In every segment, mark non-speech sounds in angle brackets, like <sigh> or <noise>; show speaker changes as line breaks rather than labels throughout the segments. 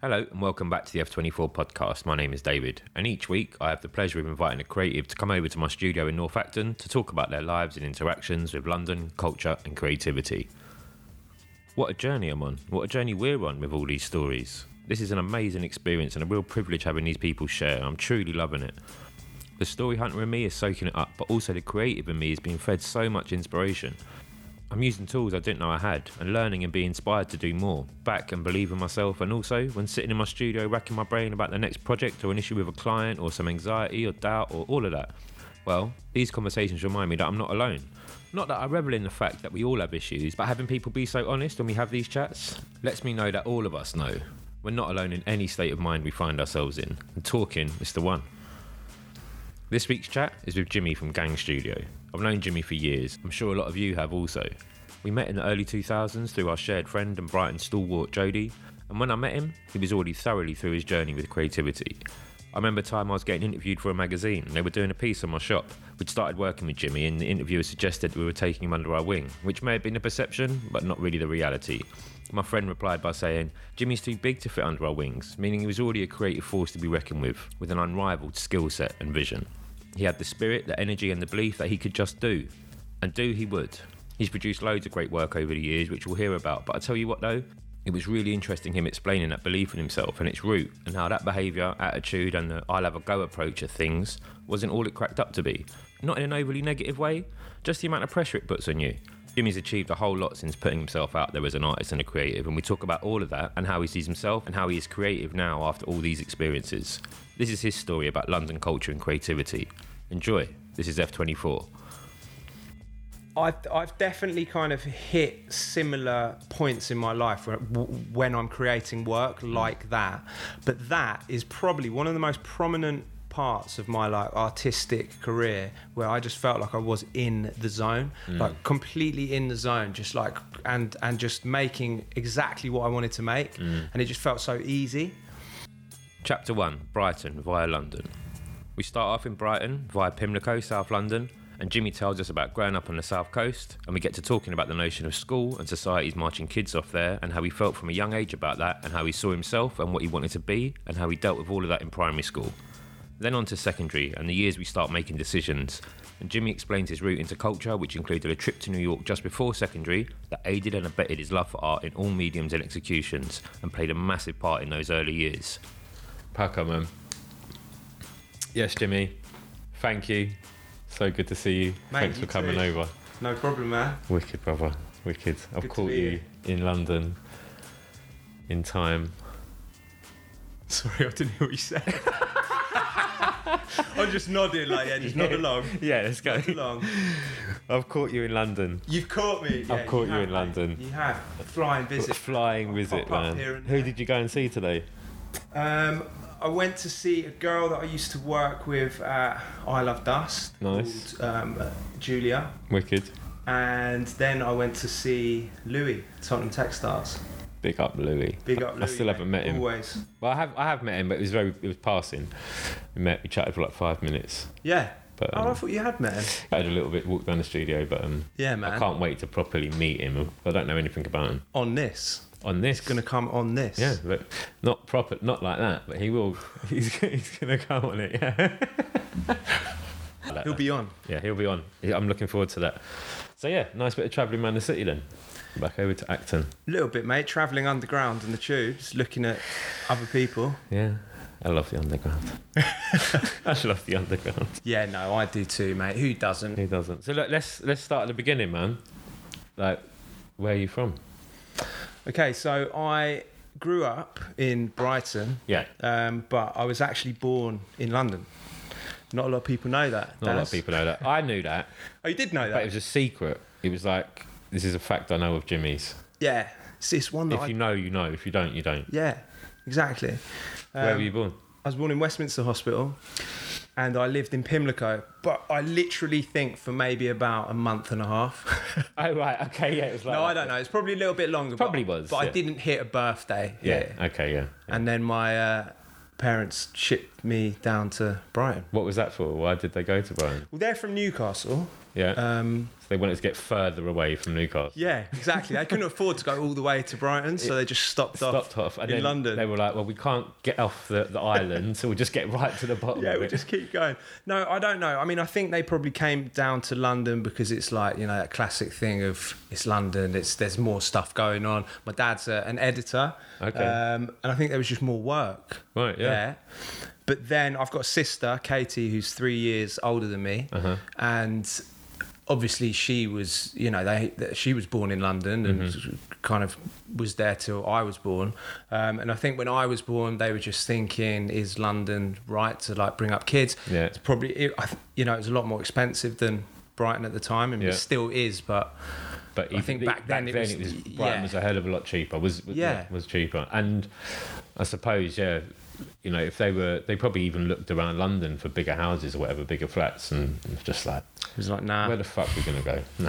Hello and welcome back to the F24 podcast. My name is David, and each week I have the pleasure of inviting a creative to come over to my studio in North Acton to talk about their lives and interactions with London, culture, and creativity. What a journey I'm on, what a journey we're on with all these stories. This is an amazing experience and a real privilege having these people share. I'm truly loving it. The story hunter in me is soaking it up, but also the creative in me is being fed so much inspiration. I'm using tools I didn't know I had and learning and being inspired to do more, back and believe in myself. And also, when sitting in my studio racking my brain about the next project or an issue with a client or some anxiety or doubt or all of that, well, these conversations remind me that I'm not alone. Not that I revel in the fact that we all have issues, but having people be so honest when we have these chats lets me know that all of us know we're not alone in any state of mind we find ourselves in. And talking is the one. This week's chat is with Jimmy from Gang Studio. I've known Jimmy for years. I'm sure a lot of you have also. We met in the early 2000s through our shared friend and Brighton stalwart Jody, and when I met him, he was already thoroughly through his journey with creativity. I remember a time I was getting interviewed for a magazine, and they were doing a piece on my shop. We'd started working with Jimmy, and the interviewer suggested we were taking him under our wing, which may have been a perception, but not really the reality. My friend replied by saying, Jimmy's too big to fit under our wings, meaning he was already a creative force to be reckoned with, with an unrivaled skill set and vision. He had the spirit, the energy, and the belief that he could just do. And do he would. He's produced loads of great work over the years, which we'll hear about. But I tell you what, though, it was really interesting him explaining that belief in himself and its root, and how that behaviour, attitude, and the I'll have a go approach of things wasn't all it cracked up to be. Not in an overly negative way, just the amount of pressure it puts on you. Jimmy's achieved a whole lot since putting himself out there as an artist and a creative, and we talk about all of that and how he sees himself and how he is creative now after all these experiences. This is his story about London culture and creativity. Enjoy. This is F24.
I've, I've definitely kind of hit similar points in my life where- w- when I'm creating work like that. But that is probably one of the most prominent parts of my like artistic career where I just felt like I was in the zone, like completely in the zone, just like and and just making exactly what I wanted to make, and it just felt so easy.
Chapter 1 Brighton via London. We start off in Brighton via Pimlico, South London, and Jimmy tells us about growing up on the South Coast, and we get to talking about the notion of school and society's marching kids off there, and how he felt from a young age about that, and how he saw himself and what he wanted to be, and how he dealt with all of that in primary school. Then on to secondary, and the years we start making decisions. And Jimmy explains his route into culture, which included a trip to New York just before secondary that aided and abetted his love for art in all mediums and executions, and played a massive part in those early years. Paco, man. Yes, Jimmy. Thank you. So good to see you.
Mate,
Thanks
you
for coming
too.
over.
No problem, man. <laughs>
Wicked, brother. Wicked. I've
Good to
caught
be
you in London in time.
Sorry, I didn't hear what you said. <laughs> I'm just nodding like <laughs> yeah, just nod along.
Yeah, let's go.
Along.
I've caught you in London.
You've caught me. Yeah,
caught you
have,
in
mate.
London.
You have flying visit.
Flying visit,
pop up
man.
here and
Who
there.
did you go and see today?
Um, I went to see a girl that I used to work with at I Love Dust.
Nice.
Called, um, Julia.
Wicked.
And then I went to see Louis, Tottenham Textiles.
Big up, Louis.
Big up
I
Louis.
still
mate.
haven't met him.
Always.
Well, I have. I have met him, but it was very. It was passing. We met. We chatted for like five minutes.
Yeah.
But
oh, I
um,
thought you had met him.
I had a little bit walk down the studio. But um,
Yeah,
I
man.
can't wait to properly meet him. I don't know anything about him.
On this.
On this,
Gonna come on this.
Yeah, look, not proper, not like that, but he will. <laughs> He's, he's gonna come on it. Yeah.
<laughs>
Like
He'll
that.
be on.
yeah, he'll be on. Yeah, I'm looking forward to that. So yeah, nice bit of travelling around the city then. Back over to Acton.
little bit, mate. Travelling underground in the tubes, looking at other people.
Yeah, I love the underground. <laughs> I love the underground.
Yeah, no, I do too, mate. Who doesn't?
He doesn't. So look, let's let's start at the beginning, man. Like, where are you from?
Okay, so I grew up in Brighton,
Yeah,
um, but I was actually born in London. Not a lot of people know that.
not a lot
Daz.
of people know that. I knew that,
Oh, you did know
but it
that?
was a secret. It was like this is a fact I know of Jimmy's.
Yeah. It's this one that I.
If you know, you know. If you don't, you don't.
Yeah, exactly.
where
Um,
were you born?
I was born in Westminster Hospital and I lived in Pimlico, but I literally think for maybe about a month and a half. <laughs>
Oh right, okay, yeah, it was like
no, I
that.
don't know. It's probably a little bit longer. but-
Probably was,
But I
yeah.
didn't hit a birthday.
Yeah,
here.
okay, yeah.
And then my uh, parents shipped me down to Brighton.
What was that for? Why did they go to Brighton?
Well, they're from Newcastle,
Yeah.
Uh,
Um,
so they wanted to get further away from Newcastle.
yeah, exactly. They couldn't afford to go all the way to Brighton, so they just stopped,
Stopped off and
in
then
London.
They were like, "Well, we can't get off the, the island, so we'll just get right to the bottom."
yeah,
of
we
it.
just keep going. No, I don't know. I mean, I think they probably came down to London because it's like you know that classic thing of it's London. It's there's more stuff going on. My dad's a, an editor,
Okay.
um, and I think there was just more work
Right, yeah.
there. But then I've got a sister, Katie, who's three years older than me,
Uh-huh.
and obviously she was you know they that- she was born in london and
Mm-hmm.
kind of was there till i was born um, and i think when i was born they were just thinking is london right to like bring up kids
Yeah.
it's probably it, I, th- you know it was a lot more expensive than brighton at the time and
Yeah.
it still is but
But
I
even-
think back then it was-
Brighton
yeah.
was a hell of a lot cheaper. Was was-
Yeah.
was cheaper, and I suppose yeah, you know, if they were, they probably even looked around London for bigger houses or whatever, bigger flats, and it's just like,
it was like nah
where the fuck are we gonna go? <laughs> No.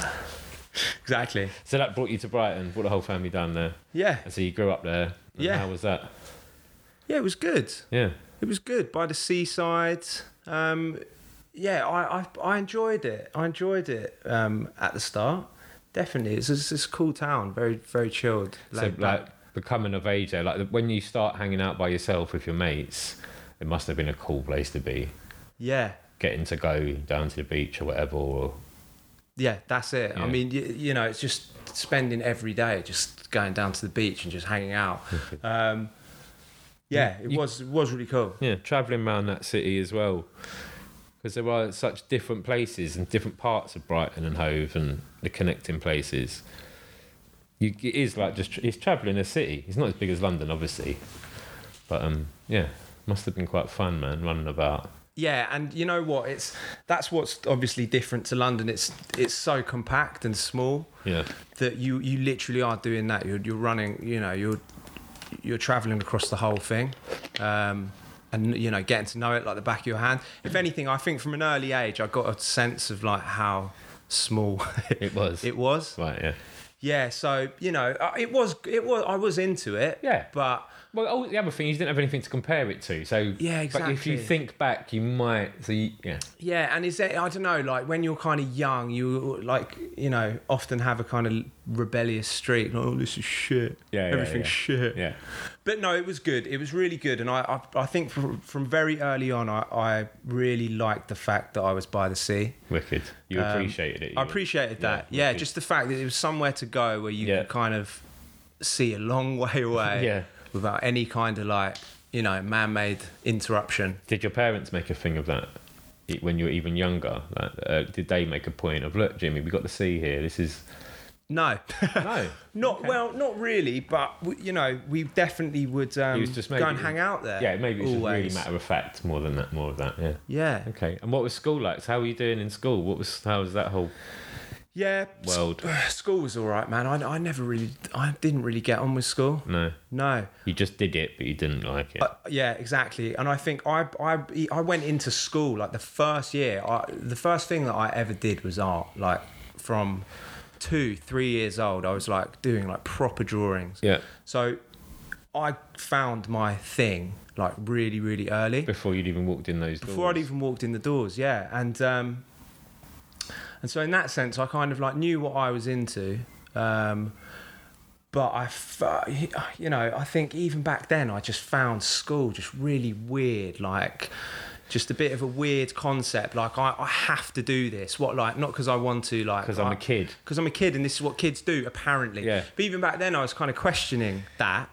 exactly
so that brought you to Brighton, brought the whole family down there,
yeah
and so you grew up there. and
Yeah.
how was that?
yeah it was good
Yeah,
it was good by the seaside um yeah i i, I enjoyed it i enjoyed it um at the start definitely it's it's, it's a cool town very very chilled
so
laid back.
like becoming of age, there, like when you start hanging out by yourself with your mates, it must have been a cool place to be.
yeah
Getting to go down to the beach or whatever, or
yeah that's it
Yeah.
i mean you, you know it's just spending every day just going down to the beach and just hanging out
<laughs>
um yeah it
You-
was it was really cool
Yeah, travelling around that city as well, because there are such different places and different parts of Brighton and Hove and the connecting places. You, it is like just it's travelling a city. It's not as big as London, obviously, but um, yeah, must have been quite fun, man, running about.
Yeah, and you know what? It's that's what's obviously different to London. It's it's so compact and small
Yeah,
that you you literally are doing that. You're you're running. You know, you're you're traveling across the whole thing, um, and you know, getting to know it like the back of your hand. If anything, I think from an early age, I got a sense of like how small <laughs>
it was.
it was.
right, yeah.
Yeah, so you know, I- it was it was I was into it.
Yeah.
but
Well, oh, the other thing is you didn't have anything to compare it to, so
Yeah,
But if you
exactly.
think back, you might. So you, yeah,
Yeah, and is that I don't know, like when you're kind of young, you like you know often have a kind of rebellious streak. Like, oh, this is shit.
Yeah, yeah,
everything's
yeah.
shit.
yeah,
But no, it was good. It was really good, and I I, I think from, from very early on, I, I really liked the fact that I was by the sea.
wicked. You
Um,
appreciated it. you
I
were-
appreciated
yeah,
that. Yeah,
wicked.
just the fact that it was somewhere to go where you
Yeah.
could kind of see a long <laughs> way away.
Yeah.
without any kind of like you know man-made interruption.
Did your parents make a thing of that e- when you were even younger? Like, uh, did they make a point of, look, Jimmy, we got the sea here. This is
No.
no.
<laughs> Not well, not really, but w- you know, we definitely would um,
It was just maybe-
go and hang out there.
Yeah, maybe it's just really
Uh, always.
matter of fact more than that, more of that. Yeah.
Yeah,
Okay. And what was school like? So How were you doing in school? What was how was that whole
yeah. s-
world?
<sighs> School was all right, man. I, I never really, I didn't really get on with school.
No,
No,
you just did it, but you didn't like it.
Uh, yeah, exactly. And I think I, I, I went into school like the first year. I, the first thing that I ever did was art. Like from two, three years old, I was like doing like proper drawings.
yeah.
So I found my thing like really, really early.
Before you'd even walked in those doors.
before I'd even walked in the doors. Yeah, and um, and so in that sense, I kind of like knew what I was into. Um, but I, f- you know, I think even back then, I just found school just really weird, like just a bit of a weird concept. Like I, I have to do this. What like not because I want to, like
'Cause I'm
I-
a kid.
because I'm a kid and this is what kids do apparently.
Yeah.
But even back then, I was kind of questioning that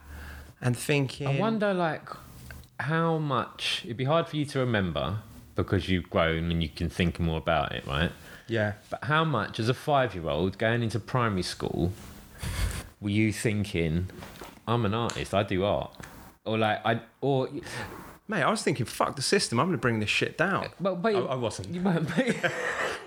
and thinking.
I wonder, like, how much it'd be hard for you to remember because you've grown and you can think more about it, right?
Yeah.
But how much, as a five year old going into primary school, were you thinking, I'm an artist, I do art? Or like I or
Mate, I was thinking, fuck the system. I'm going to bring this shit down.
well, but
I, I wasn't.
You weren't, <laughs> but,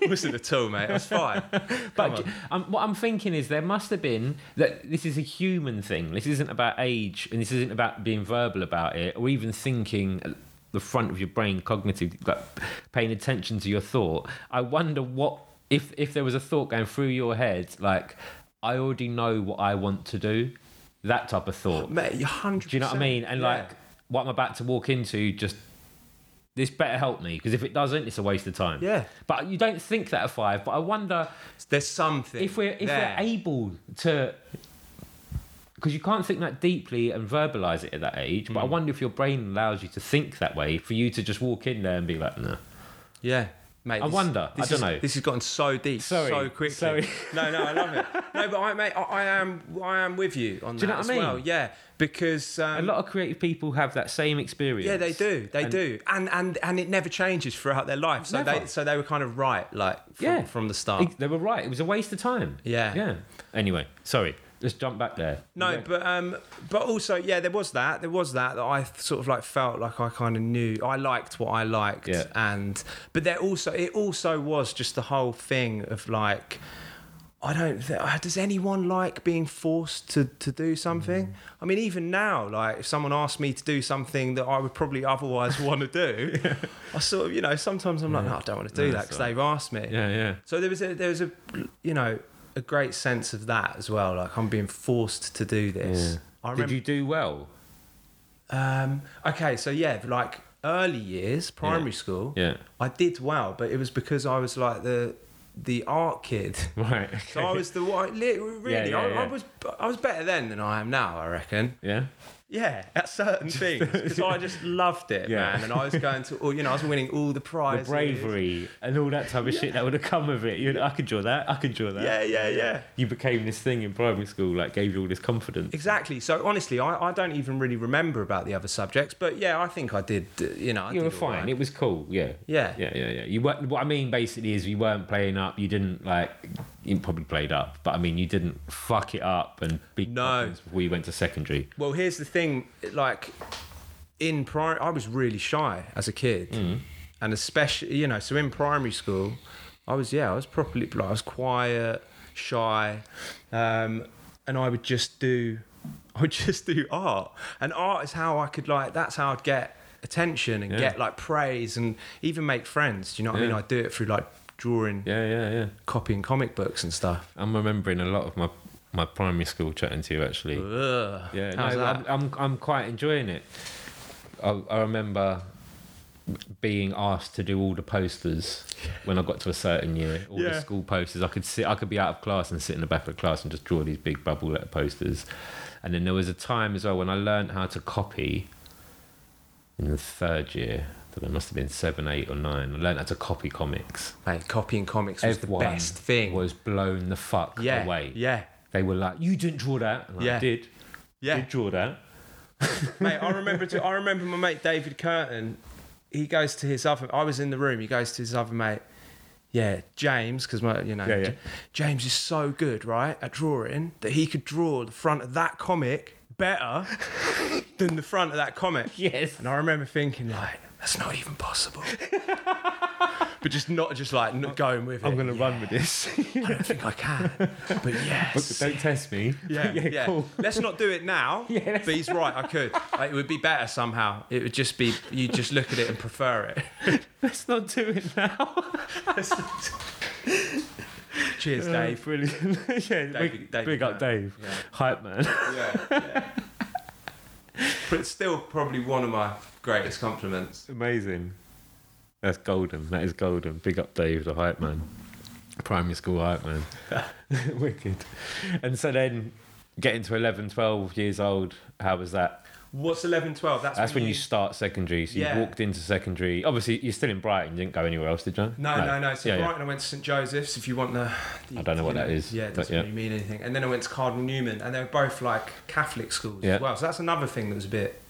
wasn't at all, mate. I was fine. <laughs>
but um, what I'm thinking is there must have been that this is a human thing. This isn't about age, and this isn't about being verbal about it, or even thinking at the front of your brain, cognitive, like paying attention to your thought. I wonder what if if there was a thought going through your head, like I already know what I want to do, that type of thought.
mate, you're hundred.
Do you know what I mean? And like what I'm about to walk into just This better help me because if it doesn't, it's a waste of time.
Yeah.
But you don't think that at five. But I wonder
There's something.
if we're if
there.
we're able to because you can't think that deeply and verbalize it at that age
Mm.
but i wonder if your brain allows you to think that way for you to just walk in there and be like no
Yeah. Mate,
I
this-
wonder. I
This
don't
is-
know.
This has gotten so deep,
Sorry.
so quickly.
Sorry.
<laughs> No, no, I love it. No, but I, mate, I, I am, I am with you on that
Do you know what I
as
mean?
well. Yeah, because um,
a lot of creative people have that same experience
Yeah, they do. They do, and and and it never changes throughout their life. So
Never.
they so they were kind of right, like from,
yeah
from the start.
Ex- they were right it was a waste of time
Yeah.
yeah anyway sorry let's jump back there
No,
Yeah.
but um, but also yeah, there was that. There was that that I sort of like felt like I kind of knew. I liked what I liked,
Yeah.
and but there also it also was just the whole thing of like. I don't. Th- uh, does anyone like being forced to, to do something?
Mm.
I mean, even now, like if someone asked me to do something that I would probably otherwise <laughs> want to
<laughs>
do, I sort of, you know, sometimes I'm like, no, I don't want to do that that
No, that's
because
all right.
they've asked me.
yeah yeah
So there was a there was a you know a great sense of that as well. Like I'm being forced to do this. I
did
remember.
you do well <laughs>
um, okay, so yeah, like early years, primary school.
Yeah.
I did well, but it was because I was like the the art <laughs> kid.
right
So I was the white. li- Really,
Yeah, yeah,
I, I
yeah.
was I was better then than I am now. I reckon.
yeah
Yeah, at <laughs> certain things because I just loved it,
Yeah.
man. And I was going to all you know I was winning all the
the
prizes.
bravery and all that type of shit that would have come with it. You know, I could draw that. I could draw that.
Yeah, yeah, yeah.
You became this thing in primary school, like gave you all this confidence.
Exactly. So honestly, I, I don't even really remember about the other subjects, but yeah, I think I did. uh, You know, I
you
did
were
all
fine.
right.
It was cool. Yeah.
Yeah.
Yeah. Yeah. Yeah. You weren't. What I mean basically is you weren't playing up. You didn't like. You probably played up, but I mean you didn't fuck it up and be
No.
before you went to secondary.
Well, here's the thing. Like in primary, I was really shy as a kid,
Mm.
and especially you know, so in primary school, I was yeah, I was properly like I was quiet, shy, um, and I would just do, <laughs> I would just do art, and art is how I could like that's how I'd get attention and
Yeah.
get like praise and even make friends. Do you know what I
Yeah.
mean? I do it through like drawing.
Yeah. Yeah. Yeah.
copying comic books and stuff.
I'm remembering a lot of my my primary school chatting to you actually.
Ugh.
Yeah, no,
How's
I'm,
that?
I'm I'm quite enjoying it. I, I remember being asked to do all the posters when I got to a certain year, all
Yeah.
the school posters. I could sit, I could be out of class and sit in the back of the class and just draw these big bubble letter posters. And then there was a time as well when I learned how to copy in the third year. That I must have been seven, eight, or nine. I learned how to copy comics.
Mate, copying comics was the best thing.
was blown the fuck
yeah,
away.
yeah,
They were like, "You didn't draw that." And I
Yeah.
did.
yeah.
Did draw that.
mate, I remember. Too, I remember my mate David Curtin. He goes to his other. I was in the room. He goes to his other mate. Yeah, James, because my you know,
Yeah, yeah.
J- James is so good, right, at drawing that he could draw the front of that comic
<laughs>
better than the front of that comic.
Yes.
And I remember thinking like, that's not even possible.
<laughs>
but just not just like not going with it.
I'm gonna run with <laughs> this.
I don't think I can. But <laughs> yes.
Don't test <laughs> me.
Yeah, yeah,
cool.
Let's not do it <laughs> now. but he's right. I could. Like, it would be better somehow. It would just be you just look at it and prefer it. <laughs>
Let's not do it now. <laughs>
Cheers,
Dave,
Dave.
brilliant. <laughs> yeah, big,
David- David
big up,
Byrne.
Dave.
Yeah.
Hype man. <laughs>
Yeah, yeah. But it's still probably one of my greatest compliments.
Amazing. That's golden. That is golden. Big up, Dave, the hype man. Primary school hype <laughs> man. Wicked. And so then, getting to 11, 12 years old, how was that?
What's 11, 12? That's,
That's when you start secondary. So
Yeah.
you walked into secondary. Obviously, you're still in Brighton. You didn't go anywhere else, did you?
No, no, no. So
yeah, yeah.
Brighton, I went to St Joseph's. If you want the, the
I don't know what that is,
Yeah, it
but
doesn't
yeah.
really mean anything. And then I went to Cardinal Newman, and they were both like Catholic schools
Yeah.
as well. So that's another thing that was a bit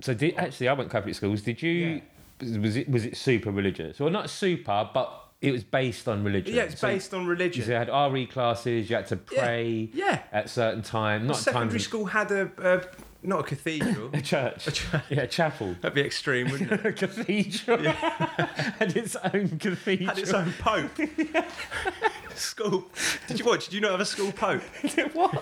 So did, actually, I went Catholic schools. Did you? Was it was it super religious? Well, not super, but it was based on religion.
Yeah, it's
So
based on religion.
You had RE classes. You had to pray
yeah.
at certain time. Not
Secondary
times.
school had a, a not a
<coughs>
cathedral.
A <laughs> church. Yeah, a
<laughs>
chapel.
That'd be extreme, wouldn't it?
a cathedral. <laughs> had its own cathedral.
Had its
<laughs>
own pope. <laughs> school. Did you watch? Did you not have a school pope?
what?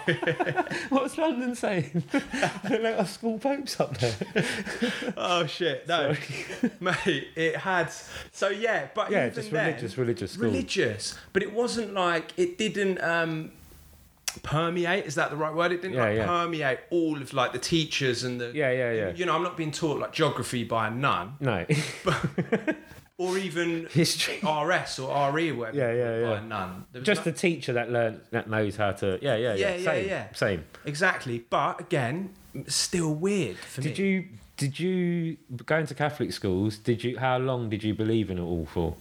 <laughs> What's London saying? <laughs> they let our school popes up there. <laughs>
Oh shit! No, <laughs> mate. It had. So yeah, but
Yeah,
even
just
then-
religious, religious school.
Religious, but it wasn't like it didn't. um permeate is that the right word it didn't
Yeah,
like
yeah.
permeate all of like the teachers and the
Yeah, yeah, yeah.
you know i'm not being taught like geography by a nun
No. <laughs>
or even
History.
rs or re or whatever
Yeah,
it's
yeah,
called,
yeah.
by a nun There was
Just
no-
a teacher that learns that knows how to. Yeah, yeah, yeah.
Yeah, yeah,
same,
yeah.
Same.
exactly but again still weird for
Did
me
you did you going to Catholic schools? Did you how long did you believe in it all for?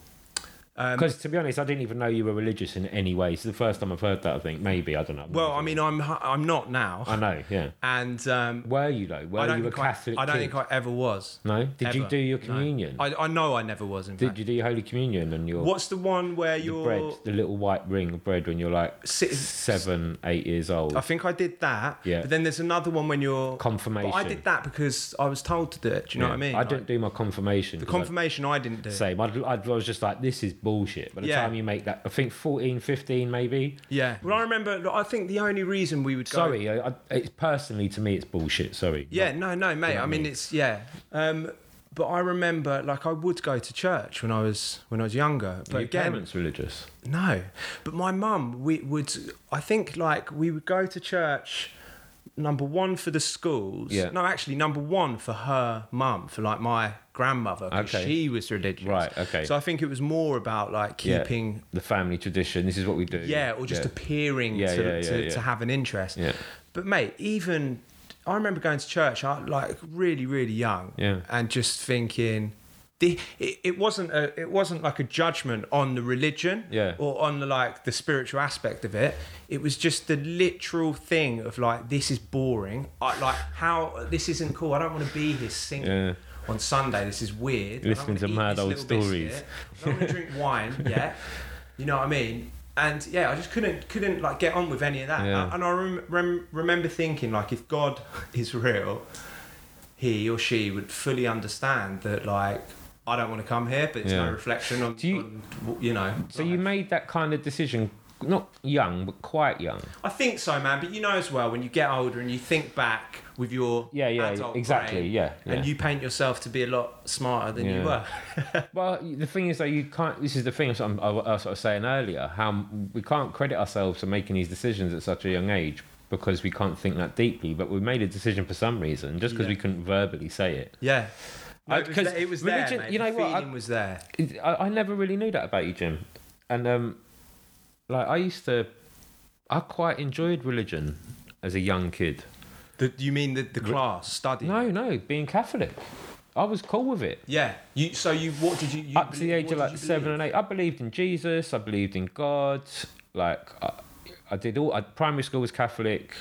Um,
Because to be honest, I didn't even know you were religious in any way. It's the first time I've heard that. I think maybe I don't know.
well i mean i'm i'm not now
I know. Yeah.
and um
Were you though?
I
Were
don't,
you a
think I,
Catholic?
I don't
kid?
think I ever was.
No. Did you
Ever.
do your
No.
communion?
I, I know I never was. In fact,
Did you do your Holy Communion and your
what's the one where
the
you're?
bread, the little white ring of bread when you're like
Si-
seven, eight years old?
I think I did that.
Yeah.
But then there's another one when you're.
confirmation.
But I did that because I was told to do it. Do you know
Yeah.
what I mean?
I
Like,
didn't do my confirmation.
The
'cause I-
confirmation I didn't do.
same. I'd, I'd, I was just like, this is bullshit. By the
Yeah.
time you make that, I think 14, 15 maybe.
Yeah. Well, I remember. look, I think the only reason we would go.
Sorry, I, I, it's personally to me, it's bullshit. Sorry.
Yeah. No, no, mate. I mean, it's yeah. Um, but I remember, like, I would go to church when I was when I was younger. But
Your
again,
parents religious.
No, but my mum, we would. I think like we would go to church. Number one for the schools.
Yeah.
No, actually, number one for her mum, for like my grandmother, 'cause
Okay.
she was religious.
Right, okay.
So I think it was more about like
Yeah.
keeping,
The family tradition. This is what we do.
yeah, or just appearing
Yeah,
to,
yeah,
to,
yeah,
to
yeah.
have an interest.
Yeah.
But mate, even I remember going to church, I like really, really young,
Yeah.
and just thinking, the, it, it wasn't a, it wasn't like a judgment on the religion,
Yeah.
or on the like the spiritual aspect of it. It was just the literal thing of like this is boring, I, like how this isn't cool. I don't want to be here singing.
Yeah.
On Sunday, this is weird. I don't
Listening
wanna
to
eat
mad
this
old
little
stories.
biscuit. I don't want to drink
<laughs>
wine yet. You know what I mean? And yeah, I just couldn't couldn't like get on with any of that.
Yeah.
And- And I rem- rem- remember thinking like, if God <laughs> is real, he or she would fully understand that like I don't want to come here, but it's
Yeah.
no reflection on
Do
you,
you-
on you know.
So you made that kind of decision, not young, but quite
<laughs>
young.
I think so, man. But you know as well when you get older and you think back with your
Yeah, yeah,
adult
exactly,
brain,
yeah, yeah.
and you paint yourself to be a lot smarter than you
Yeah.
were.
<laughs> Well, the thing is though, you can't. This is the thing I was- I was sort of saying earlier. How we can't credit ourselves for making these decisions at such a young age because we can't think that deeply. But we made a decision for some reason, just because
Yeah.
we couldn't verbally say it.
yeah. No,
I-
it was,
'cause
there- it was
religion-
there. Mate.
you know
the
what, I-
feeling was there.
It- I, I never really knew that about you, Jim. And um, like I used to, I quite enjoyed religion as a young kid.
The, you mean the, the class study?
No, no, being Catholic, I was cool with it.
Yeah. You. So you. What did you? you
up to the
believe-
age
what
of
did
like
you
seven
believe?
and eight, I believed in Jesus. I believed in God. Like I, I did all. I, primary school was Catholic.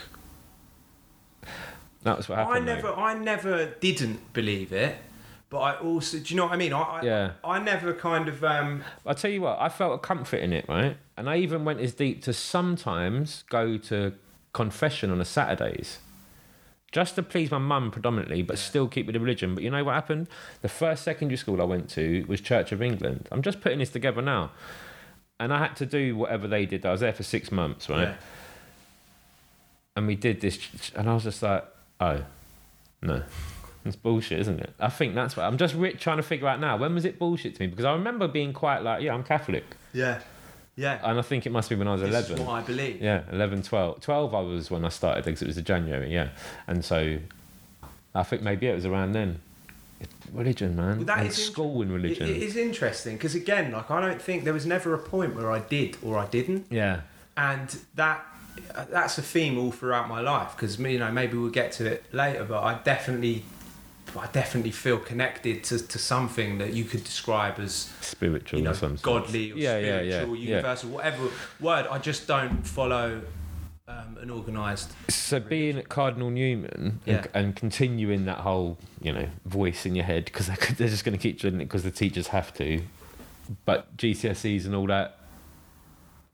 That was what happened.
I
though.
never. I never didn't believe it, but I also. Do you know what I mean? I. I
Yeah.
I never kind of. Um.
I'll tell you what. I felt a comfort in it, right? And I even went as deep to sometimes go to confession on a Saturdays. Just to please my mum predominantly, but still keep with the religion. But you know what happened? The first secondary school I went to was Church of England. I'm just putting this together now. And I had to do whatever they did. I was there for six months, right?
Yeah.
and we did this, ch- ch- and I was just like, oh, no, <laughs> it's bullshit, isn't it? I think that's what I'm just re- trying to figure out now. When was it bullshit to me? Because I remember being quite like, yeah, I'm Catholic,
Yeah. Yeah.
and I think it must be when I was
This is
11.
what I believe.
Yeah, 11, 12. 12 I was when I started because it was the January, yeah. And so I think maybe it was around then. Religion, man.
Well, that
and
is int-
school and
It,
religion.
it is interesting because again, like I don't think there was never a point where I did or I didn't,
yeah.
and that that's a theme all throughout my life. Because you know maybe we'll get to it later, but I definitely, I definitely feel connected to, to something that you could describe as
Spiritual
you know,
or something.
godly or
Yeah, yeah, yeah,
spiritual,
yeah.
universal, whatever word. I just don't follow um, an organised.
So being at Cardinal Newman
Yeah.
and, and continuing that whole, you know, voice in your head because <laughs> they're just going to keep doing it because the teachers have to. But GCSEs and all that,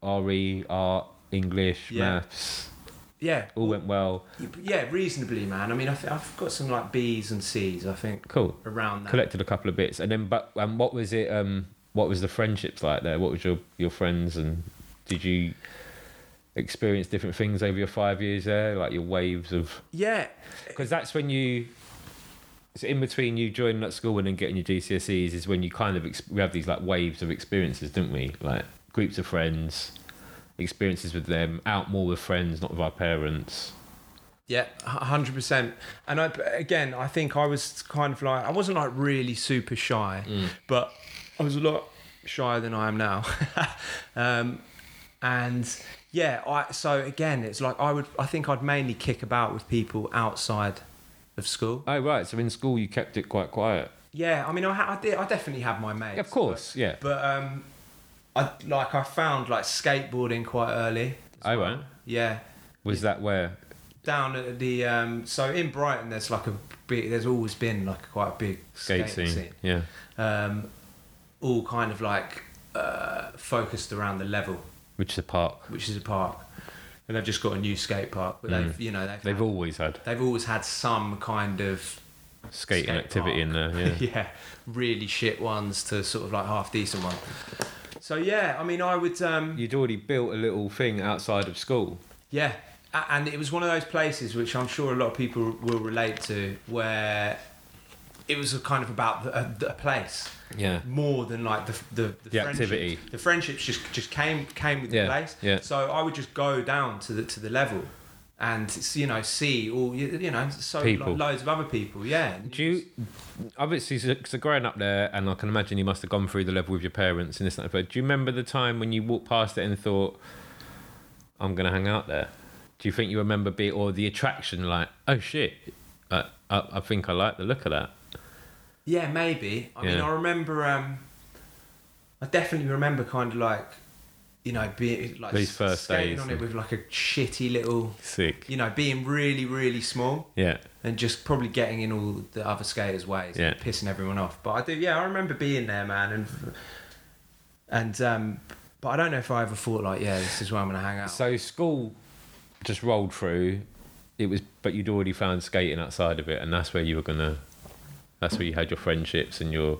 RE, art, English,
Yeah.
maths,
Yeah,
all went well.
yeah, reasonably, man. I mean, I th- I've got some like B's and C's. I think
Cool.
around that.
Uh, Collected a couple of bits, and then but and what was it? Um, what was the friendships like there? What was your your friends and did you experience different things over your five years there? Like your waves of
Yeah,
because that's when you it's in between you joining that school and then getting your GCSEs is when you kind of ex- we have these like waves of experiences, don't we? Like groups of friends, experiences with them, out more with friends, not with our parents.
Yeah, hundred percent. And I again, I think I was kind of like I wasn't like really super shy, but I was a lot shyer than I am now. <laughs> um, and yeah, I so again, it's like I would I think I'd mainly kick about with people outside of school.
Oh right, so in school you kept it quite quiet.
Yeah, I mean, I, ha- I did. I definitely had my mates.
Yeah, of course, yeah.
But um, I like I found like skateboarding quite early.
Oh right,
Yeah,
was that where?
down at the um, so in Brighton, there's like a big. There's always been like quite a big skate
Skate
scene.
scene. Yeah.
Um, all kind of like uh, focused around the level,
Which is a park.
which is a park, and they've just got a new skate park. But they've you know they've
Mm. They've
had-
always had
they've always had some kind of
skating
Skate
activity
<laughs>
in there. Yeah.
really shit ones to sort of like half decent one. So yeah, I mean, I would um,
<laughs> You'd already built a little thing outside of school.
yeah, A- and it was one of those places which I'm sure a lot of people will relate to, where it was a kind of about the, a, the place
Yeah.
more than like the the, the,
The
friendships.
activity.
The friendships just just came came with
Yeah,
the place.
yeah.
So I would just go down to the to the level. And you know, see all you you know, so
People.
loads of other people, yeah.
Do you obviously so, so growing up there, and I can imagine you must have gone through the level with your parents and this and that. But do you remember the time when you walked past it and thought, "I'm gonna hang out there"? Do you think you remember be or the attraction like, "Oh shit, I, I, I think I like the look of that."
Yeah, maybe. I mean,
Yeah.
I remember. Um, I definitely remember kind of like, you know, being like
These first
skating
days
on it
and-
with like a shitty little,
Sick.
you know, being really really small
Yeah.
and just probably getting in all the other skaters' ways,
Yeah.
and pissing everyone off. But I do, yeah, I remember being there, man, and and um, but I don't know if I ever thought like, yeah, this is where I'm gonna hang out.
So school just rolled through. It was, but you'd already found skating outside of it, and that's where you were gonna. That's where you had your friendships and your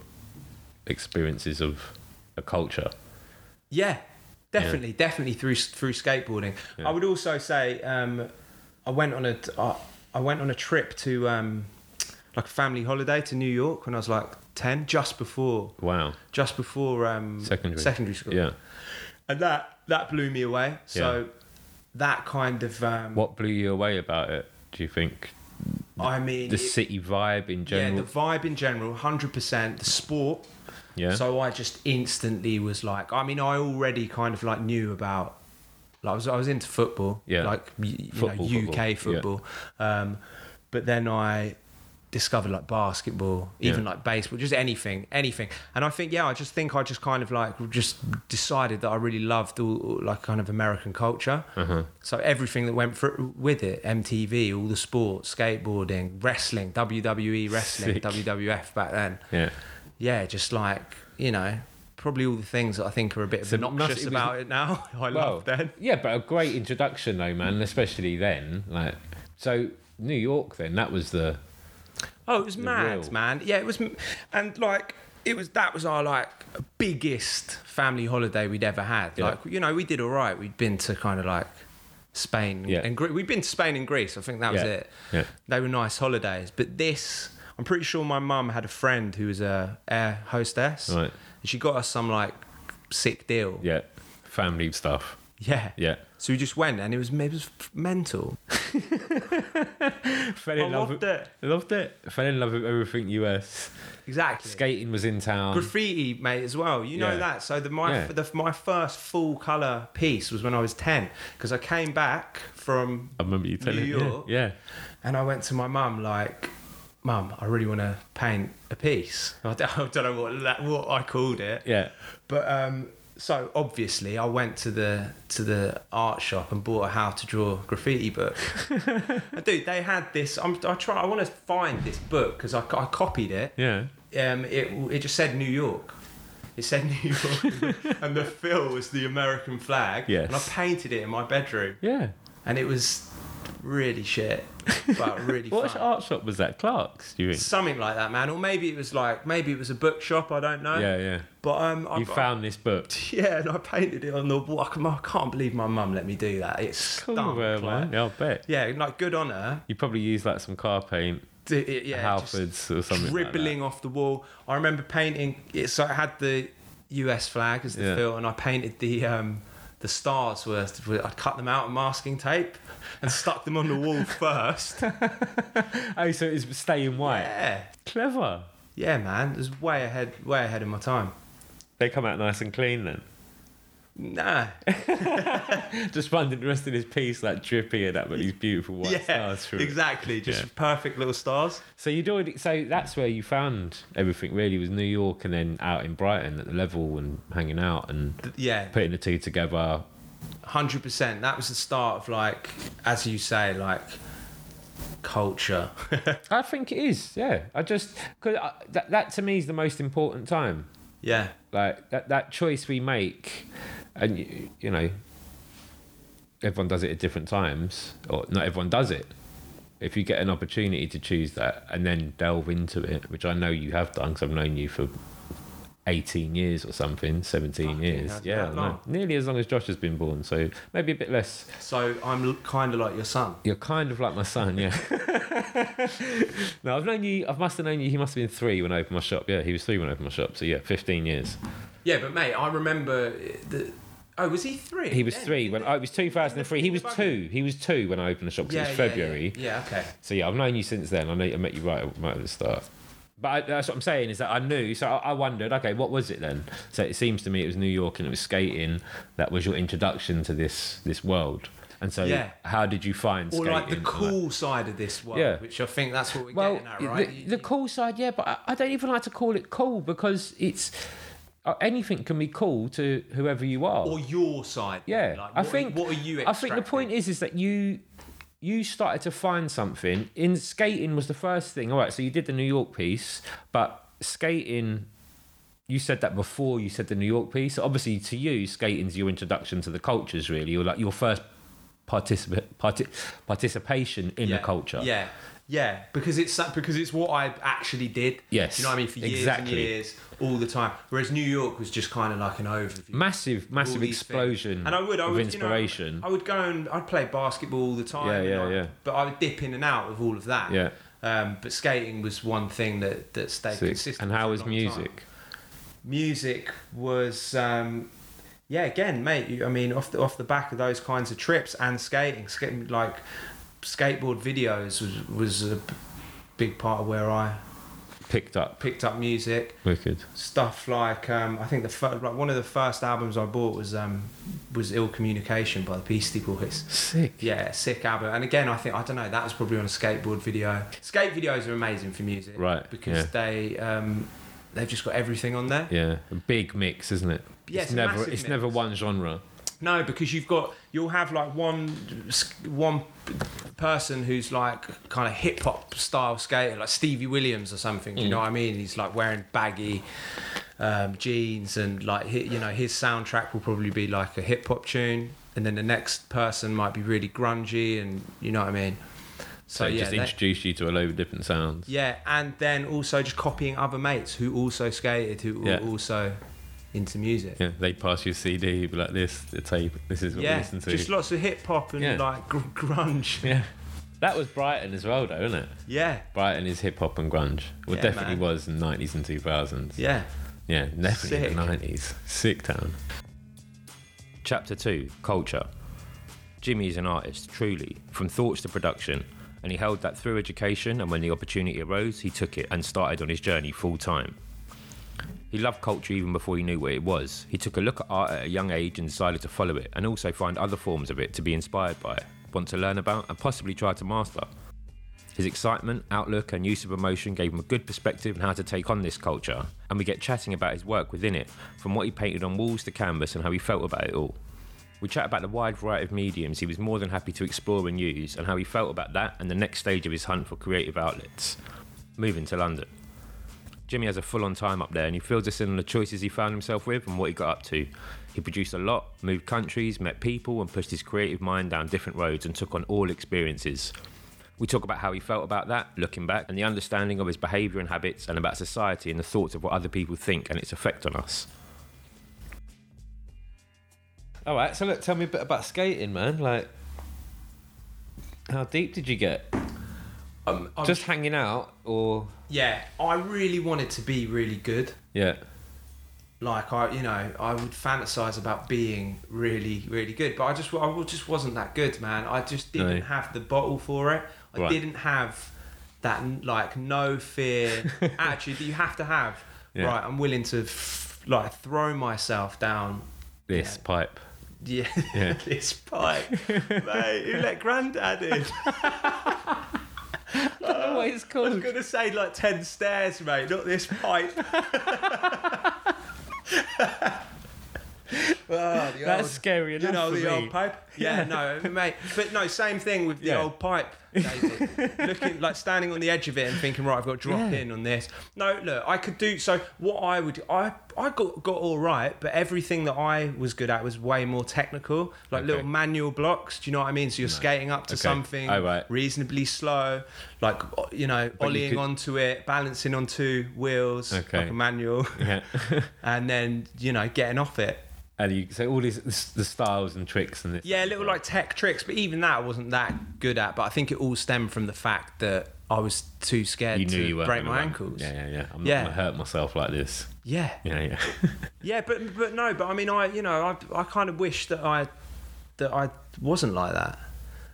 experiences of a culture.
Yeah, definitely, definitely through through skateboarding.
Yeah.
I would also say um, I went on a I, I went on a trip to um, like a family holiday to New York when I was like ten, just before
Wow.
just before um,
Secondary.
school,
Yeah.
and that that blew me away. So that kind of um,
What blew you away about it? Do you think
I mean,
the
it-
city vibe in
yeah,
general?
the vibe in general, hundred percent, the sport.
Yeah.
So I just instantly was like, I mean, I already kind of like knew about, like I was, I was into football,
Yeah.
like y- you
Football,
know, UK
football,
football, um, but then I discovered like basketball, even
Yeah.
like baseball, just anything, anything. And I think, yeah, I just think I just kind of like just decided that I really loved all, all, like kind of American culture.
Uh-huh.
So everything that went through with it, MTV, all the sports, skateboarding, wrestling, WWE wrestling,
Sick.
WWF back then
yeah.
yeah, just like you know, probably all the things that I think are a bit
So
obnoxious
must- it was-
about it now. <laughs> I love then.
Yeah, but a great introduction though, man. Especially then, like so. New York, then that was the
Oh, it was mad,
real-
man. Yeah, it was, m- and like it was that was our like biggest family holiday we'd ever had.
Yeah.
Like you know, we did all right. We'd been to kind of like Spain
Yeah.
and Gre- we'd been to Spain and Greece. I think that was
Yeah.
it.
Yeah.
They were nice holidays, but this. I'm pretty sure my mum had a friend who was a air hostess,
Right.
and she got us some like sick deal.
yeah family stuff.
yeah.
Yeah,
<laughs> So we just went, and it was it was mental.
fell in
I
love.
loved it.
Loved it. Fell in love with everything US.
Exactly.
Skating was in town.
Graffiti, mate, as well. You know
Yeah.
that. So the my
Yeah.
the, my first full color piece was when I was ten, because I came back from
I remember you telling
New
me.
York.
Yeah.
and I went to my mum like, "Mum, I really want to paint a piece." <laughs> I don't, I don't know what that, what I called it.
Yeah.
But um, so obviously, I went to the to the art shop and bought a how to draw graffiti book.
<laughs>
And Dude, they had this. I'm, I try. I want to find this book because I, co- I copied it.
Yeah.
Um, it it just said New York. It said <laughs> New York, and the fill was the American flag.
Yes.
And I painted it in my bedroom,
Yeah.
and it was really shit, but
<laughs>
really
What
fun.
art shop was that? Clark's, do you think?
Something like that, man. Or maybe it was like maybe it was a bookshop. I don't know.
Yeah, yeah.
But um, I,
You found this book.
<laughs> yeah, and I painted it on the wall. I can- I can't believe my mum let me do that. It's
Cool,
stunk,
well,
like.
man. Yeah, I'll bet.
Yeah, like good on her.
You probably used like some car
<laughs>
paint,
D- it- yeah, just
Halfords or something.
dribbling off the wall. I remember painting it. So it had the U.S. flag as the
Yeah.
fill, and I painted the um, the stars were, were- I'd cut them out on masking tape and stuck them on the
<laughs>
wall first.
Oh, so it's staying white.
Yeah,
Clever.
yeah, man, it was way ahead, way ahead of my time.
They come out nice and clean then. <laughs>
Nah,
Just finding the rest of his piece like drippy and that, but these beautiful
<laughs>
white
yeah,
stars through it.
exactly, just
Yeah.
perfect little stars.
So you'd already so that's where you found everything really was New York and then out in Brighton at the level and hanging out and
Th- Yeah,
putting the two together.
hundred percent. That was the start of like, as you say, like culture. <laughs>
I think it is, yeah. I just cause I, that that to me is the most important time.
yeah,
Like that that choice we make, and you, you know, everyone does it at different times, or not everyone does it. If you get an opportunity to choose that and then delve into it, which I know you have done, because I've known you for. 18 years or something, 17
Fucking
years.
hell,
yeah,
that
I know.
long.
nearly as long as Josh has been born, so maybe a bit less.
so I'm kind of like your son.
You're kind of like my
<laughs>
son, yeah. no, I've known you. I must have known you. He must have been three when I opened my shop. Yeah, he was three when I opened my shop. So yeah, fifteen years.
Yeah, but mate, I remember uh, the. Oh, was he three?
He was
Yeah.
three when I it was two thousand and three. He was two. He was two when I opened the shop. 'cause
Yeah,
it was
yeah, yeah.
February.
Yeah, okay.
So yeah, I've known you since then. I know I met you right, right at the start. But I, that's what I'm saying is that I knew. So I, I wondered, okay, what was it then? So it seems to me it was New York and it was skating. That was your introduction to this this world. And so,
Yeah.
how did you find
Or
skating?
like the
and
cool side of this world,
Yeah.
which I think that's what we're
well,
getting at, right? You-
the, the cool side, yeah, but I, I don't even like to call it cool because it's uh, anything can be cool to whoever you are.
or your side.
yeah,
Like,
I
what are-
think.
what are you?
I think the point is, is that you you started to find something in skating was the first thing. All right, so you did the New York piece, but skating. You said that before you said the New York piece. So obviously, to you, skating's your introduction to the cultures, really, or like your first particip- parti- participation in
yeah,
the culture.
Yeah, yeah, because it's that- because it's what I actually did.
Yes,
you know what I mean for years and
exactly.
years, all the time. Whereas New York was just kind of like an overview.
massive,
all
massive
these
explosion
things. And I would, I
of
would,
inspiration.
You know, I would go and I'd play basketball all the time.
Yeah,
and
yeah,
I-
yeah.
But I would dip in and out of all of that.
Yeah.
Um, but skating was one thing that that stayed
Sick.
consistent.
and how
for a
was
long time.
music?
Music was. Um, yeah, again, mate. You, I mean, off the off the back of those kinds of trips and skating, skating like skateboard videos was was a b- big part of where I
Picked up.
picked up music
Wicked.
stuff like um, I think the fir- like one of the first albums I bought was um, was Ill Communication by the Beastie Boys.
Sick.
Yeah, sick album. And again, I think I don't know. That was probably on a skateboard video. Skate videos are amazing for music,
Right,
Because
yeah.
they um, they've just got everything on there.
Yeah. A big mix, isn't it?
Yeah,
it's
it's a
never it's
massive
never
mix.
one genre.
No, because you've got you'll have like one s- one person who's like kind of hip hop style skater, like Stevie Williams or something.
Mm.
Do you know what I mean? He's like wearing baggy um, jeans and like hi- you know his soundtrack will probably be like a hip hop tune, and then the next person might be really grungy and you know what I mean.
So,
So,
it
yeah,
just
they-
introduced you to a load of different sounds.
yeah, and then also just copying other mates who also skated, who were
Yeah.
also into music.
Yeah, they pass you a CD, you'd be like this, the tape, this is what we
Yeah,
listen to.
just lots of hip hop and
Yeah.
like gr- grunge.
<laughs> yeah. That was Brighton as well, though, isn't it?
Yeah,
Brighton is hip hop and grunge. Well,
Yeah,
definitely
man.
was in the 90s and 2000s.
yeah.
Yeah, definitely
Sick.
in the 90s.
<laughs>
Sick town. Chapter 2 Culture. Jimmy is an artist, truly, from thoughts to production, and he held that through education, and when the opportunity arose, he took it and started on his journey full time. He loved culture even before he knew what it was. He took a look at art at a young age and decided to follow it, and also find other forms of it to be inspired by, want to learn about, and possibly try to master. His excitement, outlook, and use of emotion gave him a good perspective on how to take on this culture, and we get chatting about his work within it, from what he painted on walls to canvas and how he felt about it all. We chat about the wide variety of mediums he was more than happy to explore and use, and how he felt about that and the next stage of his hunt for creative outlets. Moving to London. Jimmy has a full on time up there and he fills us in on the choices he found himself with and what he got up to. He produced a lot, moved countries, met people, and pushed his creative mind down different roads and took on all experiences. We talk about how he felt about that, looking back, and the understanding of his behaviour and habits, and about society and the thoughts of what other people think and its effect on us. All right, so look, tell me a bit about skating, man. Like, how deep did you get?
Um, I,
Just hanging out, or
yeah, I really wanted to be really good,
yeah,
like I, you know, I would fantasize about being really, really good, but I just, I wa- just wasn't that good, man. I just didn't
No.
have the bottle for it. I
Right.
didn't have that, like, no
<laughs>
fear attitude that you have to have.
Yeah.
Right, I'm willing to, f- like, throw myself down.
This
Yeah.
pipe.
Yeah, <laughs>
Yeah.
this pipe, mate. Who let Grandad in?
what it's
I was gonna say like ten stairs, mate, not this pipe. Oh, the
That's
old-
scary enough
You know
for
the
me.
old pipe. Yeah, no, mate. But no, same thing with the
Yeah.
old pipe. David. Looking like standing on the edge of it and thinking, right, I've got to drop
Yeah.
in on this. No, look, I could do. So what I would, I, I got got all right, but everything that I was good at was way more technical, like
Okay.
little manual blocks. Do you know what I mean? So you're skating up to
Okay.
something
Oh, right.
reasonably slow, like you know,
But you
ollieing
could-
onto it, balancing on two wheels,
Okay.
like a manual,
Yeah.
<laughs> and then you know, getting off it.
and you so all these this, the styles and tricks and this.
Yeah, little like tech tricks, but even that I wasn't that good at. But I think it all stemmed from the fact that I was too scared
you knew
to
you weren't
break
gonna
my
win.
ankles.
Yeah, yeah, yeah. I'm
Yeah.
not gonna hurt myself like this.
yeah,
Yeah, yeah.
<laughs> Yeah, But but no, but I mean, I you know, I I kind of wish that I that I wasn't like that,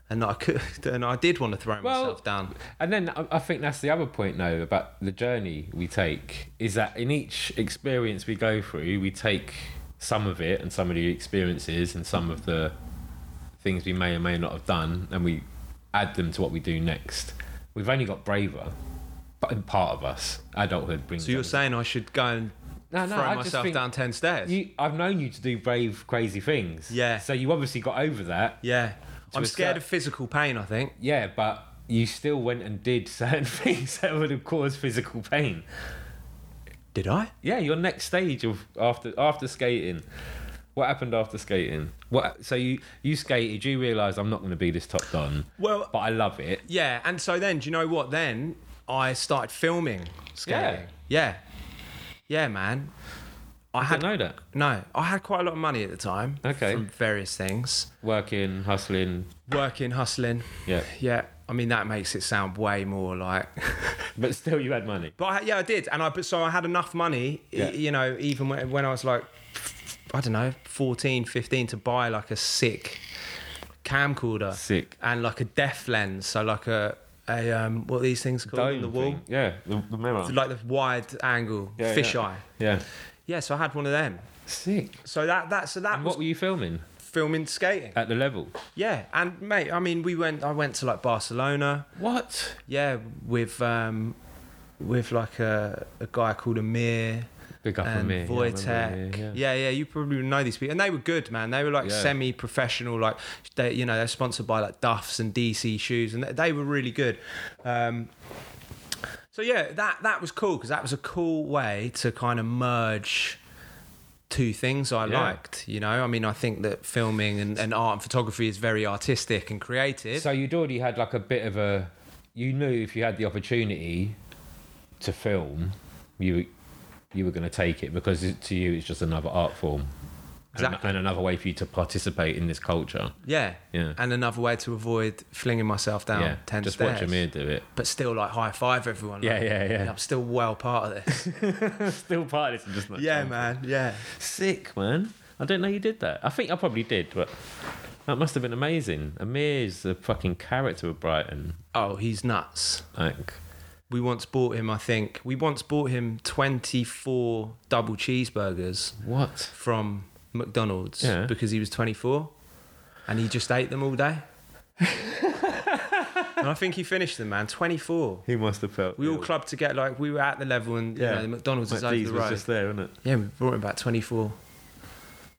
and that I could, <laughs> and I did want to throw
Well-
myself down.
And then I I think that's the other point, though, about the journey we take is that in each experience we go through, we take some of it and some of the experiences and some of the things we may or may not have done, and we add them to what we do next. We've only got braver, but in part of us, adulthood brings.
So you're
us-
saying I should go and
No, no,
throw
I just
myself
think
down ten stairs?
You, I've known you to do brave, crazy things.
Yeah.
So you obviously got over that.
yeah,
To
I'm
a
scared
cer-
of physical pain. I think.
Yeah, but you still went and did <laughs> certain things that would have caused physical pain.
Did I?
yeah, your next stage of after after skating. What happened after skating? What so you you skated? You realised I'm not going to be this top don.
Well-
but I love it.
Yeah, and so then, do you know what? Then I started filming skating. Yeah, yeah, man. I
I
had
know that.
no, I had quite a lot of money at the time.
Okay.
from various things,
Working, hustling.
working, hustling.
Yeah,
Yeah, I mean that makes it sound way more like. <laughs>
but still you had money.
but I, yeah, I did, and I but so I had enough money, y-
Yeah.
you know, even when, when I was like, I don't know, 14, 15, to buy like a sick camcorder
Sick.
and like a def lens, so like a a um, what are these things called?
Dome
the wall.
thing. Yeah, the, the mirror.
like the wide angle
Yeah,
fisheye.
yeah.
Yeah.
yeah,
so I had one of them.
sick.
So that that so that
And
was
what were you filming
filming skating.
at the level?
Yeah, and mate, I mean, we went. I went to like Barcelona.
What?
Yeah, with um, with like a, a guy called Amir
Big up on
and
me. yeah, I remember
Wojtek.
Amir,
Yeah,
yeah.
yeah, you probably know these people, and they were good, man. They were like
Yeah.
semi-professional, like they, you know, they're sponsored by like Duffs and DC shoes, and they, they were really good. Um, so yeah, that that was cool because that was a cool way to kind of merge two things I
Yeah.
liked. You know, I mean, I think that filming and, and art and photography is very artistic and creative.
So you'd already had like a bit of a, you knew if you had the opportunity to film, you you were going to take it because it, to you it's just another art form,
Exactly.
and, and another way for you to participate in this culture.
yeah,
Yeah.
and another way to avoid flinging myself down
yeah,
Oh, ten
just
stairs.
watch Amir do
<laughs>
it.
but still, like high five everyone.
Yeah,
like,
yeah, yeah.
I'm still well part of this.
Still part of this, I'm just not.
yeah, man. Yeah.
Sick, man. I didn't know you did that. I think I probably did, but that must have been amazing. Amir's a fucking character of Brighton.
Oh, he's nuts.
Like,
We once bought him. I think we once bought him 24 double cheeseburgers
what?
from McDonald's
Yeah.
because he was 24, and he just ate them all day. and I think he finished them, man. 24.
He must have felt.
We all clubbed together. Like we were at the level, and you know, the McDonald's is over the road.
there, isn't it?
Yeah, we brought him back 24.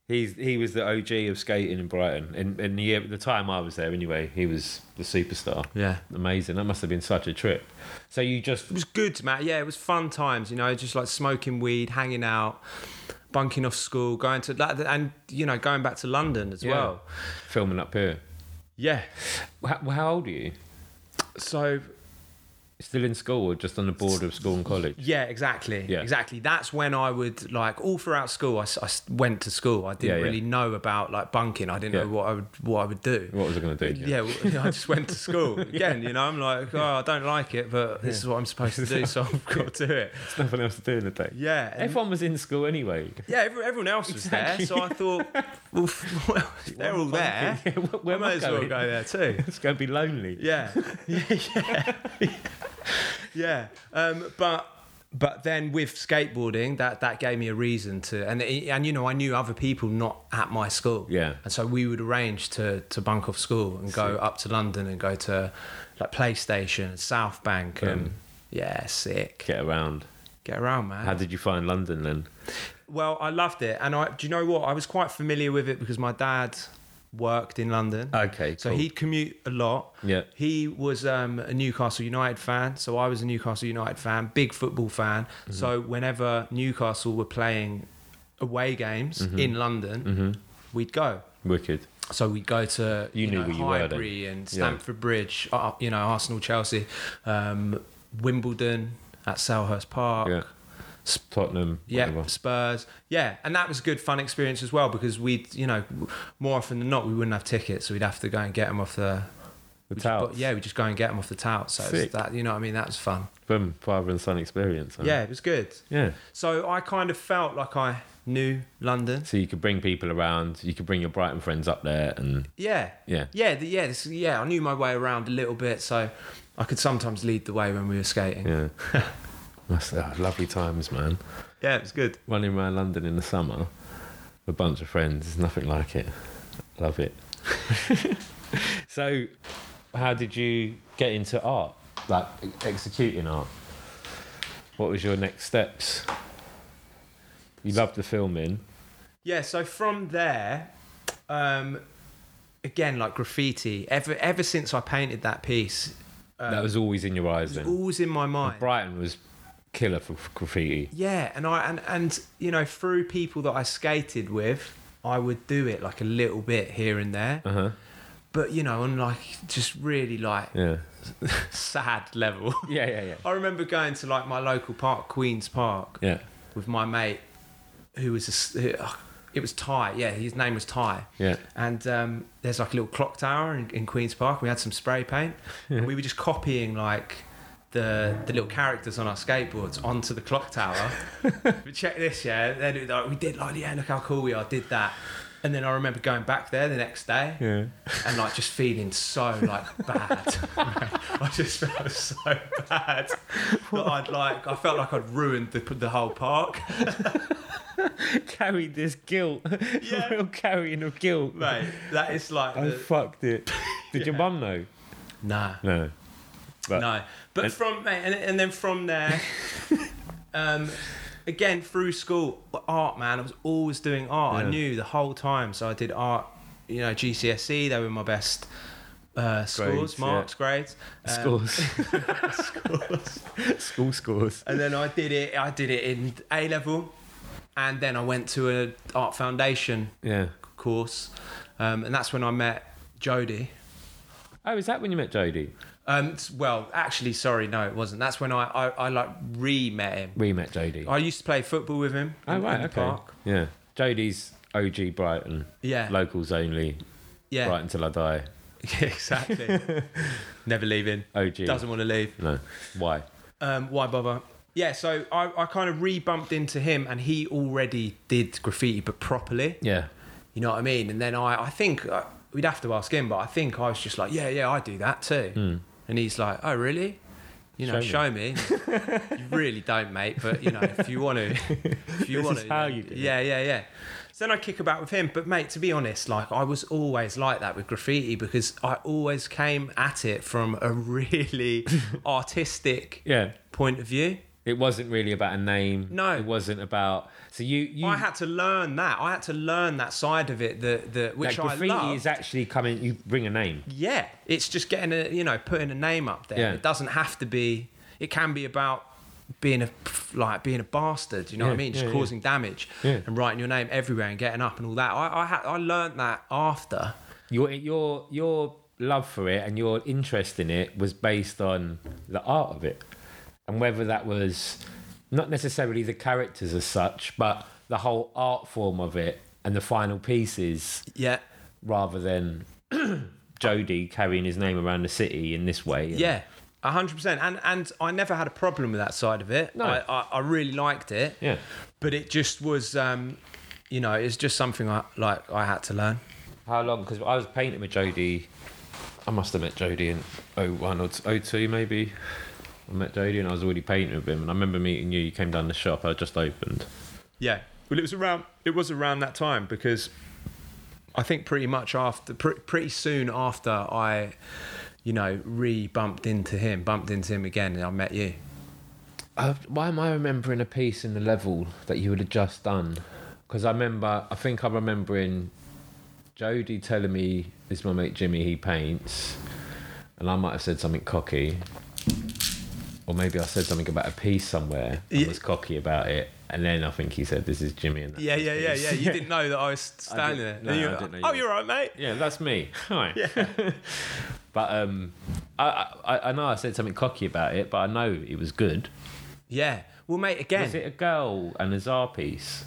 He's he was the OG of skating in Brighton, and and the, the time I was there anyway, he was the superstar.
Yeah.
Amazing. That must have been such a trip. So you just
It was good, Matt. Yeah, it was fun times. You know, just like smoking weed, hanging out, bunking off school, going to that, and you know, going back to London as well.
filming up here.
Yeah.
How, how old are you?
So
Still in school or just on the border of school and college?
Yeah, exactly.
Yeah.
Exactly. That's when I would like all throughout school. I, s- I s- went to school. I didn't
Yeah, yeah.
really know about like bunking. I didn't
Yeah.
know what I would what I would do.
What was
<laughs>
I going to do?
yeah, well, I just went to
<laughs>
school again. You know, I'm like, oh, I don't like it, but this is what I'm supposed to do, so
<laughs>
I've got to do it.
There's nothing else to do in the day.
Yeah, and-
Everyone was in school anyway.
yeah. Every, everyone else was there, so I thought, well, <laughs> f- well, they're all there.
<laughs> Yeah, where- where
I might as
am I
well
going?
go there too.
<laughs> It's going to be lonely.
Yeah, yeah, <laughs> yeah. Um, but but then with skateboarding, that that gave me a reason to, and it- and you know, I knew other people not at my school.
Yeah.
and so we would arrange to to bunk off school and go up to London and go to like PlayStation and South Bank
Um.
and yeah, sick.
Get around.
Get around, man.
How did you find London then?
well, I loved it, and I do you know what? I was quite familiar with it because my dad worked in London.
Okay,
So
cool.
he'd commute a lot.
Yeah.
He was um, a Newcastle United fan, so I was a Newcastle United fan, big football fan.
Mm-hmm.
So whenever Newcastle were playing away games
Mm-hmm.
in London, we'd go.
Wicked.
So we'd go to
You knew
know,
where you were then.
Highbury and Stamford Bridge, uh, you know Arsenal, Chelsea, um, Wimbledon at Selhurst Park.
Yeah. Tottenham.
Yeah,
whatever.
Spurs. Yeah, and that was a good fun experience as well because we'd, you know, more often than not we wouldn't have tickets, so we'd have to go and get them off the. we
The
just bu-
touts.
yeah, we just go and get them off the tout. So it was
Sick.
that you know, what I mean, that was fun.
From father and son experience. huh?
Yeah, it was good.
Yeah.
So I kind of felt like I knew London.
So you could bring people around. You could bring your Brighton friends up there, and
Yeah,
Yeah.
yeah, the, yeah, this, yeah. I knew my way around a little bit, so I could sometimes lead the way when we were skating.
<laughs> yeah. Must oh, lovely times, man.
yeah it was good.
Running around London in the summer with a bunch of friends is nothing like it. Love it. <laughs> so, how did you get into art? Like e- executing art. What was your next steps? You loved the filming.
Yeah, so from there, um, again, like graffiti. Ever ever since I painted that piece,
that Um, was always in your eyes then.
always in my mind.
Brighton was killer for for graffiti.
Yeah, and I and and you know through people that I skated with, I would do it like a little bit here and there.
Uh-huh.
But you know, on like just really like <laughs>
Yeah.
sad level.
Yeah, yeah, yeah.
I remember going to like my local park, Queens Park,
Yeah.
with my mate, who was a s who, ugh, it was Ty. Yeah, his name was Ty.
Yeah.
And um, there's like a little clock tower in, in Queens Park. We had some spray
<laughs>
paint, and we were just copying like the the little characters on our skateboards onto the clock
<laughs>
tower. but check this, yeah. Then it, like, we did like, yeah, look how cool we are. Did that, and then I remember going back there the next day
Yeah.
and like just feeling so like
<laughs>
bad. <laughs> I just felt so bad that I'd like I felt like I'd ruined the the whole park. <laughs>
<laughs> carried this guilt. <laughs>
Yeah.
Real carrying of guilt.
Mate, that is like
I
the,
fucked <laughs> it. Did your mum know?
nah.
No. But
No, but
And-
from mate, and, and then from
<laughs>
there, um, again through school, art man. I was always doing art.
Yeah.
I knew the whole time, so I did art. You know, GCSE. E, They were my best uh, scores,
Grades, yeah.
marks, grades, um,
<laughs> scores.
scores.
School scores.
And then I did it. I did it in A level, and then I went to an art foundation
Yeah.
course, um, and that's when I met Jodie.
Oh, is that when you met Jodie?
Um, s- well, actually, sorry, no, it wasn't. That's when I, I, I like re met him.
We met Jodie.
I used to play football with him.
oh
in-
right,
in the
okay. Yeah. Jodie's OG Brighton.
Yeah.
Locals only.
yeah.
Brighton till I die.
<laughs>
<laughs>
exactly. Never leaving.
OG.
Doesn't want to leave.
No. Why?
Um, why bother? Yeah, so I, I kind of re bumped into him and he already did graffiti, but properly.
Yeah.
You know what I mean? And then I, I think uh, we'd have to ask him, but I think I was just like, yeah, yeah, I do that too. And he's like, oh, really? You know,
Hmm. Show
show me.
<laughs>
you really don't, mate. But you know, if you want to, if you
<laughs> This
want
is
to,
how
then-
you do it.
yeah, yeah, yeah. So then I kick about with him. But mate, to be honest, like I was always like that with graffiti because I always came at it from a <laughs>
<laughs>
really artistic
Yeah.
point of view.
It wasn't really about a name.
No.
It wasn't about. So you you.
I had to learn that. I had to learn that side of it. That that
like,
which
graffiti
I love.
is actually coming. You bring a name.
Yeah, it's just getting a you know putting a name up there.
Yeah.
It doesn't have to be. It can be about being a like being a bastard. You know what
Yeah,
I mean? Just
yeah, yeah.
causing damage
Yeah.
and writing your name everywhere and getting up and all that. I I, ha- I learned that after.
Your your your love for it and your interest in it was based on the art of it and whether that was not necessarily the characters as such but the whole art form of it and the final pieces
Yeah.
rather than <clears throat> Jody carrying his name around the city in this way and-
Yeah. A hundred percent, and and I never had a problem with that side of it.
No.
I, I, I really liked it.
Yeah.
but it just was, um, you know, it's just something I like. I had to learn.
How long? Because I was painting with Jody. I must have met Jody in 01 or t- 02 maybe. I met Jody and I was already painting with him. And I remember meeting you. You came down the shop. I just opened.
Yeah. Well, it was around. It was around that time because I think pretty much after, pr- pretty soon after I, you know, re bumped into him, bumped into him again, and I met you.
Uh, why am I remembering a piece in the level that you would have just done? Because I remember. I think I'm remembering Jody telling me this is my mate Jimmy. He paints, and I might have said something cocky. Or maybe I said something about a piece somewhere and
Yeah.
was cocky about it. And then I think he said, This is Jimmy. And that's
Yeah, yeah, yeah, yeah. <laughs> You didn't know that I was
I
standing there.
didn't- no,
And you
I
were
didn't
like,
know
oh,
you
you're all right, mate.
Yeah, that's me. <laughs> Hi. but um, I, I I know I said something cocky about it, but I know it was good.
Yeah. Well, mate, again,
Is it a girl and a czar piece?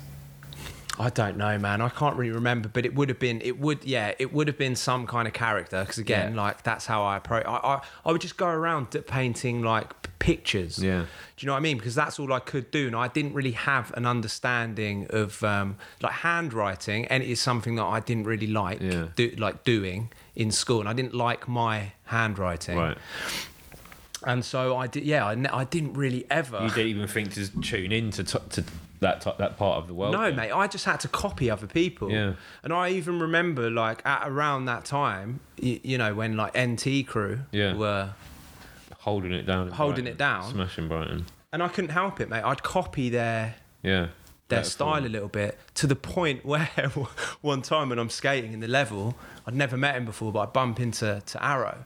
I don't know, man. I can't really remember, but it would have been, it would, yeah, it would have been some kind of character. Because again,
Yeah.
like that's how I approach. I, I, I would just go around d- painting like p- pictures.
Yeah.
Do you know what I mean? Because that's all I could do, and I didn't really have an understanding of um, like handwriting, and it is something that I didn't really like,
Yeah.
do, like doing in school, and I didn't like my handwriting,
Right.
and so I did. Yeah, I, ne- I didn't really ever.
You didn't even think to tune in to, t- to that t- that part of the world.
No,
then?
mate, I just had to copy other people.
Yeah.
And I even remember, like, at around that time, you, you know, when, like, NT crew
Yeah.
were.
Holding it down. in
Holding
Brighton.
it down.
Smashing Brighton.
And I couldn't help it, mate. I'd copy their.
Yeah.
Their
That's
style
cool.
a little bit to the point <laughs> where one time when I'm skating in the level, I'd never met him before, but I bump into to
<laughs>
Arrow,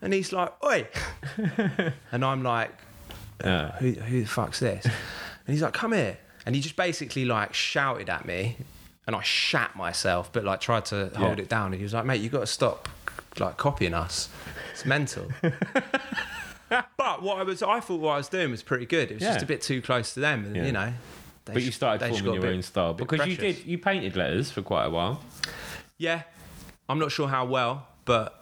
and he's like, "Oi," <laughs> and I'm like,
Yeah.
who, who the fuck's
<laughs>
this? And he's like, come here. And he just basically like shouted at me and I shat myself, but like tried to hold it down. And he was like, mate, you got to stop like copying us. It's
<laughs>
mental. but what I was, I thought what I was doing was pretty good. It was just
Yeah.
a bit too close to them. And
Yeah.
you know, they
But you
sh-
started
they just
forming
got a
your
bit-
own style
bit
because you
precious.
did. You painted letters for quite a while.
Yeah. I'm not sure how well, but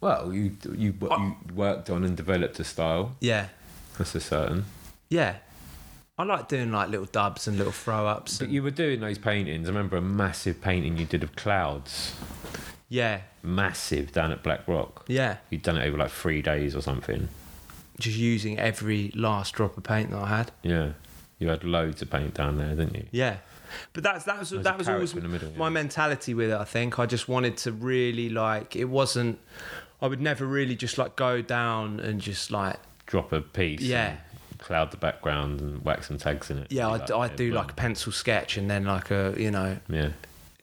Well, you you, you
I-
worked on and developed a style.
yeah.
That's a certain.
Yeah. I like doing like little dubs and little throw ups.
But you were doing those paintings. I remember a massive painting you did of clouds,
Yeah.
massive down at Black Rock.
Yeah.
You'd done it over like three days or something.
just using every last drop of paint that I had.
Yeah, you had loads of paint down there, didn't you?
Yeah, but that's that was
a
that was
carrot
always
in the middle, yeah.
my mentality with it. I think I just wanted to really like it wasn't. I would never really just like go down and just like
Drop a piece.
Yeah.
and cloud the background and whack some tags in it.
yeah.
Be
I I
yeah,
do
boom.
like a pencil sketch and then like a you know
Yeah,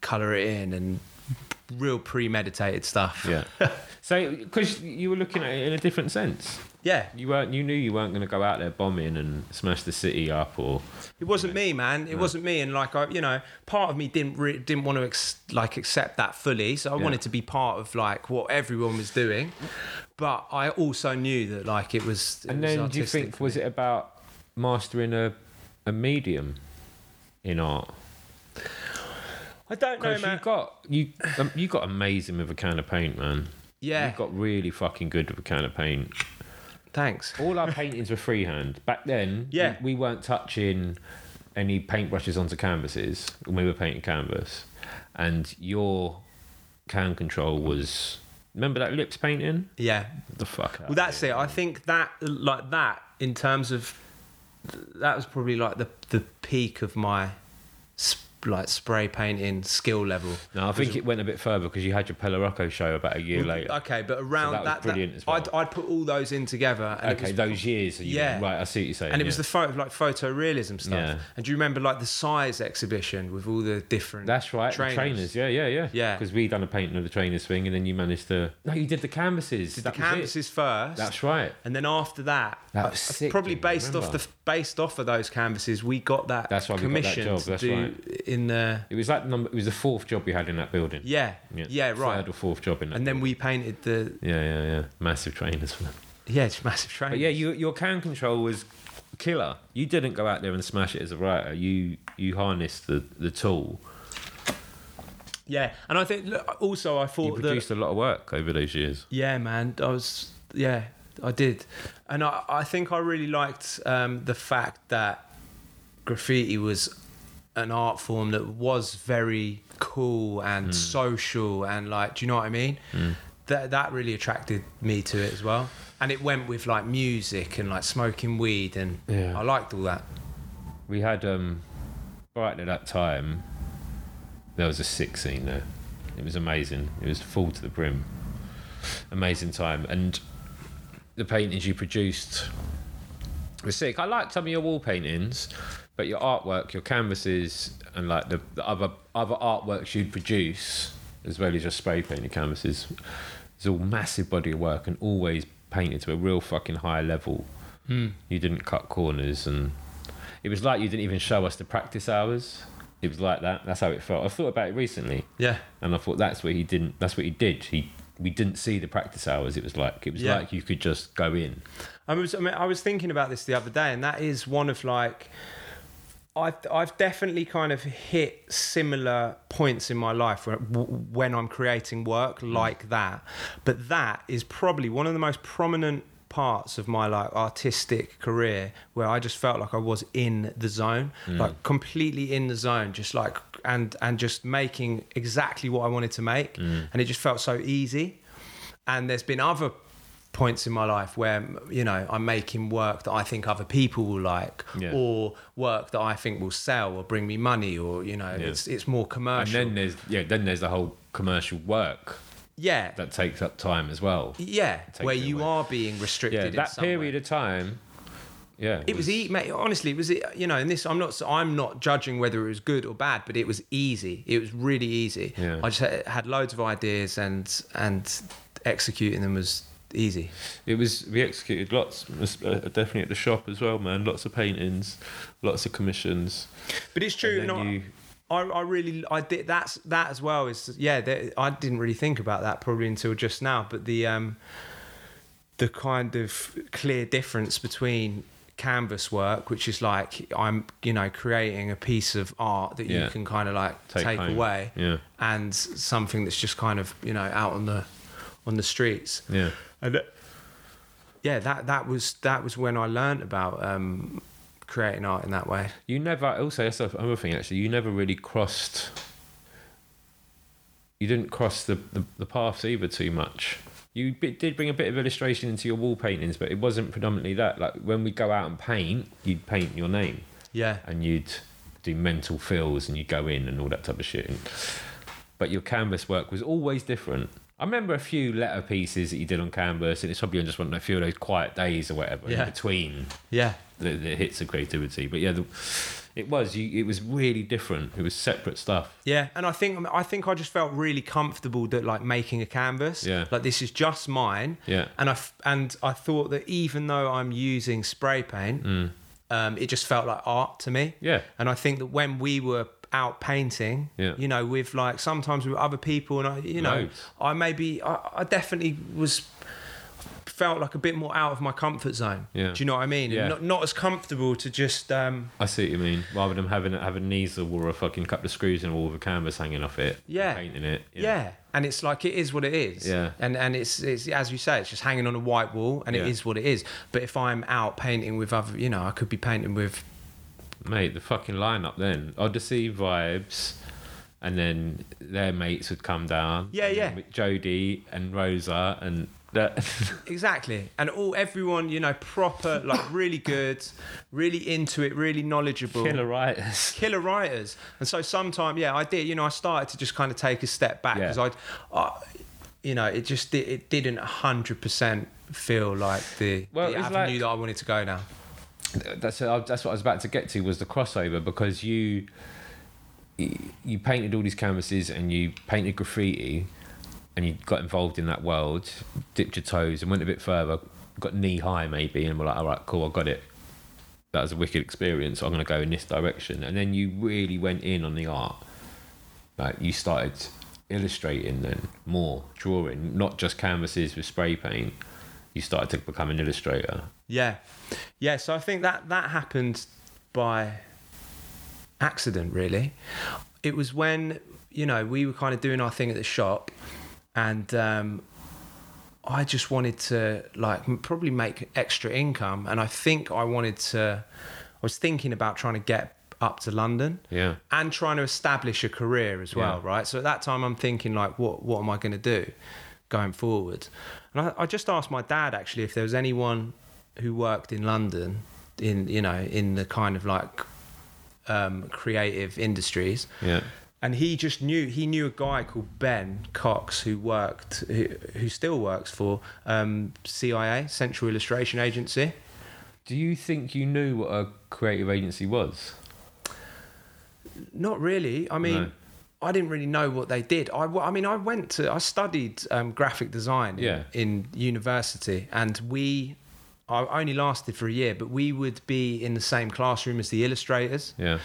color it in and real premeditated stuff. <laughs>
yeah. so because you were looking at it in a different sense,
yeah.
you weren't. You knew you weren't going to go out there bombing and smash the city up or.
It wasn't me, man. It wasn't me, and like I, you know, part of me didn't re- didn't want to ex- like accept that fully. So I
Yeah.
wanted to be part of like what everyone was doing, but I also knew that like it was. It
And
was
then do you
artistic.
think was it about mastering a a medium in art?
I don't know,
Because you
man.
got you um, you got amazing with a can of paint, man.
yeah,
You got really fucking good with a can of paint.
thanks.
All our paintings were freehand. Back then,
Yeah.
we, we weren't touching any paintbrushes onto canvases when we were painting canvas. And your can control was remember that lips painting?
Yeah,
What the fuck?
well, that's it. I think that like that in terms of that was probably like the the peak of my sp- like spray painting skill level.
no, I think it went a bit further because you had your Pelarocco show about a year later.
Okay, but around
that was
that,
brilliant as well.
I'd, I'd put all those in together. And it
okay,
was
those years. so you-
Yeah.
right. I see what you're saying.
and it was
yeah.
the photo like photorealism stuff.
Yeah.
And do you remember like the size exhibition with all the different?
That's right. Trainers.
trainers.
The trainers. Yeah, yeah, yeah.
Yeah.
Because we done a painting of the trainers thing, and then you managed to. No, you did the canvases.
Did
That
the
was it.
canvases first,
That's right.
and then after that,
That
uh,
was sick,
probably
dude,
based off
remember?
the based off of those canvases, we got that
That's why we got that
commission
job,
to
that's
do
right.
in the
It was like number. It was the fourth job we had in that building.
yeah yeah, right.
Third or fourth job in that.
And then we painted the
yeah, yeah, yeah. Massive trainers. man.
yeah it's massive train.
But yeah, you, your can control was killer. You didn't go out there and smash it as a writer. You you harnessed the, the tool.
yeah. And I think look, also I
You
thought that
produced a lot of work over those years.
Yeah, man. I was. Yeah, I did, and I, I think I really liked um, the fact that graffiti was an art form that was very cool and social and like, do you know what I mean? That that really attracted me to it as well, and it went with like music and like smoking weed, and
Yeah.
I liked all that.
We had um right at that time there was a six scene there. It was amazing. It was full to the brim. Amazing time. And the paintings you produced were sick. I liked some of your wall paintings, but your artwork, your canvases and like the, the other other artworks you'd produce, as well as your spray painted canvases, it's all massive body of work and always painted to a real fucking high level. You didn't cut corners and it was like you didn't even show us the practice hours. It was like that. That's how it felt. I thought about it recently,
Yeah,
and I thought that's what he didn't. That's what he did. He we didn't see the practice hours. It was like it was
Yeah.
like you could just go in.
I was I, mean, I was thinking about this the other day, and that is one of like I've I've definitely kind of hit similar points in my life where, w- when I'm creating work like that, but that is probably one of the most prominent parts of my like artistic career where I just felt like I was in the zone like completely in the zone just like and and just making exactly what I wanted to make and it just felt so easy and there's been other points in my life where you know I'm making work that I think other people will like
Yeah.
or work that I think will sell or bring me money or you know it's it's more
And
commercial
then there's yeah, then there's the whole commercial work
yeah
that takes up time as well.
yeah where
it
you
away.
are being restricted
Yeah,
in
that
some way.
period of time. Yeah,
it was e- mate, honestly it was e- you know and this I'm not I'm not judging whether it was good or bad but it was easy it was really easy
Yeah.
I just had, had loads of ideas and and executing them was easy
It was we executed lots, uh, definitely at the shop as well, man. Lots of paintings, lots of commissions.
But it's true.
And then
and I-
you-
I, I really I did that's that as well is yeah that, I didn't really think about that probably until just now but the um the kind of clear difference between canvas work which is like I'm you know creating a piece of art that
Yeah.
you can kind of like
Take
take,
home.
away
Yeah.
and something that's just kind of you know out on the on the streets
Yeah,
and that- yeah that that was that was when I learned about um creating art in that way
You never also that's another thing actually. You never really crossed. You didn't cross the the, the paths either too much. You bit, did bring a bit of illustration into your wall paintings, but it wasn't predominantly that. Like when we go out and paint, you'd paint your name
yeah
and you'd do mental fills and you go in and all that type of shit. And, but your canvas work was always different. I remember a few letter pieces that you did on canvas, and it's probably on just one a few of those quiet days or whatever
Yeah.
in between
yeah
the, the hits of creativity. But yeah, the, it was you, it was really different. It was separate stuff.
Yeah, and I think I think I just felt really comfortable that like making a canvas.
Yeah.
like this is just mine.
Yeah.
and I f- and I thought that even though I'm using spray paint, um, it just felt like art to me.
Mm. Yeah.
and I think that when we were out painting,
Yeah.
you know, with like sometimes with other people, and I, you know,
Loads.
I maybe I, I definitely was felt like a bit more out of my comfort zone.
Yeah.
do you know what I mean? And
Yeah.
not not as comfortable to just. Um,
I see what you mean. Rather than having having an easel or a fucking couple of screws in a wall with a canvas hanging off it, and
Yeah.
painting it, you know.
Yeah. And it's like it is what it is.
Yeah.
And and it's it's as you say, it's just hanging on a white wall and
Yeah.
it is what it is. But if I'm out painting with other you know, I could be painting with
mate. The fucking lineup then Odyssey vibes. And then their mates would come down.
Yeah,
and then
yeah.
With Jody and Rosa and <laughs> that.
Exactly. And all everyone, you know, proper, like really good, really into it, really knowledgeable.
Killer writers.
killer writers. And so sometime, yeah, I did. You know, I started to just kind of take a step back
Yeah.
because I, I, you know, it just di- it didn't hundred percent feel like the,
Well,
the
it's
avenue
like-
that I wanted to go down.
that's I- that's what I was about to get to was the crossover because you you painted all these canvases and you painted graffiti and you got involved in that world, dipped your toes and went a bit further, got knee high maybe, and were like, all right, cool, I got it. that was a wicked experience. I'm going to go in this direction. And then you really went in on the art. Like you started illustrating then more, drawing, not just canvases with spray paint. You started to become an illustrator.
Yeah. Yeah, so I think that that happened by accident really. It was when, you know, we were kind of doing our thing at the shop and um I just wanted to like m- probably make extra income and I think I wanted to I was thinking about trying to get up to London.
Yeah.
And trying to establish a career as well,
Yeah.
right? So at that time I'm thinking like what what am I going to do going forward? And I, I just asked my dad actually if there was anyone who worked in London in you know in the kind of like um, creative industries
Yeah.
and he just knew he knew a guy called Ben Cox who worked who, who still works for um, CIA Central Illustration Agency.
Do you think you knew what a creative agency was?
Not really. I mean,
No.
I didn't really know what they did. I, w- I mean, I went to I studied um, graphic design in,
Yeah.
in university, and we I only lasted for a year, but we would be in the same classroom as the illustrators.
Yeah.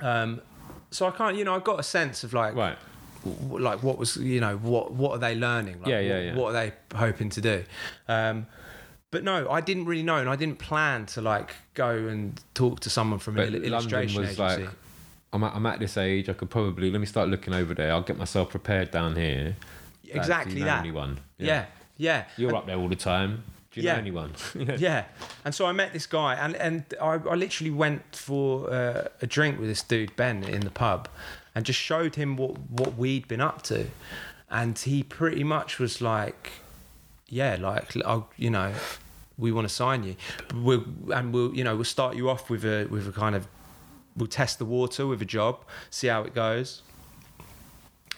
Um, so I can't, you know, I got a sense of like
Right.
w- like what was you know what what are they learning like,
Yeah, yeah,
what,
yeah.
what are they hoping to do um but no i didn't really know and i didn't plan to like go and talk to someone from
But
an il-
London
illustration
was
agency
like, I'm at, I'm at this age. I could probably let me start looking over there. I'll get myself prepared down here. Dad, do
exactly
you know
that
Anyone?
yeah yeah
You're up there all the time. Do you
Yeah.
know
<laughs>
anyone? <laughs>
yeah. And so I met this guy, and and I, I literally went for uh, a drink with this dude Ben in the pub, and just showed him what what we'd been up to, and he pretty much was like, yeah, like i you know, we want to sign you, we'll, and we'll you know we'll start you off with a with a kind of we'll test the water with a job, see how it goes.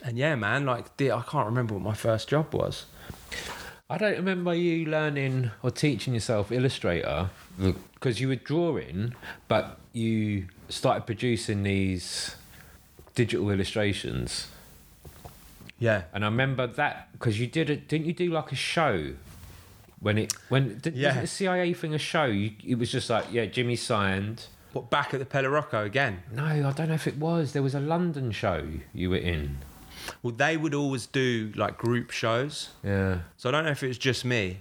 And yeah, man, like the- I can't remember what my first job was.
I don't remember you learning or teaching yourself Illustrator because you were drawing, but you started producing these digital illustrations.
Yeah.
And I remember that because you did it, didn't you? Do like a show when it when did,
Yeah.
wasn't the CIA thing a show? You, it was just like yeah, Jimmy signed.
What back at the Pelarocco again?
No, I don't know if it was. There was a London show you were in.
Well, they would always do like group shows.
Yeah,
So I don't know if it was just me,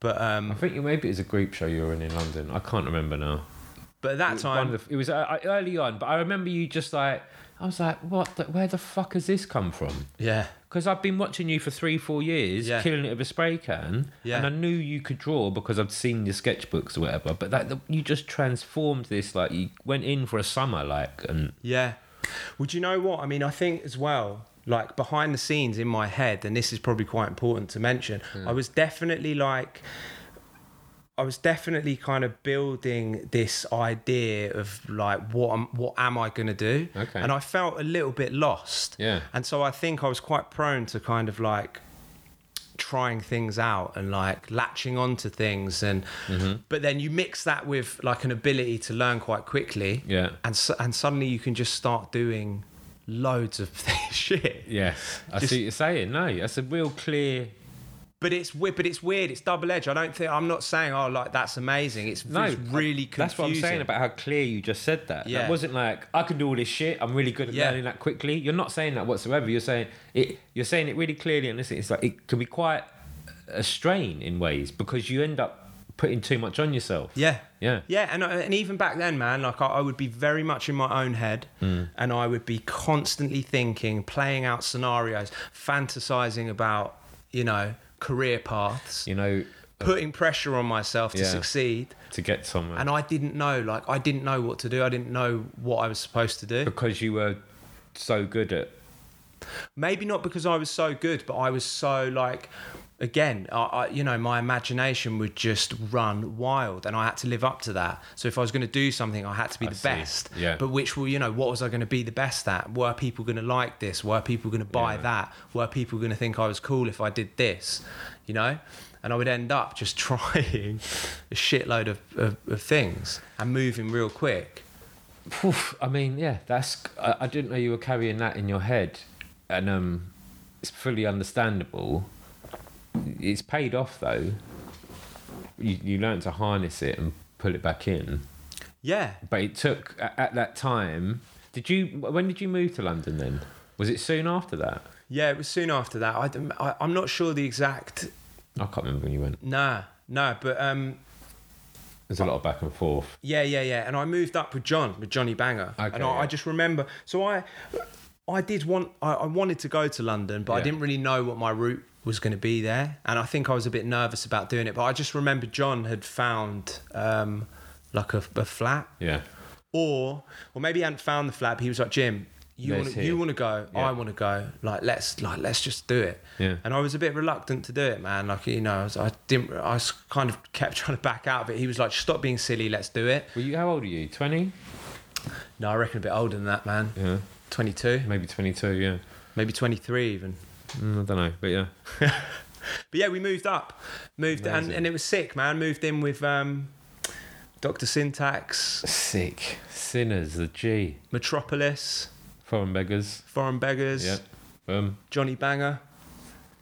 but
I
um,
think you maybe it was a group show you were in in London. I can't remember now.
but at that
One
time,
of the, it was uh, early on, but I remember you just like I was like, what? The, where the fuck has this come from?
yeah,
Because I've been watching you for three, four years,
Yeah.
killing it with a spray can,
Yeah.
and I knew you could draw because I'd seen your sketchbooks or whatever. But that you just transformed this, like you went in for a summer, like and
yeah. Well, do you know what? I mean, I think as well, like behind the scenes in my head, and this is probably quite important to mention,
Hmm.
I was definitely like, I was definitely kind of building this idea of like, what am, what am I going to do?
Okay.
And I felt a little bit lost.
Yeah.
And so I think I was quite prone to kind of like, trying things out and like latching onto things and
Mm-hmm.
but then you mix that with like an ability to learn quite quickly
Yeah.
and su- and suddenly you can just start doing loads of <laughs> shit
yes, I
Just-
see what you're saying. No, that's a real clear.
but it's weird but it's weird it's double-edged i don't think i'm not saying oh like that's amazing it's,
No,
it's really confusing
That's what I'm saying about how clear you just said that.
Yeah.
That wasn't like I can do all this shit. I'm really good at
Yeah.
learning that quickly. You're not saying that whatsoever. You're saying it. You're saying it really clearly, and it's, it's like it can be quite a strain in ways because you end up putting too much on yourself.
Yeah.
Yeah.
Yeah, and uh, and even back then, man, like I, I would be very much in my own head,
Hmm.
and I would be constantly thinking, playing out scenarios, fantasizing about, you know, career paths,
You know,
putting pressure on myself to
Yeah.
succeed,
to get somewhere.
and I didn't know, like I didn't know what to do. I didn't know what I was supposed to do.
because you were so good at
Maybe not because I was so good, but I was so like. Again, I, I, you know, my imagination would just run wild, and I had to live up to that. So if I was going to do something, I had to be the
see.
best.
Yeah.
But which will, you know, what was I going to be the best at? Were people going to like this? Were people going to buy
Yeah.
that? Were people going to think I was cool if I did this? You know? And I would end up just <laughs> trying a shitload of, of, of things and moving real quick.
Oof, I mean, yeah, that's. I, I didn't know you were carrying that in your head, and um, it's fully understandable. It's paid off though. You you learn to harness it and pull it back in.
Yeah.
But it took a- at that time. Did you? When did you move to London? Then was it soon after that?
Yeah, it was soon after that. I, don't- I, am not sure the exact.
I can't remember when you went.
Nah, no, but um,
There's a lot of back and forth.
yeah, yeah, yeah. And I moved up with John, with Johnny Banger,
Okay,
and I,
yeah.
I just remember. So I, I did want, I, I wanted to go to London, but I
Yeah.
didn't really know what my route was going to be there, and I think I was a bit nervous about doing it. But I just remember John had found um, like a, a flat
Yeah.
or or maybe he hadn't found the flap. He was like, Jim, you
Let's
want
hit
you
it."
want to go,
Yeah.
I want to go. Like let's like let's just do it.
Yeah.
And I was a bit reluctant to do it, man. Like you know, I, was, I didn't. I s- kind of kept <laughs> trying to back out of it. He was like, stop being silly, let's do it.
Were you? How old are you? Twenty?
No, I reckon a bit older than that, man.
Yeah.
Twenty two,
Maybe twenty-two. Yeah.
maybe twenty three even.
Mm, I don't know, but yeah.
But yeah, we moved up, moved and
Amazing.
and it was sick, man. Moved in with um, Doctor Syntax,
Sick sinners. The G.
Metropolis,
Foreign beggars.
Foreign Beggars,
Yeah. Um.
Johnny Banger.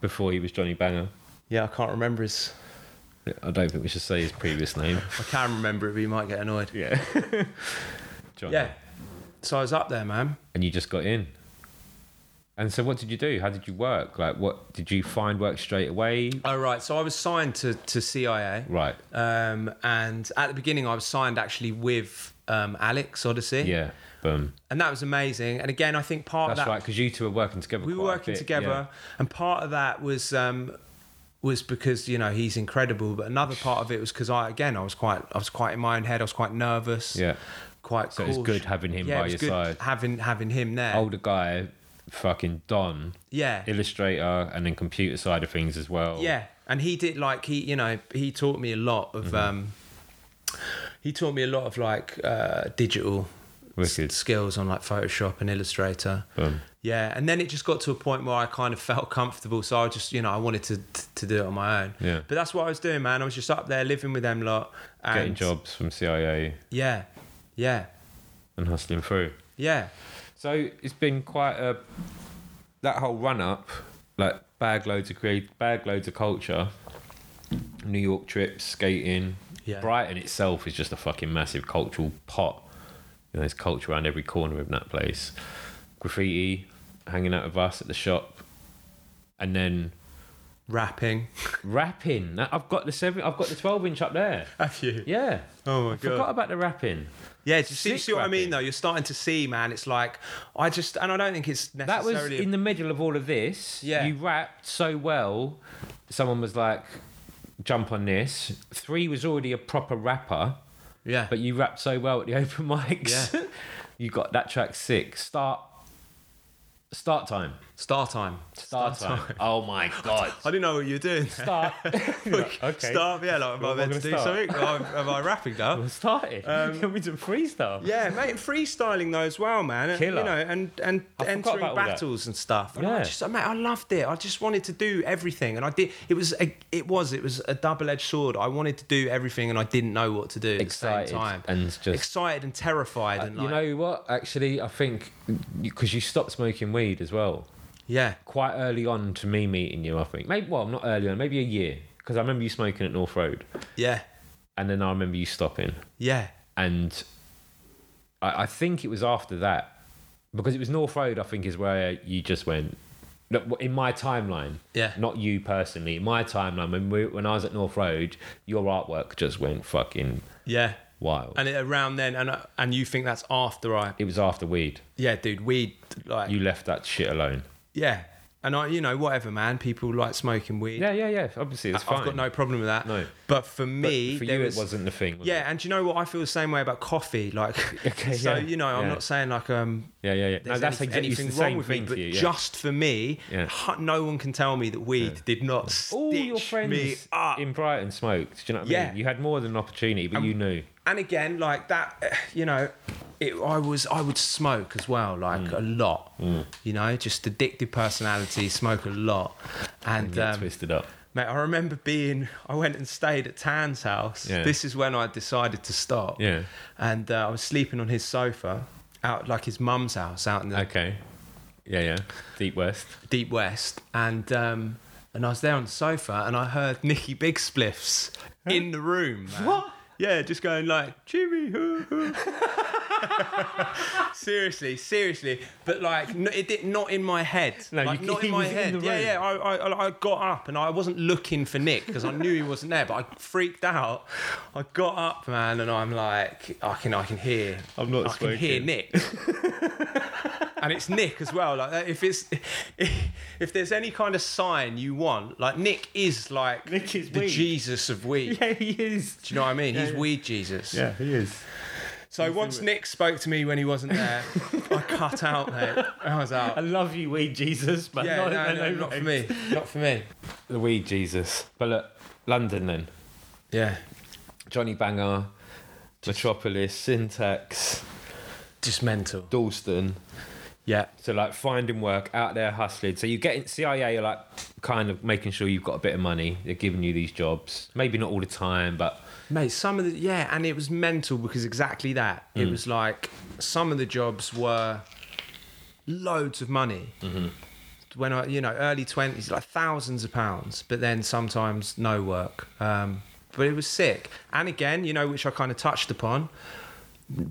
Before he was Johnny Banger.
Yeah, I can't remember his.
I don't think we should say his previous name.
I can remember it, but you might get annoyed.
Yeah. Johnny.
Yeah. So I was up there, man.
and you just got in. And so, what did you do? How did you work? Like, what did you find work straight away?
Oh, right. So I was signed to, to CIA.
Right.
Um, and at the beginning, I was signed actually with um, Alex Odyssey.
Yeah. Boom.
And that was amazing. And again, I think part
That's
of that.
right. Because you two were working together.
We were
quite a
working
bit,
together. And part of that was. Um, was because you know he's incredible, but another part of it was because I again I was quite I was quite in my own head. I was quite nervous.
Yeah.
quite.
So it was
cautious.
good having him
yeah,
by
it was
your
good
side. Oh.
Having having him there.
yeah. Older guy, fucking Don,
yeah.
illustrator, and then computer side of things as well.
Yeah, and he did like he you know he taught me a lot
Mm-hmm.
of um he taught me a lot of like uh digital s-
Wicked.
skills on like Photoshop and Illustrator.
Boom.
Yeah, and then it just got to a point where I kind of <laughs> felt comfortable, so I just you know I wanted to to do it on my own.
Yeah.
But that's what I was doing, man. I was just up there living with them lot. And
Getting jobs from CIA
Yeah, yeah,
and hustling through.
yeah.
So it's been quite a that whole run up, like bag loads of create, bag loads of culture. New York trips, skating.
Yeah.
Brighton itself is just a fucking massive cultural pot. You know, there's culture around every corner of that place. Graffiti, hanging out with us at the shop, and then
Rapping. <laughs>
rapping. That- I've got the seven. I've got the twelve inch up there.
Have you?
Yeah.
Oh my
I forgot
god.
about the rapping.
Yeah, do you see,
Sick
see what I mean
rapping.
though? You're starting to see, man. It's like I just and I don't think it's
That
necessarily
was
a
in the middle of all of this.
Yeah.
You rapped so well. Someone was like, jump on this. Three was already a proper rapper,
Yeah.
but you rapped so well at the <laughs> open mics.
Yeah.
<laughs> you got that track six. Start. Start time.
Star time.
Start, time. Oh <laughs> my God.
I didn't know what you were doing.
<laughs> Start. okay.
Start, yeah, like, am I
Well,
meant
we're
to do
gonna
something? Am I, am I rapping
<laughs>
now?
Well, started. you want me to freestyle?
Yeah, mate, and freestyling though as well, man. And,
Killer.
You know, and and
forgot
entering
about all that.
battles and stuff. And I
Yeah.
just, mate, I loved it. I just wanted to do everything, and I did. It was, a, it was, it was a double-edged sword. I wanted to do everything, and I didn't know what to do at
Excited
the same time.
and just- Uh,
excited and terrified, and like,
You know what? Actually, I think because you stopped smoking weed as well.
yeah,
quite early on to me meeting you, I think. Maybe well, not early on, maybe a year, because I remember you smoking at North Road,
yeah,
and then I remember you stopping,
yeah,
and I, I think it was after that because it was North Road. I think is where you just went. Look, w- In my timeline,
Yeah.
not you personally. In my timeline, when we, when I was at North Road, your artwork just went fucking
yeah.
wild.
And it, around then, and uh, and you think that's after I,
it was after weed.
yeah, dude, we like
You left that shit alone.
Yeah. And I, you know, whatever, man. People like smoking weed.
Yeah, yeah, yeah. Obviously, it's
I've
fine.
got no problem with that.
No.
But for me,
For
there
you,
was,
it wasn't the thing. Was it?
Yeah, and do you know what? I feel the same way about coffee. Like,
<laughs> Okay,
so
yeah,
you know, I'm
yeah.
not saying like um,
yeah, yeah, yeah. No,
there's
that's
anyth-
exactly it's
anything
the
wrong
same
with
thing
me,
for
but
you, yeah.
just for me,
Yeah.
hu- no one can tell me that weed did not stitch
all your friends
me up.
in Brighton smoked. Do you know what I
Yeah.
mean? You had more than an opportunity, but you knew.
and again, like that, eh, you know, it, I was I would smoke as well, like
Mm.
a lot. You know, just addictive personality, smoke a lot, and,
Get
um,
twisted up.
Mate, I remember being. I went and stayed at Tan's house.
Yeah.
This is when I decided to stop.
Yeah.
And uh, I was sleeping on his sofa out like his mum's house out in the
Okay. Yeah, yeah. Deep West.
deep west, and um, and I was there on the sofa, and I heard Nicky Big Spliffs in the room. man.
What?
Yeah, just going like Jimmy. hoo, hoo." seriously, seriously, but like no, it did not in my head.
No,
like,
you-
not
<laughs> he
in my
was in
head.
the
yeah, yeah.
room.
I, I, I- I got up and I wasn't looking for Nick because I knew he wasn't there, but I freaked out. I got up, man, and I'm like, I can, I can hear.
I'm not
I can hear
smoking.
Nick. <laughs> and it's Nick as well. Like if it's <laughs> if there's any kind of sign you want, like Nick is like
Nick is
the
weed.
Jesus of weed.
<laughs> Yeah, he is.
Do you know what I mean? He's
yeah.
weed Jesus.
Yeah, he is.
So once Nick spoke to me when he wasn't there, I cut out, mate. I was
I
out.
love you, weed Jesus, but
Yeah,
not,
no,
no,
no, not for me. Not for me.
The weed Jesus. But look, London then.
Yeah.
Johnny Banger, Metropolis, Syntax,
Just mental.
Dalston.
Yeah.
So like finding work out there hustling. So you get in CIA, you're like kind of making sure you've got a bit of money. They're giving you these jobs. Maybe not all the time, but
Mate, some of the yeah, and it was mental because exactly that.
Mm.
It was like some of the jobs were loads of money.
Mm-hmm.
When I, you know, early twenties, like thousands of pounds, but then sometimes no work. Um, but it was sick. And again, you know, which I kind of touched upon,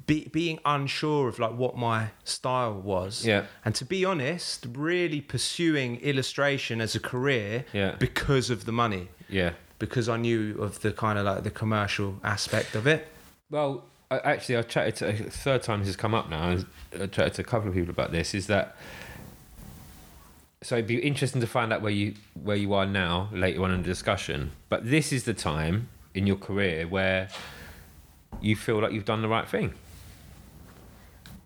be, being unsure of like what my style was.
Yeah.
And to be honest, really pursuing illustration as a career
Yeah.
because of the money
yeah.
because I knew of the kind of like the commercial aspect of it.
Well, I, actually, I chatted to a third time this has come up now. I chatted to a couple of people about this. Is that so? It'd be interesting to find out where you where you are now later on in the discussion. But this is the time in your career where you feel like you've done the right thing.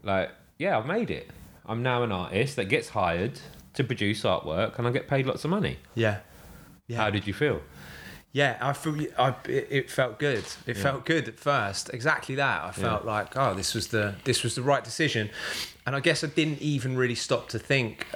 Like, yeah, I've made it. I'm now an artist that gets hired to produce artwork, and I get paid lots of money.
Yeah, Yeah.
How did you feel?
yeah. I feel I, it, it felt good. It felt good at first. Exactly that. I felt like oh, this was the this was the right decision, and I guess I didn't even really stop to think,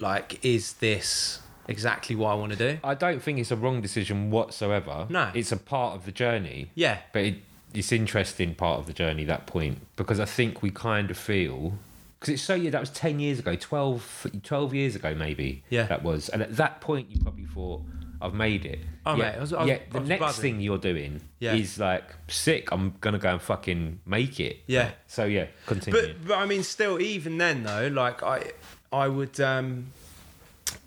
like, is this exactly what I want to do?
I don't think it's a wrong decision whatsoever.
No.
it's a part of the journey.
Yeah,
but it, it's interesting part of the journey that point because I think we kind of feel because it's so yeah that was 10 years ago 12 12 years ago maybe
Yeah.
that was and at that point you probably thought I've made it
Oh,
Yet-
mate, I was- I was-
yet
I
the
was
next
buzzing.
thing you're doing
Yeah.
is like sick I'm gonna go and fucking make it
Yeah.
so yeah continue
but but I mean, still, even then though, like I I would. um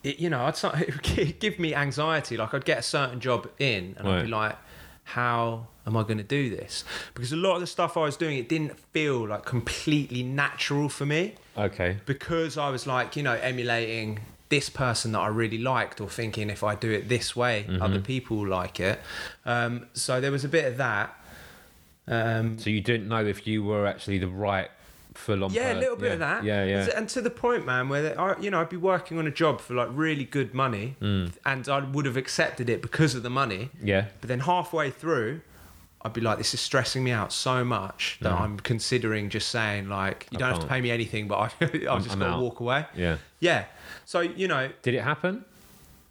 it, you know, I'd start, <laughs> it would gi- give me anxiety. Like I'd get a certain job in, and I'd be like, "How am I going to do this?" Because a lot of the stuff I was doing, it didn't feel like completely natural for me
okay
because I was like, you know, emulating this person that I really liked, or thinking if I do it this way, other people will like it. Um, so there was a bit of that. Um,
so you didn't know if you were actually the right full on
yeah, a little bit
Uh, yeah.
of that.
yeah yeah
And to the point, man, where they- I, you know, I'd be working on a job for like really good money,
Mm.
and I would have accepted it because of the money.
yeah
But then halfway through, I'd be like, this is stressing me out so much that I'm considering just saying like, you
I
don't have to
can't.
pay me anything, but I, <laughs> I've just
I'm
got
out.
to walk away.
yeah
Yeah. So you know,
did it happen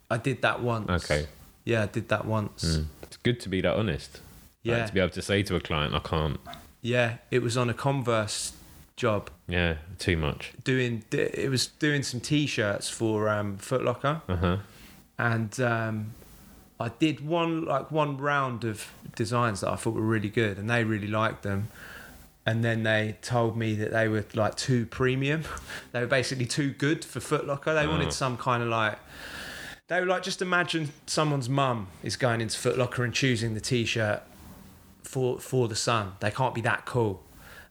I did that once.
Okay. Mm.
Yeah, I did that once.
it's good to be that honest Like,
Yeah.
to be able to say to a client I can't
Yeah, it was on a Converse job
Yeah, too much.
doing it was doing some t-shirts for um Foot Locker.
Uh huh.
and um, I did one like one round of designs that I thought were really good, and they really liked them. And then they told me that they were like too premium. <laughs> they were basically too good for Foot Locker. They wanted some kind of like. They were like, just imagine someone's mum is going into Foot Locker and choosing the T-shirt for for the son. They can't be that cool.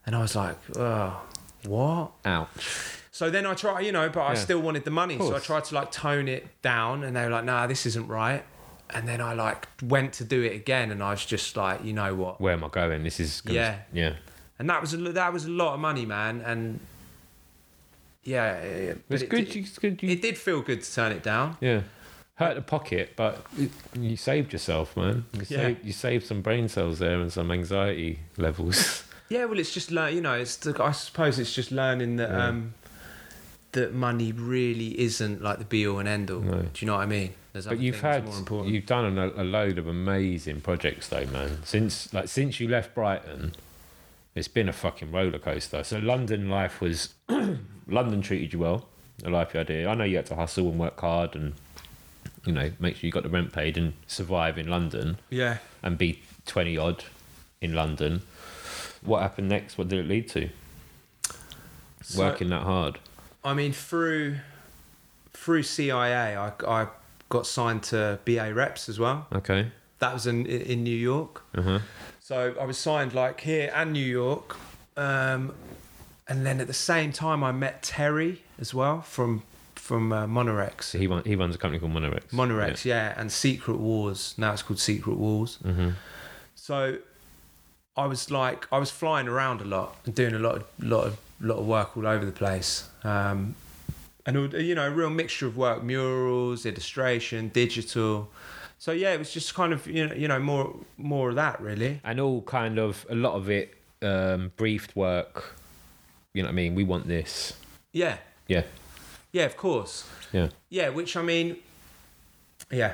And I was like, oh, what?
Ouch.
So then I try, you know, but I
Yeah.
still wanted the money. So I
course.
tried to like tone it down, and they were like, "Nah, this isn't right." And then I like went to do it again, and I was just like, "You know what?"
Where am I going? This is. Gonna,
Yeah.
Yeah.
And that was a, lo- that was a lot of money, man. And yeah, it, but
It's
it
good.
did-
you- It's good. You,
it did feel good to turn it down.
yeah. Hurt the pocket, but you saved yourself, man. You,
Yeah.
saved, you saved some brain cells there and some anxiety levels. <laughs>
Yeah, well, it's just learn. You know, it's the, I suppose it's just learning that
Yeah.
um, that money really isn't like the be all and end all.
No.
Do you know what I mean? There's
but
other
you've
things
had
more important.
you've done a, a load of amazing projects though, man. Since like since you left Brighton, it's been a fucking roller coaster. So London life was <clears throat> London treated you well. The life you had here. I know you had to hustle and work hard and you know make sure you got the rent paid and survive in London
yeah,
and be twenty odd in London. What happened next? What did it lead to?
So-
Working that hard.
I mean, through through CIA, I, I got signed to BA Reps as well.
Okay.
That was in in New York.
Uh-huh.
So I was signed like here and New York, um, and then at the same time I met Terry as well from from uh, Monorex.
So he, run, he runs a company called Monorex.
Monorex, yeah. and Secret Wars. Now it's called Secret Wars. Mm-hmm. So I was like, I was flying around a lot and doing a lot of lot of lot of work all over the place, um, and it would- you know, a real mixture of work: murals, illustration, digital. So yeah, it was just kind of you know, you know more more of that really.
and all kind of a lot of it um, briefed work. You know what I mean? We want this.
Yeah,
Yeah,
yeah, of course.
yeah.
Yeah, which I mean, yeah,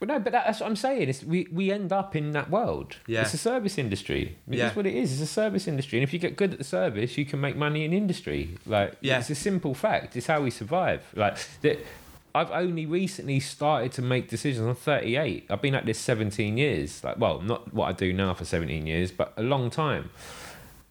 Well, no, but that, that's what I'm saying. It's, we we end up in that world.
Yeah.
it's a service industry. I mean,
Yeah.
That's what it is. It's a service industry, and if you get good at the service, you can make money in industry. Like,
Yeah.
it's a simple fact. It's how we survive. Like that. I've only recently started to make decisions. I'm 38. I've been at this 17 years. Like, well, not what I do now for 17 years, but a long time.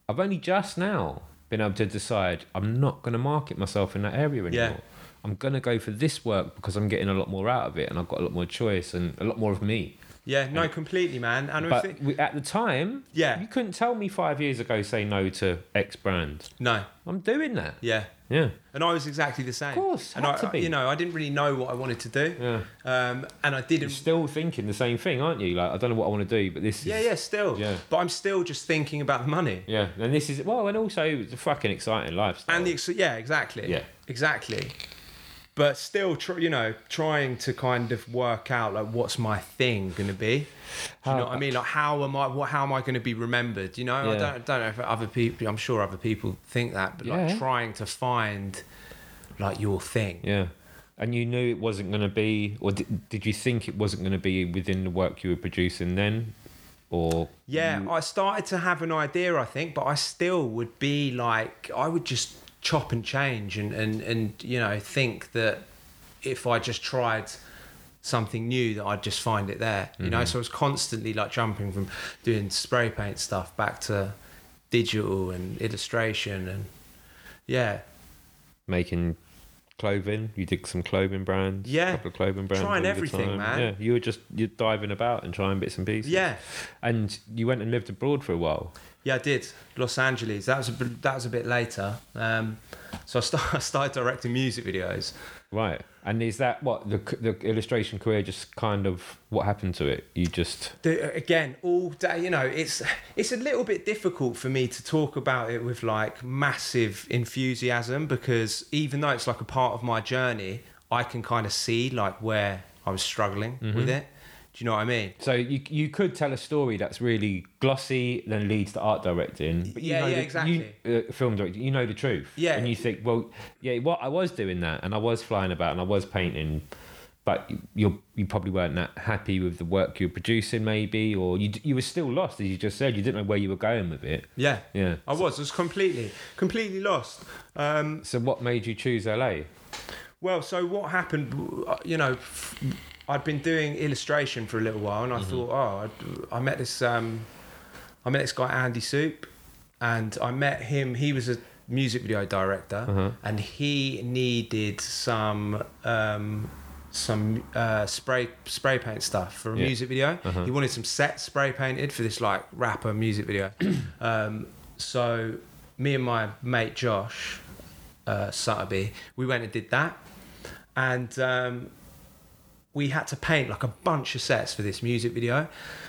I've only just now been able to decide I'm not going to market myself in that area anymore.
Yeah.
I'm going to go for this work because I'm getting a lot more out of it and I've got a lot more choice and a lot more of me.
yeah, no, completely, man. And I
But
think,
we, at the time,
Yeah.
you couldn't tell me five years ago say no to X brand.
no,
I'm doing that.
yeah.
Yeah.
And I was exactly the same.
Of course,
and
had
I,
to be.
you know, I didn't really know what I wanted to do.
Yeah.
Um, and I didn't.
You're still thinking the same thing, aren't you? Like, I don't know what I want to do, but this
yeah,
is.
yeah, still.
Yeah.
But I'm still just thinking about the money
Yeah. And this is, well, and also it's a fucking exciting lifestyle.
and the ex- yeah, exactly.
Yeah.
exactly. But still, tr- you know, trying to kind of work out like what's my thing going to be. Do you know
How-
what I mean? Like, how am I? What? How am I going to be remembered? You know, I
Yeah.
don't, don't know if other people. I'm sure other people think that, but like
Yeah.
trying to find like your thing.
Yeah. And you knew it wasn't going to be, or did, did you think it wasn't going to be within the work you were producing then? Or.
Yeah, I started to have an idea, I think, but I still would be like, I would just chop and change and, and, and you know, think that if I just tried something new that I'd just find it there, you know? So I was constantly like jumping from doing spray paint stuff back to digital and illustration and yeah,
making clothing. You did some clothing brands.
Yeah.
a couple of clothing brands.
Trying
over the
everything,
time.
man.
Yeah, you were just you're diving about and trying bits and pieces.
Yeah.
and you went and lived abroad for a while.
Yeah, I did. Los Angeles. That was a, bit- that was a bit later. Um, so I, start, <laughs> I started directing music videos.
Right, and is that what the the illustration career just kind of what happened to it? You just
the, again all day you know it's it's a little bit difficult for me to talk about it with like massive enthusiasm because even though it's like a part of my journey i can kind of see like where i was struggling with it do you know what i mean
so you you could tell a story that's really glossy, then leads to art directing. But you
Yeah,
know
yeah,
the-
exactly.
You, uh, film directing, you know the truth.
Yeah.
and you think, well, yeah, well, I was doing that, and I was flying about, and I was painting, but you you probably weren't that happy with the work you were producing, maybe, or you d- you were still lost, as you just said, you didn't know where you were going with it.
yeah
Yeah.
i was I was completely completely lost um
So what made you choose LA?
Well, so what happened? You know, f- I'd been doing illustration for a little while, and I thought, oh, I'd, I met this, um, I met this guy Andy Soup, and I met him. He was a music video director, and he needed some. Um, some uh, spray spray paint stuff for a
Yeah.
music video. He wanted some sets spray painted for this like rapper music video. um, so me and my mate Josh uh, Sutterby, we went and did that, and um, we had to paint like a bunch of sets for this music video.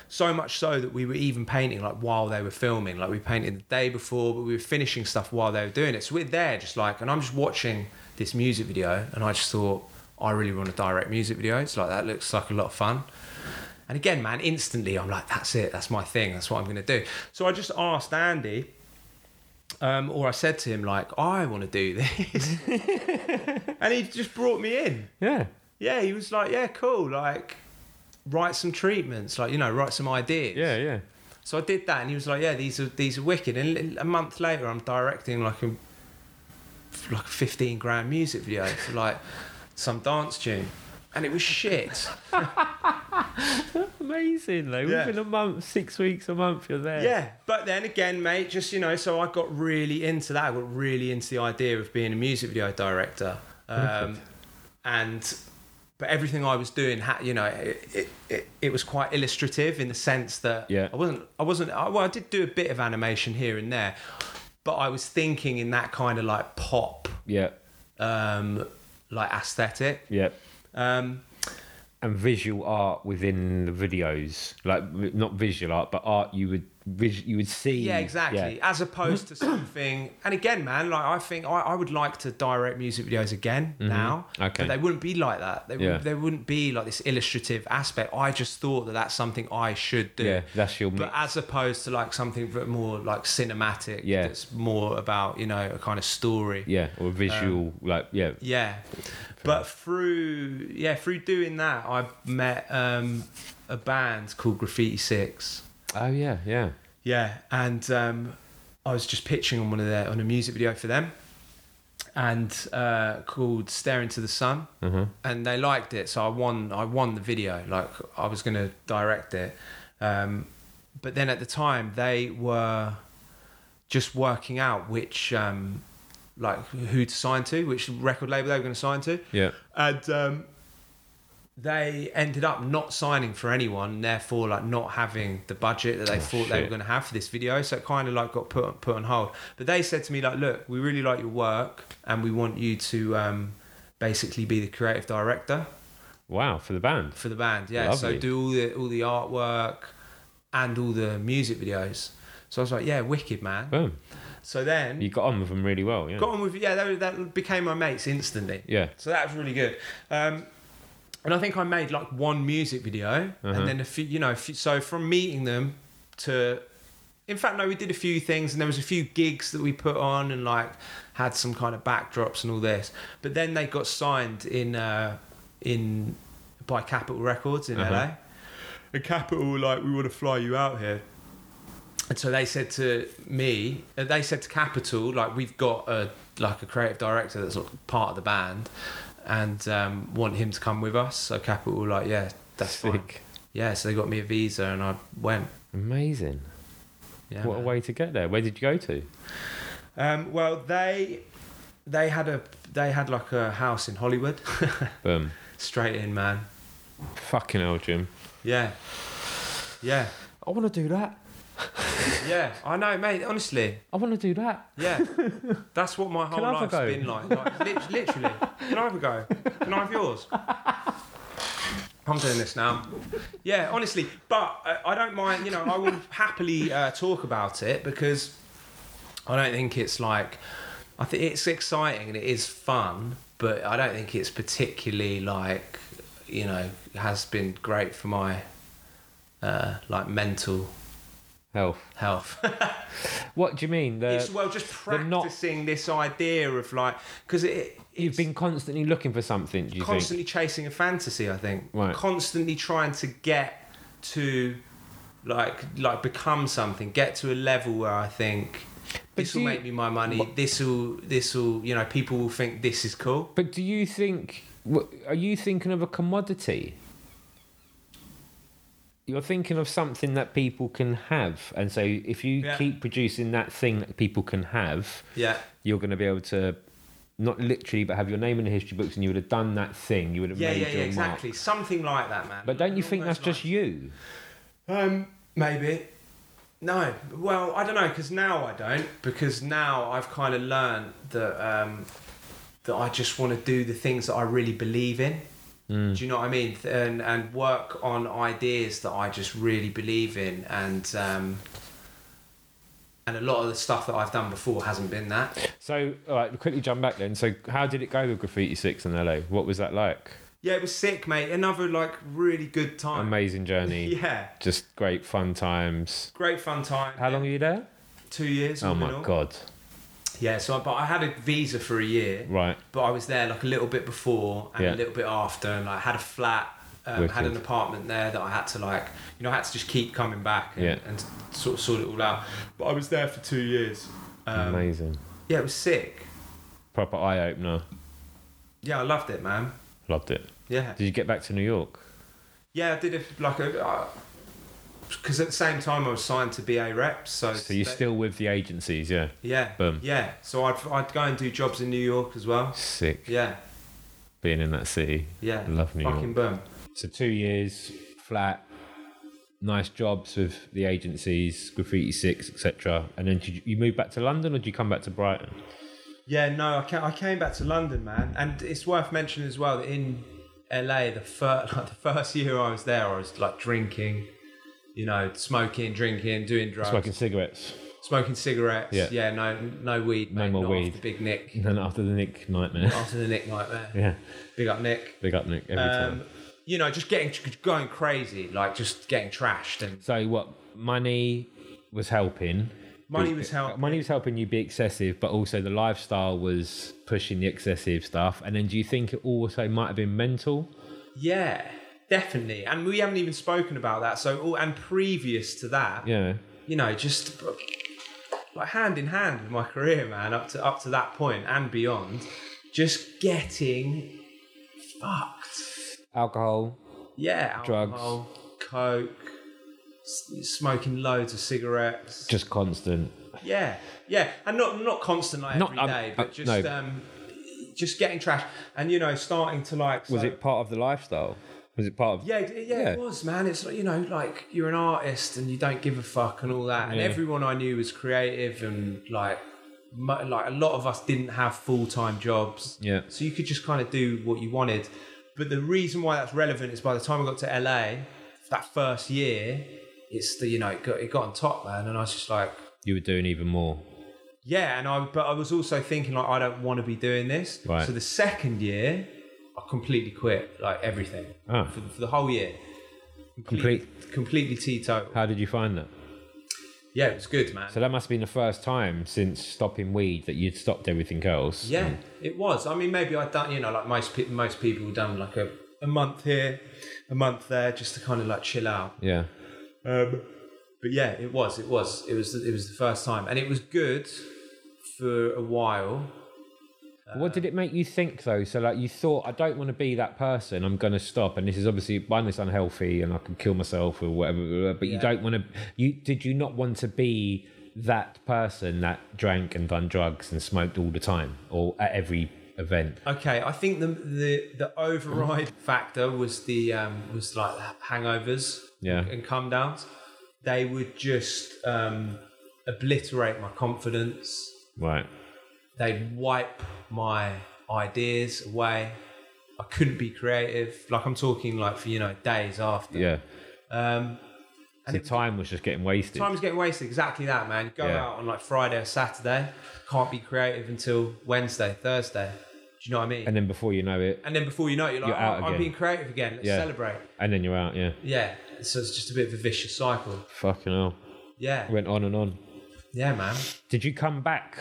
So much so that we were even painting like while they were filming. Like we painted the day before, but we were finishing stuff while they were doing it. So we're there just like, and I'm just watching this music video, and I just thought, I really want to direct music videos. Like that looks like a lot of fun. And again, man, instantly I'm like, that's it. That's my thing. That's what I'm going to do. So I just asked Andy, um, or I said to him, like, I want to do this. and he just brought me in
Yeah.
yeah, he was like, yeah, cool, like write some treatments, like you know, write some ideas.
Yeah, yeah.
So I did that, and he was like, yeah, these are these are wicked. And li- a month later, I'm directing like a like a 15 grand music video for like some dance tune, and it was shit.
amazing. Like
Yeah.
within a month, six weeks, a month, you're there.
Yeah, but then again, mate, just you know, so I got really into that. I got really into the idea of being a music video director, um, and but everything I was doing, had, you know, it, it, it, it was quite illustrative in the sense that
Yeah.
I wasn't, I wasn't, I, well, I did do a bit of animation here and there, but I was thinking in that kind of like pop,
yeah,
um, like aesthetic.
yeah.
Um,
And visual art within the videos, like vi- not visual art, but art you would vis- you would see.
Yeah, exactly.
Yeah.
As opposed to something, <clears throat> and again, man, like I think I, I would like to direct music videos again now.
Mm-hmm. Okay.
but they wouldn't be like that. They
Yeah.
would, they wouldn't be like this illustrative aspect. I just thought that that's something I should do.
Yeah, that's your
But
mix.
as opposed to like something that more like cinematic.
Yeah.
that's more about you know a kind of story.
Yeah, or
um,
visual, like yeah,
Yeah. But through yeah, through doing that I met um a band called Graffiti Six.
oh yeah, yeah,
Yeah, and um, I was just pitching on one of their on a music video for them, and uh, called "Staring to the Sun," and they liked it, so I won. I won the video. Like I was going to direct it, um, but then at the time they were just working out which um, like who to sign to, which record label they were going to sign to
yeah.
and um, they ended up not signing for anyone, therefore like not having the budget that they thought they were
Oh, shit.
going to have for this video. So it kind of like got put put on hold. But they said to me like, look, we really like your work, and we want you to um, basically be the creative director
Wow, for the band.
for the band. Yeah,
Lovely.
so do all the all the artwork and all the music videos. So I was like, yeah, wicked man.
Boom.
So then
You got on with them really well. Yeah.
got on with yeah, they, were- that became my mates instantly.
yeah.
So that was really good. Um, and I think I made like one music video,
Uh-huh.
and then a few, you know, a few, so from meeting them to, in fact, no, we did a few things, and there was a few gigs that we put on, and like had some kind of backdrops and all this. But then they got signed in uh, in by Capitol Records in
Uh-huh.
LA. And Capitol were like, we want to fly you out here. And so they said to me, uh, they said to Capital, like we've got a like a creative director that's like part of the band, and um, want him to come with us. So Capital were like, yeah, that's fine.
Sick.
Yeah, so they got me a visa and I went.
Amazing.
Yeah,
what a
man.
way to get there. Where did you go to?
Um, well, they they had a they had like a house in Hollywood, <laughs>
Boom.
straight in, man.
Fucking hell, Jim.
Yeah, yeah,
I want to do that.
yeah. I know, mate. Honestly,
I want to do that. <laughs>
Yeah, that's what my whole
Can I have
life's
a go?
been like. like lit- literally, can I have a go? Can I have yours? I'm doing this now. Yeah, honestly, but uh, I, I don't mind. You know, I will happily uh, talk about it because I don't think it's like. I think it's exciting and it is fun, but I don't think it's particularly like you know has been great for my uh, like mental
Health.
health. <laughs>
What do you mean? Uh, The,
it's well just
they're not-
practicing this idea of like because it
you've
it's
been constantly looking for something. Do you
constantly chasing a fantasy i think
Right.
constantly trying to get to like like become something get to a level where i think
But
this
do
will
you-
make me my money this will this will you know people will think this is cool
think? But do you think? wh- Are you thinking of a commodity? You're thinking of something that people can have, and so if you
Yeah.
keep producing that thing that people can have,
yeah
you're going to be able to not literally but have your name in the history books and you would have done that thing you would have
yeah
made
yeah, yeah
your mark
exactly something like that man
but don't you
Along
think
those
that's just
lines.
you
um maybe no well i don't know because now i don't because now i've kind of learned that um that I just want to do the things that I really believe in.
Mm.
Do you know what I mean? Th- And and work on ideas that I just really believe in, and um, and a lot of the stuff that I've done before hasn't been that.
so all right quickly jump back then so how did it go with graffiti 6 in la what was that like
Yeah, it was sick, mate. Another like really good time.
amazing journey
<laughs> Yeah,
just great fun times
great fun time.
how long are you there
Two years.
oh
all in
my
all.
god
Yeah, so I- but I had a visa for a year.
right
but I was there like a little bit before and
Yeah.
a little bit after, and like had a flat, um, had an
Wicked.
apartment there that I had to like, you know, I had to just keep coming back and,
Yeah.
and sort of sort it all out. But I was there for two years. Um,
amazing
yeah, it was sick.
proper eye-opener
Yeah, I loved it, man.
loved it
Yeah,
did you get back to new york
Yeah, I did a, like a. Because at the same time, I was signed to BA reps. So,
So you're
they-
still with the agencies, yeah?
Yeah.
Boom.
Yeah. So I'd, I'd go and do jobs in New York as well.
Sick
Yeah.
being in that city.
Yeah.
Love New
Fucking
York.
boom.
So two years flat, nice jobs with the agencies, Graffiti Six, etc. And then did you, you move back to London, or did you come back to Brighton?
Yeah, no, I ca- I came back to London, man, and it's worth mentioning as well that in LA, the first <laughs> like the first year I was there, I was like drinking, you know, smoking, drinking, doing drugs,
Smoking
smoking,
cigarettes. <laughs>
cigarettes.
Yeah.
Yeah, no, no weed,
No
mate,
more
not
weed.
After Big Nick,
<laughs> And then after the Nick nightmare, <laughs>
after the Nick nightmare.
yeah,
Big up Nick.
big up Nick every time.
Um, you know, just getting going crazy, like just getting trashed, and
So what? Money was helping.
money was helping.
Money was helping you be excessive, but also the lifestyle was pushing the excessive stuff. And then, do you think it also might have been mental?
Yeah, definitely. And we haven't even spoken about that. So, all and previous to that,
Yeah.
you know, just like hand in hand with my career, man, up to up to that point and beyond, just getting fucked.
Alcohol.
Yeah,
Drugs.
alcohol, coke, s- smoking loads of cigarettes.
Just constant.
yeah, yeah, and not not constant like
Not-
every day,
um, uh,
but just
no.
um, just getting trash, and you know, starting to like.
Was
so-
it part of the lifestyle? Was it part of?
Yeah, it- yeah,
Yeah.
it was, man. It's like, you know, like you're an artist and you don't give a fuck and all that. And
Yeah.
everyone I knew was creative and like, mo- like a lot of us didn't have full time jobs.
Yeah.
So you could just kind of do what you wanted. But the reason why that's relevant is by the time I got to LA, that first year, it's the you know it got, it got on top, man. And I was just like,
You were doing even more.
yeah, and I but I was also thinking like I don't want to be doing this.
Right.
So the second year, I completely quit like everything
Ah.
for, for the whole year.
Complete-
completely teetotal.
How did you find that?
Yeah, it was good, man.
So that must have been the first time since stopping weed that you'd stopped everything else.
yeah, it was. I mean, maybe I'd done you know like most pe- most people done like a a month here, a month there, just to kind of like chill out.
Yeah.
Um, but yeah, it was, it was, it was, it was the first time, and it was good for a while.
what did it make you think though? So like you thought, I don't want to be that person. I'm going to stop, and this is obviously one is unhealthy, and I can kill myself or whatever. blah, blah, blah, But you don't want to. You did you not want to be that person that drank and done drugs and smoked all the time or at every event?
Okay, I think the the, the override factor was the um, was like the hangovers
Yeah.
and come downs. They would just um, obliterate my confidence.
Right.
They'd wipe my ideas away. I couldn't be creative. Like I'm talking like for you know days after.
Yeah.
Um,
And the time was just getting wasted.
time was getting wasted. Exactly that, man. Go
Yeah.
out on like Friday or Saturday. Can't be creative until Wednesday, Thursday. Do you know what I mean?
and then before you know it,
and then before you know it, you're like,
You're out
"Oh, I'm
again."
being creative again. Let's
Yeah.
celebrate.
and then you're out. Yeah.
Yeah. So it's just a bit of a vicious cycle.
Fucking hell.
Yeah.
Went on and on.
Yeah, man.
Did you come back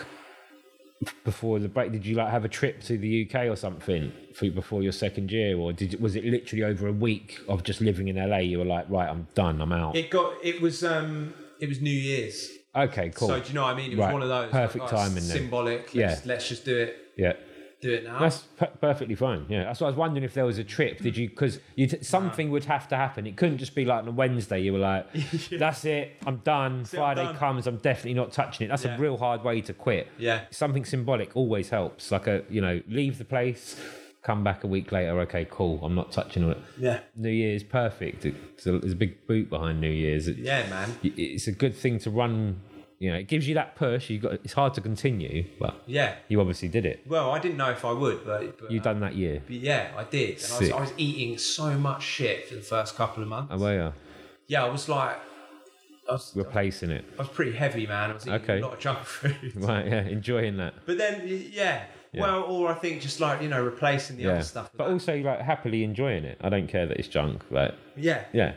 before the break? Did you like have a trip to the UK or something for before your second year, or did was it literally over a week of just living in LA? You were like, right, I'm done, I'm out.
It got. It was. Um. It was New Year's.
okay, cool.
So do you know what I mean? It was
Right.
one of those
Perfect
oh,
timing then.
Symbolic.
Yeah.
Let's, let's just do it.
yeah.
Do it now.
That's per- perfectly fine. Yeah, that's what I was wondering if there was a trip. Did you? Because you t- something would have to happen. It couldn't just be like on a Wednesday. You
<laughs>
were like, "That's it, I'm done."
it, I'm
Friday
done.
comes, I'm definitely not touching it. That's
Yeah.
a real hard way to quit.
Yeah.
something symbolic always helps. Like a you know, leave the place, come back a week later. Okay, cool. I'm not touching it.
yeah.
New Year's perfect. It's a, there's a big boot behind New Year's. It,
Yeah, man.
It's a good thing to run. You know, it gives you that push. You got. It's hard to continue, but
Yeah.
you obviously did it.
Well, I didn't know if I would, but, but
You done that year.
But yeah, I did. And I was,
Sick.
I was eating so much shit for the first couple of months.
Oh, well, yeah.
yeah, I was like, I was,
Replacing it. <laughs>
I was pretty heavy, man. I was eating
Okay.
a lot of junk <laughs> food.
Right, yeah, enjoying that.
But then, y- yeah.
Yeah.
Well, or I think just like, you know, replacing the
Yeah.
other stuff. with
But
that.
also like happily enjoying it. I don't care that it's junk, like
yeah,
yeah,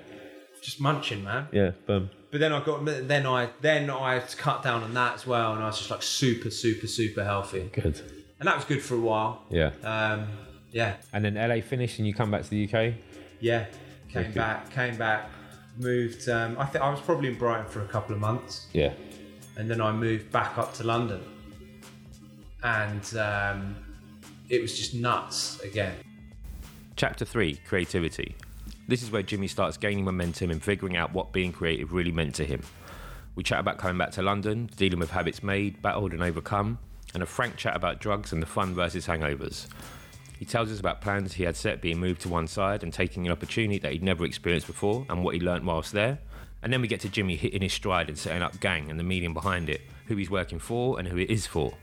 just munching, man.
yeah, boom.
But then I got, then I, then I cut down on that as well. And I was just like super, super, super healthy.
Good.
And that was good for a while.
Yeah.
Um, yeah.
And then LA finished and you come back to the UK?
Yeah. Came
Okay.
back, came back, moved. Um, I think I was probably in Brighton for a couple of months.
Yeah.
and then I moved back up to London, and um, it was just nuts again.
Chapter 3 Creativity. This is where Jimmy starts gaining momentum and figuring out what being creative really meant to him. We chat about coming back to London, dealing with habits made, battled and overcome, and a frank chat about drugs and the fun versus hangovers. He tells us about plans he had set being moved to one side and taking an opportunity that he'd never experienced before and what he learnt whilst there. And then we get to Jimmy hitting his stride and setting up Gang and the medium behind it, who he's working for and who it is for.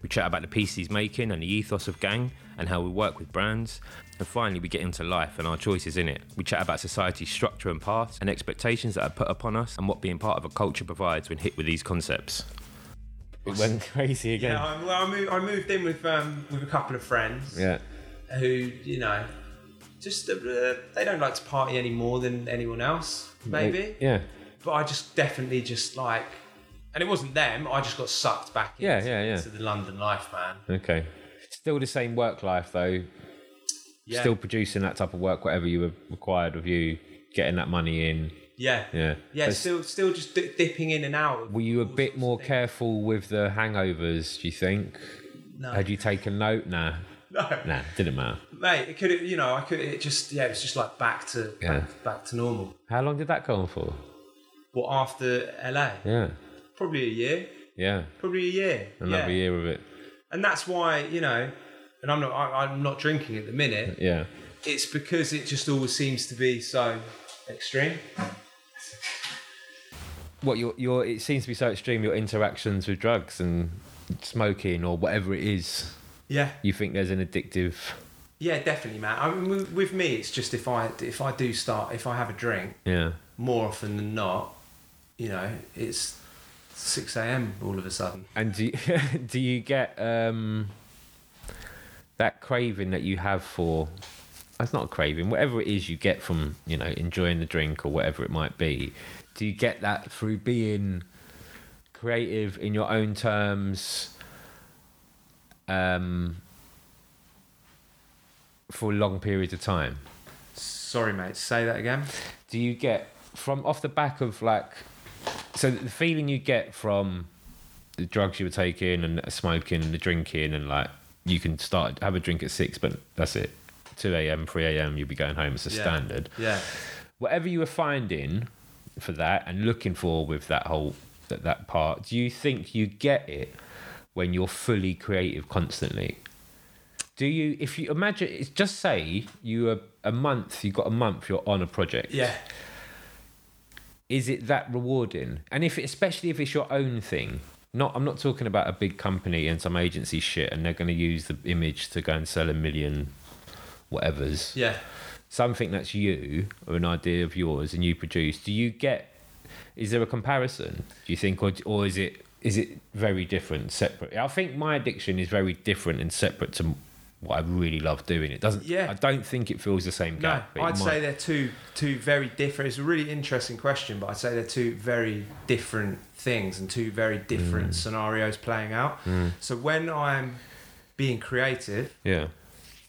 We chat about the piece he's making and the ethos of Gang and how we work with brands. And finally, we get into life and our choices in it. We chat about society's structure and paths and expectations that are put upon us and what being part of a culture provides when hit with these concepts. It
<laughs>
went crazy again.
Yeah, I, well, I moved, I moved in with um, with a couple of friends
yeah.
who, you know, just uh, they don't like to party any more than anyone else, maybe.
Yeah.
But I just definitely just like, and it wasn't them. I just got sucked back
Yeah,
into,
yeah, yeah.
into the London life, man.
Okay. Still the same work life though.
Yeah,
Still producing that type of work, whatever you were required of you, getting that money in.
yeah,
Yeah.
yeah.
But
Still, still just di- dipping in and out. of
were you a
all sorts
bit
of
more
things.
careful with the hangovers? Do you think?
No.
Had you taken note? Nah.
<laughs> No.
Nah. Didn't matter.
mate. It could, you know, I could. It just, yeah, it was just like back to
Yeah.
back, back to normal.
How long did that go on for?
Well, after LA,
Yeah.
probably a year,
Yeah.
probably a year,
Another
yeah.
year of it.
and that's why you know. And I'm not. I, I'm not drinking at the minute.
Yeah.
it's because it just always seems to be so extreme.
What your your it seems to be so extreme. Your interactions with drugs and smoking or whatever it is.
Yeah,
You think there's an addictive.
yeah, definitely, man. I mean, with, with me, it's just if I if I do start if I have a drink
Yeah.
more often than not, you know, it's six a.m. all of a sudden.
And do you, <laughs> do you get um, that craving that you have for? That's not a craving. Whatever it is you get from you know enjoying the drink or whatever it might be, do you get that through being creative in your own terms? Um, for long periods of time,
Sorry, mate. Say that again.
do you get from off the back of like so the feeling you get from the drugs you were taking and smoking and the drinking and like you can start have a drink at six but that's it 2 a.m 3 a.m you'll be going home it's a
Yeah.
standard
Yeah,
whatever you were finding for that and looking for with that whole that, that part do you think you get it when you're fully creative constantly do you if you imagine it's just say you were a month you got a month you're on a project
yeah,
is it that rewarding? And if especially if it's your own thing. Not I'm not talking about a big company and some agency shit and they're going to use the image to go and sell a million whatevers.
yeah.
Something that's you or an idea of yours and you produce. Do you get is there a comparison? Do you think or or is it is it very different separate? I think my addiction is very different and separate to what I really love doing. It doesn't
Yeah.
I don't think it fills the same
No,
gap. It
I'd
might.
say they're two two very different. It's a really interesting question, but I'd say they're two very different things and two very different scenarios playing out. So when I'm being creative,
yeah.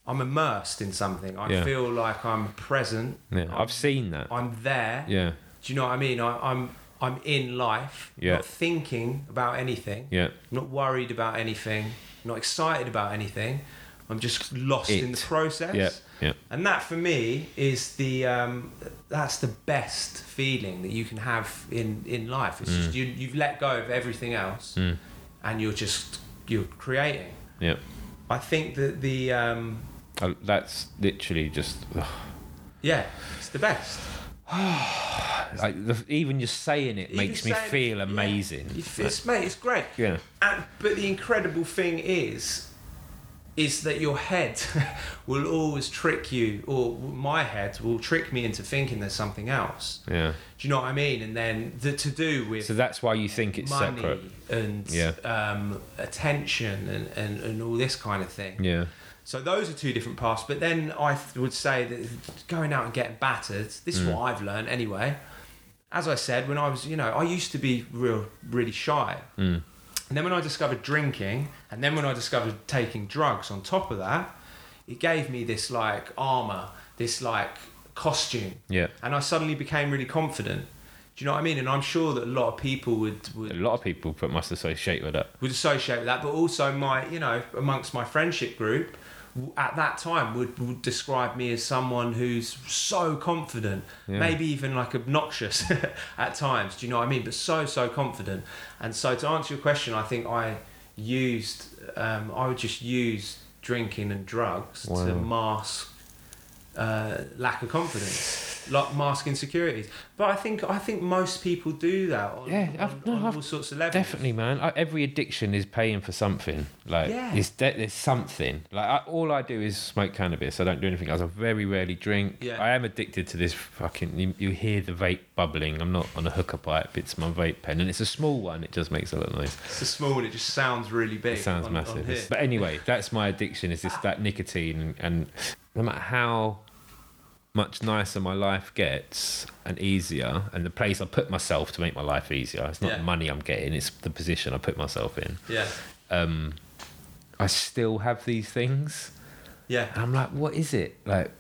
I'm immersed in something. I
Yeah.
feel like I'm present.
Yeah. I've seen that.
I'm there.
yeah.
Do you know what I mean? I, I'm I'm in life.
Yeah.
Not thinking about anything.
Yeah.
Not worried about anything. Not excited about anything. I'm just lost in the
It.
process.
Yeah. Yeah.
And that for me is the um, that's the best feeling that you can have in in life. It's
Mm.
just you you've let go of everything else, and you're just you're creating.
Yeah.
I think that the um,
Oh, that's literally just
yeah, it's the best.
like the, even just saying it
Even
makes me
saying-
feel
yeah,
amazing.
you f- it's mate, it's great.
Uh, Yeah.
And, but the incredible thing is, is that your head <laughs> will always trick you, or my head will trick me into thinking there's something else.
Yeah.
Do you know what I mean? And then the to do with
So that's why you think it's
money
separate.
and
Yeah.
um, attention and, and, and all this kind of thing.
Yeah.
So those are two different paths. But then I th- would say that going out and getting battered, this is what I've learned anyway. As I said, when I was, you know, I used to be real, really shy. And then when I discovered drinking, and then when I discovered taking drugs on top of that, it gave me this like armor, this like costume.
Yeah.
And I suddenly became really confident. Do you know what I mean? And I'm sure that a lot of people would,
A
would
lot of people put must associate with that.
would associate with that, but also my, you know, amongst my friendship group w- at that time would, would describe me as someone who's so confident, maybe even like obnoxious <laughs> at times. Do you know what I mean? But so so confident. And so to answer your question, I think I used um, I would just use drinking and drugs to mask uh, lack of confidence, like mask insecurities. But I think I think most people do that on,
Yeah, I've-
on,
no,
on
I've
all sorts of levels.
Definitely, man. I, every addiction is paying for something. Like,
Yeah.
it's de- there's something. Like, I, all I do is smoke cannabis. I don't do anything else. I very rarely drink.
Yeah.
I am addicted to this fucking. You, you hear the vape bubbling. I'm not on a hooker pipe. It's my vape pen, and it's a small one. It just makes a lot of noise.
It's a small and it just sounds really big.
It sounds
on- on
massive.
here.
It's- but anyway, that's my addiction. Is just that nicotine, and no matter how much nicer my life gets and easier, and the place I put myself to make my life easier. It's not
Yeah.
the money I'm getting. It's the position I put myself in.
yeah,
um, I still have these things,
yeah,
and I'm like, what is it? Like,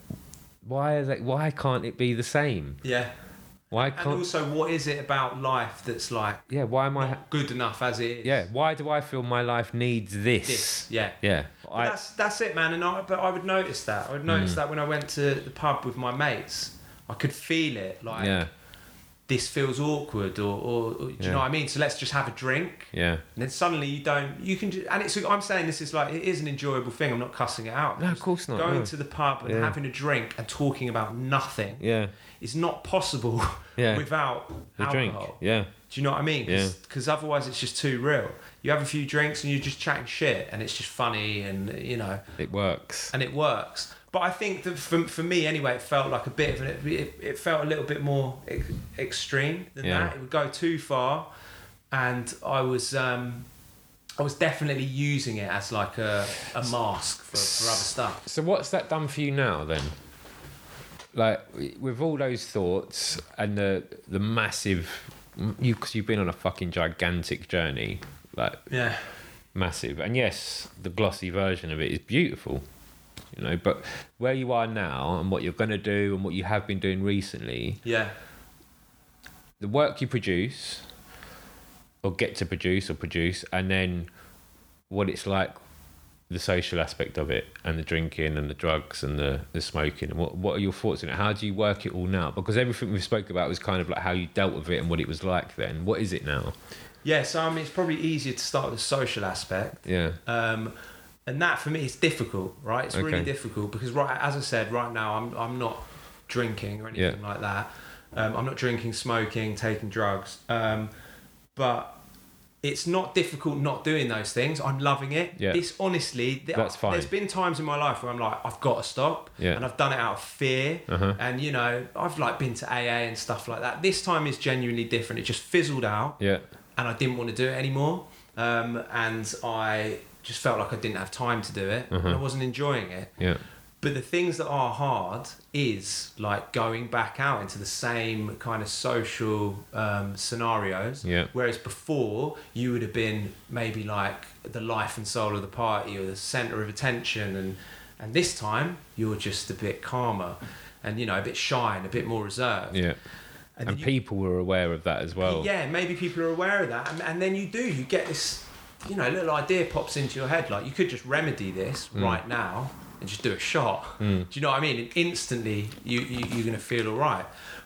why are they, Why can't it be the same?
yeah.
Why
And
can't?
also, what is it about life that's like
yeah, why am I?
not good enough as it is?
Yeah, why do I feel my life needs this?
This, yeah.
Yeah,
But
I, Hmm.
that's that's it, man. And I, but I would notice that. I would notice that when I went to the pub with my mates, I could feel it. Like
yeah,
this feels awkward, or, or, or do you
Yeah.
know what I mean? So let's just have a drink.
yeah.
And then suddenly you don't. You can. Ju- and it's. I'm saying this is like it is an enjoyable thing. I'm not cussing it out.
No, of
Just
course not,
Going
no.
to the pub and
Yeah.
having a drink and talking about nothing
Yeah,
is not possible <laughs>
Yeah.
without
the drink.
alcohol.
Yeah,
Do you know what I mean?
Yeah.
Because otherwise it's just too real. You have a few drinks and you're just chatting shit, and it's just funny, and you know
it works.
and it works. But I think that for, for me anyway, it felt like a bit of an, it, it felt a little bit more e- extreme than
Yeah.
that. It would go too far, and I was um, I was definitely using it as like a, a mask for, for other stuff.
So what's that done for you now then? Like with all those thoughts and the the massive, you because you've been on a fucking gigantic journey, like
Yeah,
massive. And yes, the glossy version of it is beautiful, you know. But where you are now and what you're going to do and what you have been doing recently,
yeah,
the work you produce or get to produce or produce, and then what it's like, the social aspect of it, and the drinking and the drugs and the, the smoking. And what what are your thoughts on it? How do you work it all now? Because everything we've spoke about was kind of like how you dealt with it and what it was like then. What is it now?
yeah. So I mean, it's probably easier to start with the social aspect.
Yeah.
Um, and that for me is difficult, right? It's really
Okay.
difficult because right, as I said, right now I'm I'm not drinking or anything
Yeah.
like that. Um, I'm not drinking, smoking, taking drugs. Um, but it's not difficult not doing those things. I'm loving it.
Yeah.
It's honestly th-
That's fine.
There's been times in my life where I'm like, I've got to stop,
Yeah.
and I've done it out of fear.
Uh-huh.
And you know, I've like been to AA and stuff like that. This time is genuinely different. It just fizzled out
Yeah.
and I didn't want to do it anymore. Um, and I just felt like I didn't have time to do it,
Mm-hmm.
and I wasn't enjoying it.
Yeah.
But the things that are hard is like going back out into the same kind of social um, scenarios.
Yeah.
Whereas before, you would have been maybe like the life and soul of the party or the center of attention, and and this time you're just a bit calmer, and you know a bit shy and a bit more reserved.
Yeah.
And
And
you-
people were aware of that as well.
yeah, maybe people are aware of that, and, and then you do, you get this, you know, little idea pops into your head, like you could just remedy this right now and just do a shot. Do you know what I mean? And instantly, you, you you're gonna feel all right.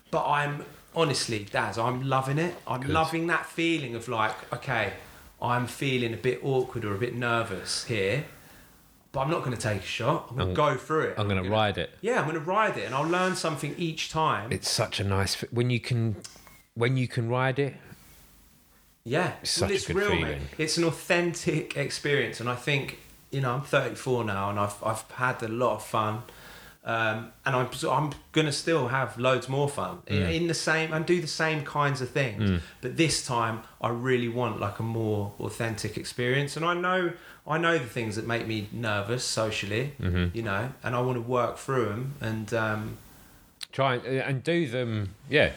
But I'm honestly, Daz, I'm loving it. I'm loving that feeling of like, okay, I'm feeling a bit awkward or a bit nervous here, but I'm not gonna take a shot. I'm gonna go through it.
I'm going to ride it.
Yeah, I'm gonna ride it, and I'll learn something each time.
It's such a nice fe- when you can when you can ride it.
Yeah,
It's such a good feeling.
It's an authentic experience, and I think you know I'm 34 now, and I've I've had a lot of fun, um, and I'm so I'm gonna still have loads more fun in,
Mm.
in the same and do the same kinds of things, but this time I really want like a more authentic experience, and I know I know the things that make me nervous socially,
Mm-hmm.
you know, and I want to work through them, and um,
Try and, uh, and do them. Yeah.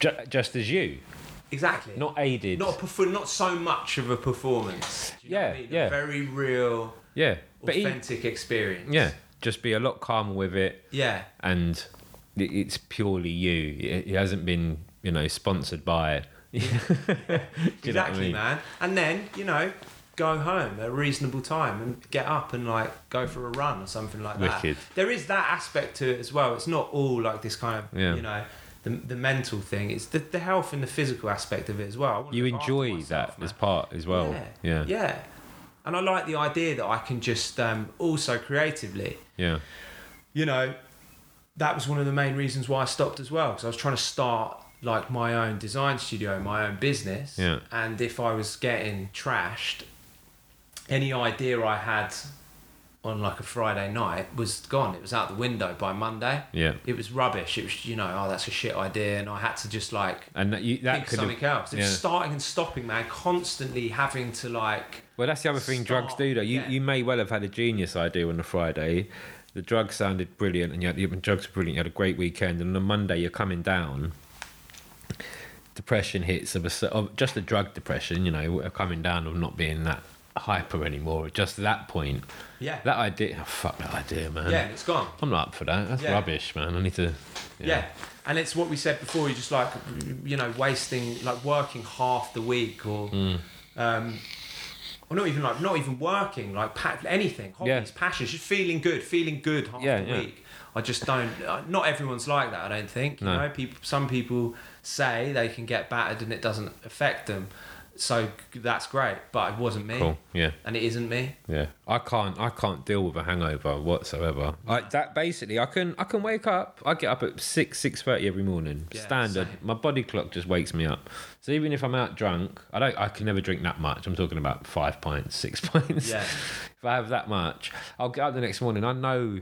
Ju- just as you,
exactly
not aided.
not a perfor- not so much of a performance. Do you know what I
Yeah,
mean? A
yeah.
very real.
yeah. But e-
authentic experience.
yeah, just be a lot calmer with it,
Yeah.
and i- it's purely you. It, it hasn't been <laughs>
<laughs>
you know sponsored by. Do you know what I
Exactly,
mean?
man. And then, you know, go home at a reasonable time and get up and like go for a run or something like that.
Wicked.
There is that aspect to it as well. It's not all like this kind of
Yeah.
you know the, the mental thing. It's the, the health and the physical aspect of it as well. I wanna
You
look after
enjoy
myself,
that
man.
as part as well.
yeah.
Yeah.
Yeah. And I like the idea that I can just um, also creatively
Yeah.
you know, that was one of the main reasons why I stopped as well because I was trying to start like my own design studio, my own business.
Yeah.
And if I was getting trashed, any idea I had on like a Friday night was gone. It was out the window by Monday.
Yeah.
It was rubbish. It was, you know, oh, that's a shit idea. And I had to just like
And that, you, that
think
could
something
have,
else. It was
yeah.
starting and stopping, man, constantly having to like,
Well, that's the other thing drugs
Start,
do, though. You,
yeah.
you may well have had a genius idea on a Friday. The drugs sounded brilliant, and you had, the drugs were brilliant. You had a great weekend, and on Monday you're coming down. Depression hits of a cer- of just a drug depression, you know, coming down of not being that hyper anymore. Just that point,
yeah.
that idea, oh, fuck that idea, man.
yeah, it's gone.
I'm not up for that. That's
Yeah.
rubbish, man. I need to.
Yeah. And it's what we said before, you're just like, you know, wasting, like working half the week or,
Mm.
um, or not even like, not even working, like pa- anything, hobbies,
Yeah.
passions, just feeling good, feeling good half
Yeah,
the
yeah.
week. I just don't, uh, not everyone's like that, I don't think. You
No.
know, people, some people say they can get battered and it doesn't affect them. So that's great, but it wasn't me.
Cool. Yeah.
And it isn't me.
Yeah, I can't. I can't deal with a hangover whatsoever. Like that. Basically, I can. I can wake up. I get up at six six thirty every morning.
Yeah,
standard.
same.
My body clock just wakes me up. So even if I'm out drunk, I don't. I can never drink that much. I'm talking about five pints, six <laughs> pints.
Yeah.
if I have that much, I'll get up the next morning. I know.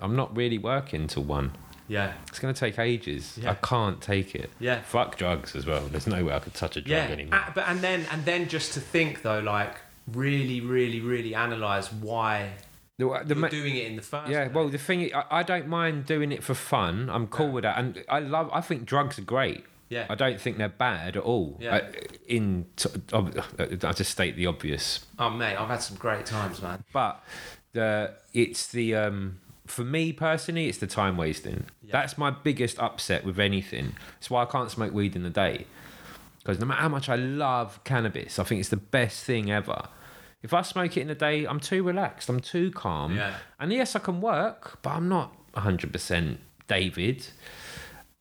I'm not really working till one.
Yeah.
It's going to take ages.
Yeah.
I can't take it.
Yeah.
Fuck drugs as well. There's no way I could touch a drug
yeah
anymore.
a- but and then and then just to think though like really really really analyze why
The- the
you're
ma-
doing it in the first
Yeah,
place.
well, the thing is, I, I don't mind doing it for fun. I'm cool with that, and I love. I think drugs are great.
Yeah.
I don't think they're bad at all.
Yeah.
I, in, t- ob- I just state the obvious,
oh mate i've had some great times man
but the it's the um for me personally, it's the time wasting. That's my biggest upset with anything. That's why I can't smoke weed in the day. Because no matter how much I love cannabis, I think it's the best thing ever. If I smoke it in the day, I'm too relaxed. I'm too calm.
Yeah.
And yes, I can work, but I'm not 100% David.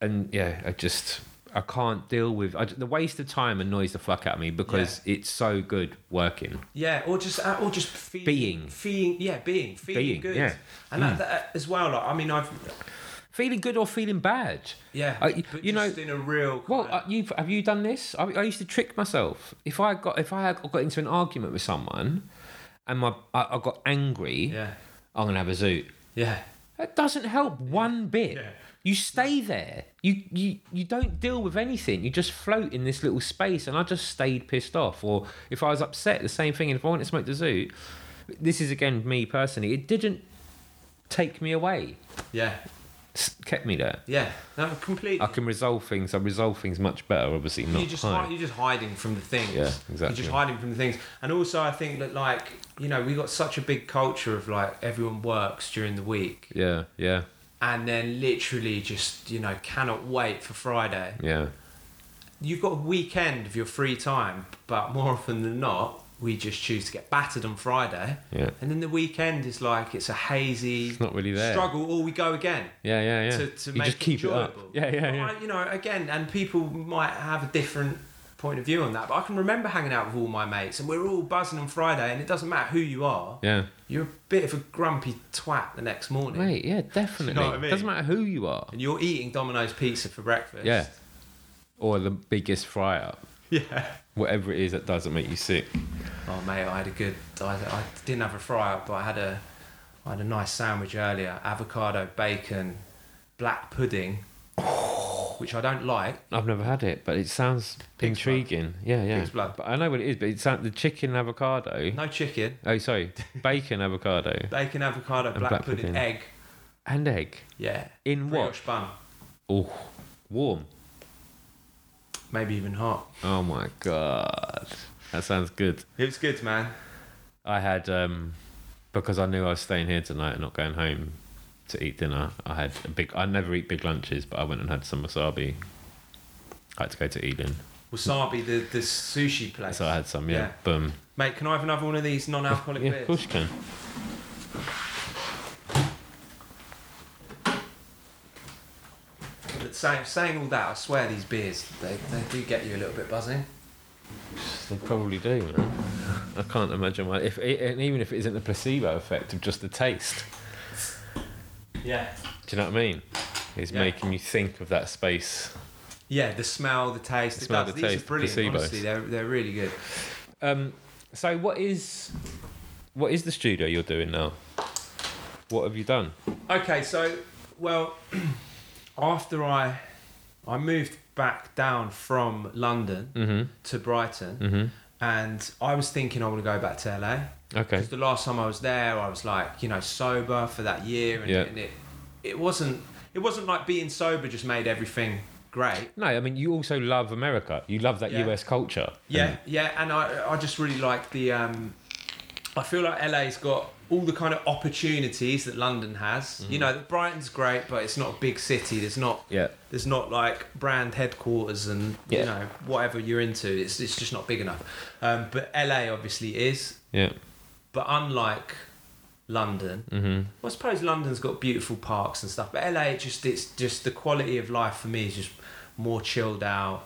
And yeah, I just I can't deal with I, the waste of time annoys the fuck out of me because it's so good working.
yeah or just uh, or just feeling,
Being.
feeling yeah being feeling
Being,
good
yeah. Mm.
and that, that as well like i mean i've
Feeling good or feeling bad.
yeah
I-
but
Uh, you know
just in a real
Well,
kind
uh,
of-
you have you done this? I, I used to trick myself. If I got if I had got into an argument with someone, and my I, I got angry,
yeah
I'm gonna have a zoot.
yeah
That doesn't help one bit.
Yeah.
You stay there. You, you you don't deal with anything. You just float in this little space, and I just stayed pissed off. Or if I was upset, the same thing. And if I wanted to smoke the zoo, this is again me personally. It didn't take me away.
yeah
It's kept me there.
yeah no completely
I can resolve things. I resolve things much better. Obviously, not
you're just
high.
hi- you're just hiding from the things.
Yeah,
You're
exactly.
just hiding from the things, and also I think that like you know we got such a big culture of like everyone works during the week,
Yeah, yeah,
and then literally just you know cannot wait for Friday.
yeah.
You've got a weekend of your free time, but more often than not, we just choose to get battered on Friday.
Yeah.
And then the weekend is like it's a hazy,
not really there.
struggle, or we go again.
Yeah, yeah, yeah.
to, to
you
make
just keep
enjoyable.
it up. Yeah, yeah,
But
yeah.
I- you know, again, and people might have a different point of view on that, but I can remember hanging out with all my mates, and we're all buzzing on Friday, and it doesn't matter who you are,
Yeah.
you're a bit of a grumpy twat the next morning,
Mate, yeah, definitely.
You know what I mean?
Doesn't matter who you are.
and you're eating Domino's pizza for breakfast.
Yeah. Or the biggest fry up.
<laughs> yeah.
Whatever it is that doesn't make you sick.
Oh mate, I had a good. I, I didn't have a fry up, but I had a, I had a nice sandwich earlier: avocado, bacon, black pudding,
Oh.
which I don't like.
I've never had it, but it sounds
Pig's blood.
intriguing. Yeah, yeah.
Pig's blood.
But I know what it is, but it's sound- the chicken avocado.
No chicken, <laughs>
Oh, sorry. Bacon avocado.
bacon, avocado, black,
black
pudding,
pudding.
egg.
And egg.
Yeah.
In what?
Brioche bun,
Oh, warm.
maybe even hot.
Oh my God. That sounds good.
It was good, man.
I had um because I knew I was staying here tonight and not going home to eat dinner. I had a big. I never eat big lunches, but I went and had some wasabi. I had to go to Ealing.
Wasabi, the, the sushi place.
So I had some, yeah. Boom.
Mate, can I have another one of these non-alcoholic
<laughs> Yeah, of
beers?
course you can.
But saying, saying all that, I swear these beers they, they do get you a little bit buzzing.
They probably do, man. I can't imagine why. If it, and even if it isn't the placebo effect of just the taste,
Yeah.
do you know what I mean? It's
Yeah.
making you think of that space.
Yeah, the smell, the taste.
The
it
smell,
does.
the
these
taste,
are brilliant.
placebos.
Honestly, they're they're really good.
Um, so what is what is the studio you're doing now? What have you done?
Okay, so well, <clears throat> after I I moved back down from London
Mm-hmm.
to Brighton,
Mm-hmm.
and I was thinking I want to go back to LA.
Okay.
Because the last time I was there, I was like, you know, sober for that year, and,
Yeah.
and it it wasn't it wasn't like being sober just made everything great.
No, I mean you also love America. You love that
Yeah.
US culture.
Yeah,
And-
yeah, and I I just really like the um, I feel like LA's got all the kind of opportunities that London has. You know, Brighton's great, but it's not a big city. There's not
Mhm. yeah.
there's not like brand headquarters and
Yeah.
you know whatever you're into. It's it's just not big enough. Um, but LA obviously is,
Yeah.
but unlike London,
Mm-hmm.
Well, I suppose London's got beautiful parks and stuff, but LA it just it's just the quality of life for me is just more chilled out.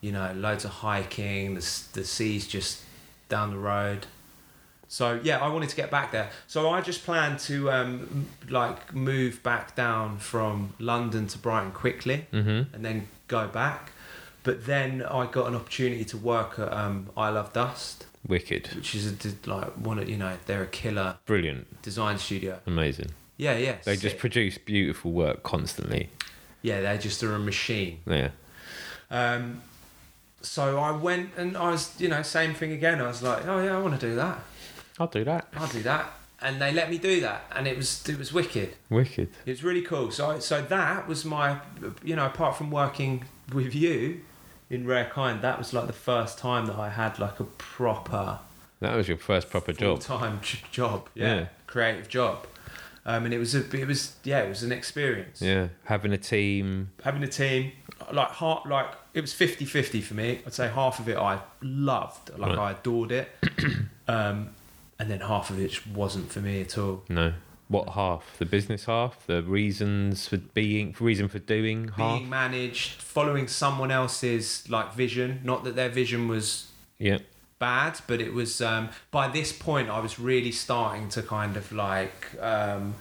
You know, loads of hiking. The s- the sea's just down the road. So yeah, I wanted to get back there. So I just planned to um, m- like move back down from London to Brighton quickly,
Mm-hmm.
and then go back. But then I got an opportunity to work at um, I Love Dust,
Wicked.
which is a, d- like one of you know they're a killer
Brilliant.
design studio.
Amazing.
Yeah, yeah.
They
sick.
just produce beautiful work constantly.
Yeah, they just are a machine.
Yeah.
Um, so I went and I was, you know, same thing again. I was like, oh yeah, I want to do that.
I'll do that.
I'll do that. And they let me do that, and it was it was wicked.
Wicked.
It was really cool. So I- so that was my, you know, apart from working with you in Rare Kind, that was like the first time that I had like a proper
That was your first proper job.
time j- <laughs> job,
Yeah.
creative job. Um, and it was a, it was yeah, it was an experience.
Yeah. Having a team.
having a team like half like it was 50-50 for me i'd say half of it i loved like
Right.
i adored
<coughs>
it um and then half of it just wasn't for me at all
No. What half? The business half? The reasons for being, reason for doing half?
being managed following someone else's like vision not that their vision was
Yeah.
bad but it was um by this point i was really starting to kind of like um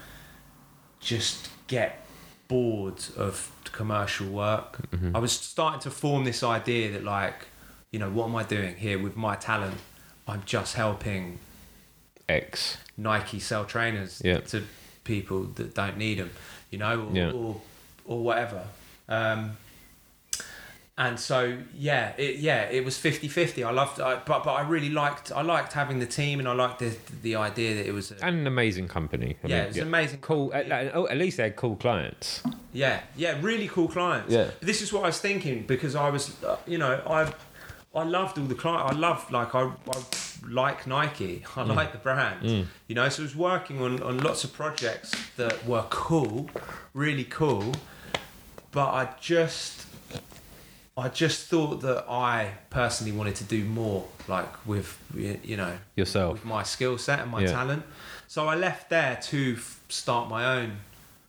just get bored of commercial work i was starting to form this idea that like you know what am i doing here with my talent i'm just helping
X.
nike sell trainers
Yeah.
to people that don't need them you know or
Yeah.
or, or whatever um and so yeah it yeah it was 50 50 i loved I, but but i really liked i liked having the team and i liked the the idea that it was a,
And an amazing company. I
yeah
mean,
it was an amazing
Cool. At, at- oh, at least they had cool clients.
Yeah, yeah, really cool clients.
Yeah.
This is what I was thinking because I was, uh, you know, I, I loved all the client. I love like I, I like Nike. <laughs> I
Mm.
like the brand. You know, so I was working on on lots of projects that were cool, really cool, but I just. I just thought that I personally wanted to do more, like with y- you know,
Yourself.
with my skill set and my
Oh. Yeah.
talent. So I left there to f- start my own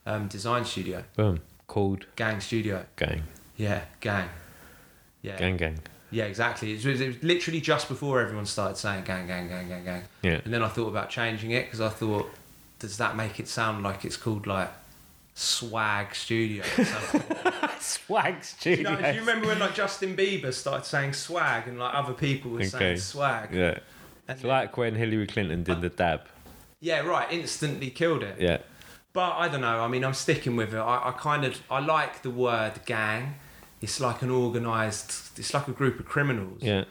um, design studio.
Boom. Called
Gang Studio.
Gang.
Yeah, Gang. Yeah.
Gang Gang.
Yeah, exactly. It was, it was literally just before everyone started saying gang, gang, gang, gang, gang.
Yeah.
And then I thought about changing it because I thought, does that make it sound like it's called like Swag Studio? <laughs> or something?
Swag
you
Studio.
know, do you remember when like Justin Bieber started saying swag and like other people were
Okay.
saying swag?
Yeah.
And
It's like when Hillary Clinton did the dab.
yeah, right. Instantly killed it.
Yeah.
But I don't know. I mean, I'm sticking with it. I, I kind of I like the word gang. It's like an organised. It's like a group of criminals.
Yeah.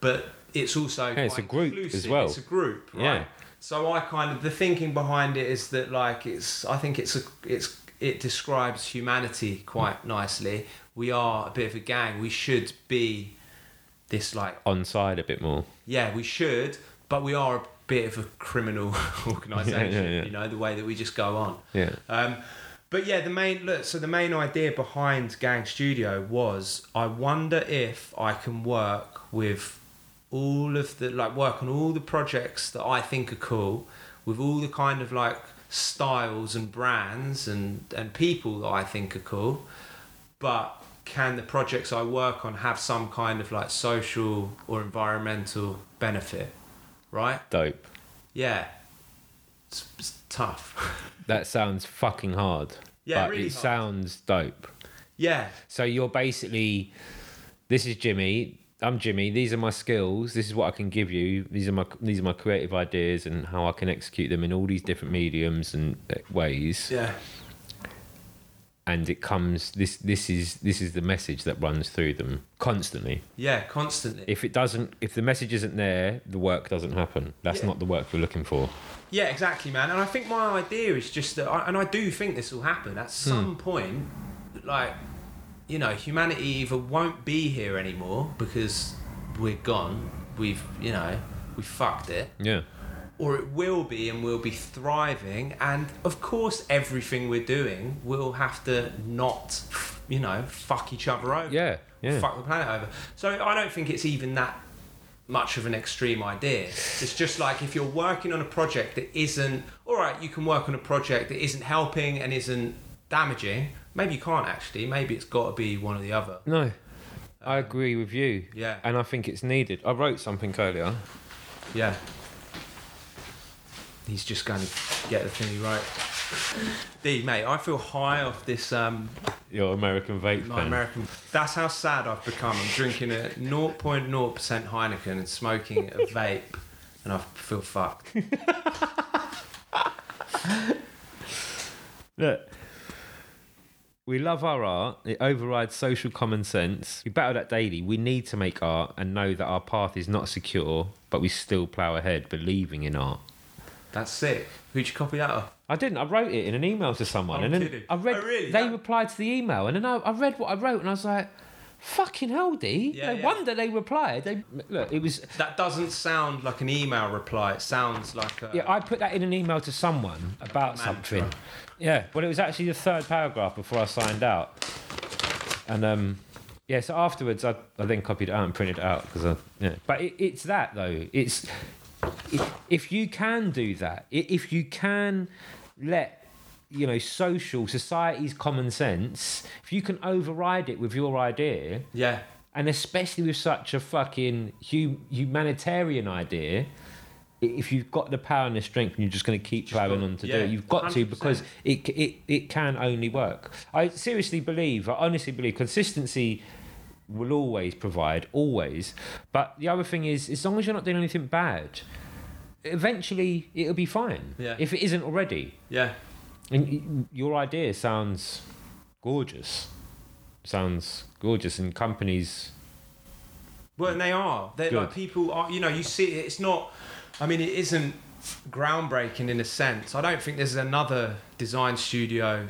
But it's also
Yeah, it's
quite
a group as
inclusive.
well.
It's a group, right?
Yeah.
So I kind of the thinking behind it is that like it's I think it's a it's it describes humanity quite nicely. We are a bit of a gang. We should be this like
On side a bit more.
yeah, we should, but we are a bit of a criminal <laughs> organisation.
yeah.
You know the way that we just go on.
Yeah.
Um, But yeah, the main look. So the main idea behind Gang Studio was I wonder if I can work with all of the like work on all the projects that I think are cool, with all the kind of like styles and brands and and people that I think are cool, but can the projects I work on have some kind of like social or environmental benefit, right?
Dope.
Yeah, it's, it's tough. <laughs>
That sounds fucking hard.
Yeah,
but
really
it
hard.
sounds dope.
yeah,
So you're basically, this is Jimmy. I'm Jimmy. These are my skills. This is what I can give you. These are my these are my creative ideas and how I can execute them in all these different mediums and uh, ways.
yeah.
And it comes. This this is this is the message that runs through them constantly.
Yeah, constantly.
If it doesn't, if the message isn't there, the work doesn't happen. That's
Yeah.
not the work we're looking for.
Yeah, exactly, man. And I think my idea is just that, I, and I do think this will happen at some point. Like, you know, humanity either won't be here anymore because we're gone. We've, you know, we fucked it,
Yeah.
or it will be, and we'll be thriving. And of course, everything we're doing will have to not, you know, fuck each other over
Yeah. Yeah.
fuck the planet over. So I don't think it's even that much of an extreme idea. It's just like if you're working on a project that isn't all right, you can work on a project that isn't helping and isn't damaging. Maybe you can't actually. Maybe it's got to be one or the other.
No, I agree with you.
Yeah.
And I think it's needed. I wrote something earlier.
Yeah. He's just going to get the thing he wrote. D, mate, I feel high off this um,
Your American vape
my
pen.
American. That's how sad I've become. I'm drinking a 0.0% Heineken and smoking a vape, and I feel fucked.
Look. We love our art. It overrides social common sense. We battle that daily. We need to make art and know that our path is not secure, but we still plough ahead, believing in art.
That's sick. Who'd you copy that off?
I didn't. I wrote it in an email to someone,
I'm
and then
kidding.
I read.
Oh, really?
They
That-
replied to the email, and then I, I read what I wrote, and I was like, "Fucking hell, D!
Yeah,
no
yeah.
wonder they replied." They look. It was
That doesn't sound like an email reply. It sounds like a.
Yeah, I put that in an email to someone about
Mantra.
something. Yeah, well, it was actually the third paragraph before I signed out. And um, yeah, so afterwards, I, I then copied it out and printed it out because I. Yeah. But it, it's that though. It's if, if you can do that, i- if you can let you know social society's common sense, if you can override it with your idea,
yeah.
and especially with such a fucking hu- humanitarian idea i- if you've got the power and the strength and you're just going to keep plowing
got-
on to do
yeah,
it you've got to
100%.
because it, c- it it can only work i seriously believe i honestly believe consistency will always provide always but the other thing is as long as you're not doing anything bad eventually it'll be fine
Yeah.
if it isn't already
Yeah.
and y- your idea sounds gorgeous sounds gorgeous and companies
Well, and they are. They're
Good.
like people are. You know, you see, it, it's not. I mean, it isn't groundbreaking in a sense. I don't think there's another design studio.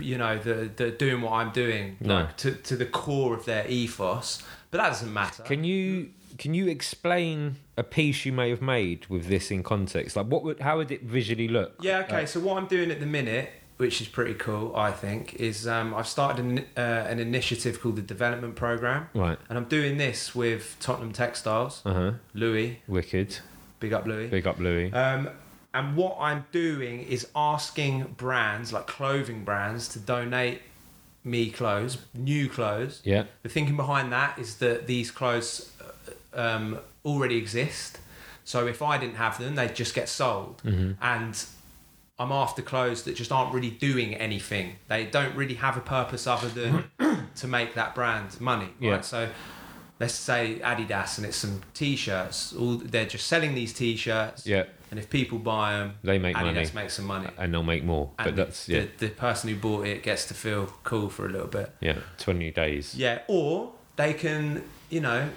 You know, the the doing what I'm doing
No.
like, to to the core of their ethos. But that doesn't matter.
Can you can you explain a piece you may have made with this in context? Like, what would how would it visually look?
Yeah, okay. so what I'm doing at the minute, which is pretty cool, I think, is um, I've started an, uh, an initiative called the Development Program,
Right.
and I'm doing this with Tottenham Textiles,
Uh huh.
Louis,
Wicked.
big up Louis.
Big up Louis.
Um, and what I'm doing is asking brands, like clothing brands, to donate me clothes, new clothes.
Yeah.
The thinking behind that is that these clothes uh, um, already exist. So if I didn't have them, they'd just get sold.
Mm-hmm.
And I'm after clothes that just aren't really doing anything. They don't really have a purpose other than
<coughs>
to make that brand money. Right?
Yeah.
So let's say Adidas and it's some t-shirts. All they're just selling these t-shirts.
Yeah.
And if people buy them,
They make
Adidas
money.
makes some money.
And they'll make more.
And
but that's yeah.
the, the person who bought it gets to feel cool for a little bit.
yeah. Twenty days.
Yeah, or they can, you know,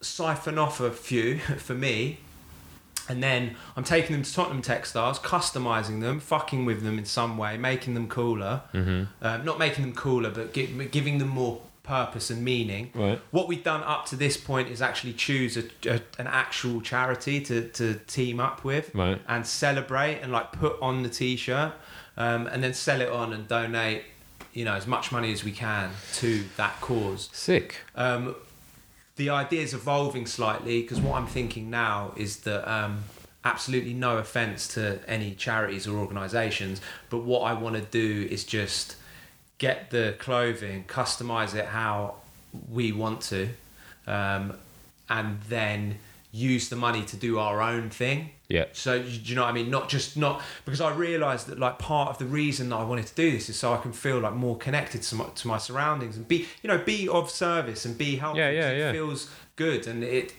siphon off a few <laughs> for me, and then I'm taking them to Tottenham Textiles, customizing them, fucking with them in some way, making them cooler. Mm-hmm. Um, not making them cooler, but gi- giving them more purpose and meaning.
Right.
What we've done up to this point is actually choose a, a, an actual charity to, to team up with
Right.
and celebrate and like put on the t shirt. um, and then sell it on and donate, you know, as much money as we can to that cause.
Sick.
Um, the idea is evolving slightly because what I'm thinking now is that um, absolutely no offense to any charities or organizations, but what I want to do is just get the clothing, customize it how we want to, um, and then use the money to do our own thing.
Yeah.
So do you know what I mean? Not just not because I realised that like part of the reason that I wanted to do this is so I can feel like more connected to my, to my surroundings and be you know be of service and be helpful.
Yeah, yeah,
It
yeah.
feels good and it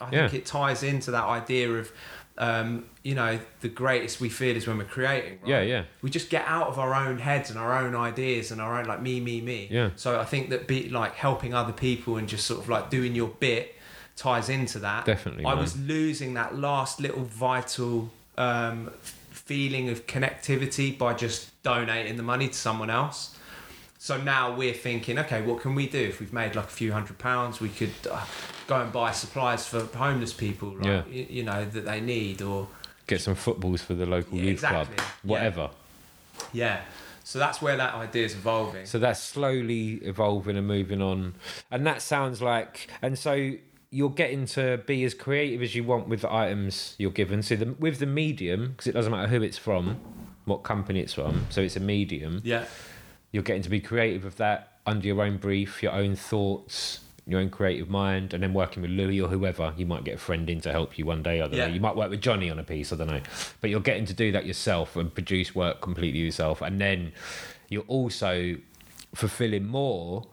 I think
Yeah.
it ties into that idea of um, you know the greatest we feel is when we're creating. Right?
Yeah, yeah.
We just get out of our own heads and our own ideas and our own like me, me, me.
Yeah.
So I think that be like helping other people and just sort of like doing your bit ties into that.
Definitely,
I
man.
was losing that last little vital um, f- feeling of connectivity by just donating the money to someone else. So now we're thinking, okay, what can we do if we've made like a few hundred pounds? We could uh, go and buy supplies for homeless people, like,
Yeah.
y- you know, that they need or
Get some footballs for the local
Yeah,
youth
exactly.
club.
Yeah.
Whatever.
yeah. So that's where that idea is evolving.
So that's slowly evolving and moving on. And that sounds like, and so you're getting to be as creative as you want with the items you're given. So the, with the medium, because it doesn't matter who it's from, what company it's from, so it's a medium,
yeah.
you're getting to be creative with that under your own brief, your own thoughts. Your own creative mind, and then working with Louis or whoever, you might get a friend in to help you one day. I don't
Yeah.
know. You might work with Johnny on a piece. I don't know, but you're getting to do that yourself and produce work completely yourself, and then you're also fulfilling more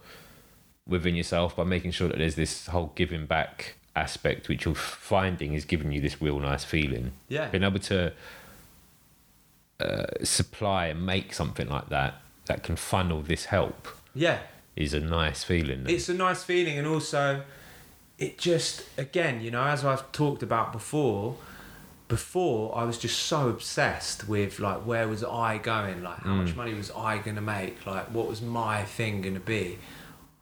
within yourself by making sure that there's this whole giving back aspect, which you're finding is giving you this real nice feeling.
Yeah.
being able to uh, supply and make something like that that can funnel this help
Yeah.
is a nice feeling.
It's a nice feeling, and also, it just again, you know, as I've talked about before, before I was just so obsessed with like where was I going, like how much money was I gonna make, like what was my thing gonna be.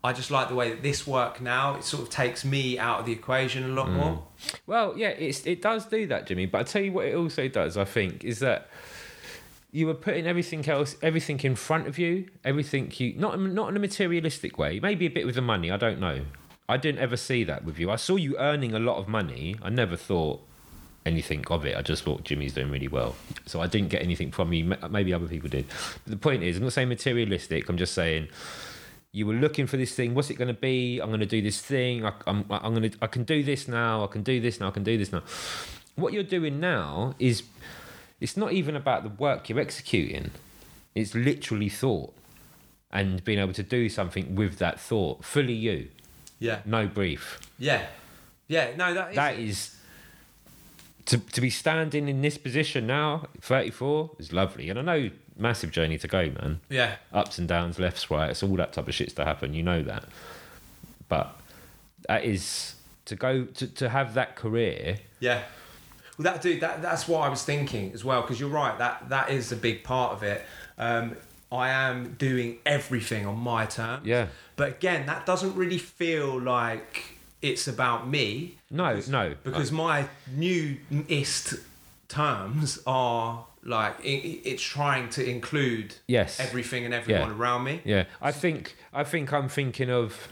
I just like the way that this work now. It sort of takes me out of the equation a lot more.
well, yeah, it's it does do that, Jimmy. But I tell you what, it also does. I think is that you were putting everything else, everything in front of you, everything you not in- not in a materialistic way. Maybe a bit with the money. I don't know. I didn't ever see that with you. I saw you earning a lot of money. I never thought anything of it. I just thought Jimmy's doing really well. So I didn't get anything from you. M- Maybe other people did. But the point is, I'm not saying materialistic. I'm just saying you were looking for this thing. What's it going to be? I'm going to do this thing. I, I'm, I'm going to. I can do this now. I can do this now. I can do this now. What you're doing now is, it's not even about the work you're executing. It's literally thought, and being able to do something with that thought, fully you,
Yeah,
no brief.
yeah, yeah. No, that is,
That is. To, to be standing in this position now, 34, is lovely. And I know massive journey to go, man
yeah,
ups and downs, lefts, rights, all that type of shit's to happen. You know that, but that is to go to, to have that career.
Yeah. Well, that dude, that that's what I was thinking as well. Because you're right, that that is a big part of it. Um, I am doing everything on my terms.
Yeah.
But again, that doesn't really feel like it's about me.
No, no.
Because my newest terms are like i i- it's trying to include
Yes.
everything and everyone around me.
Yeah, I think I think I'm thinking of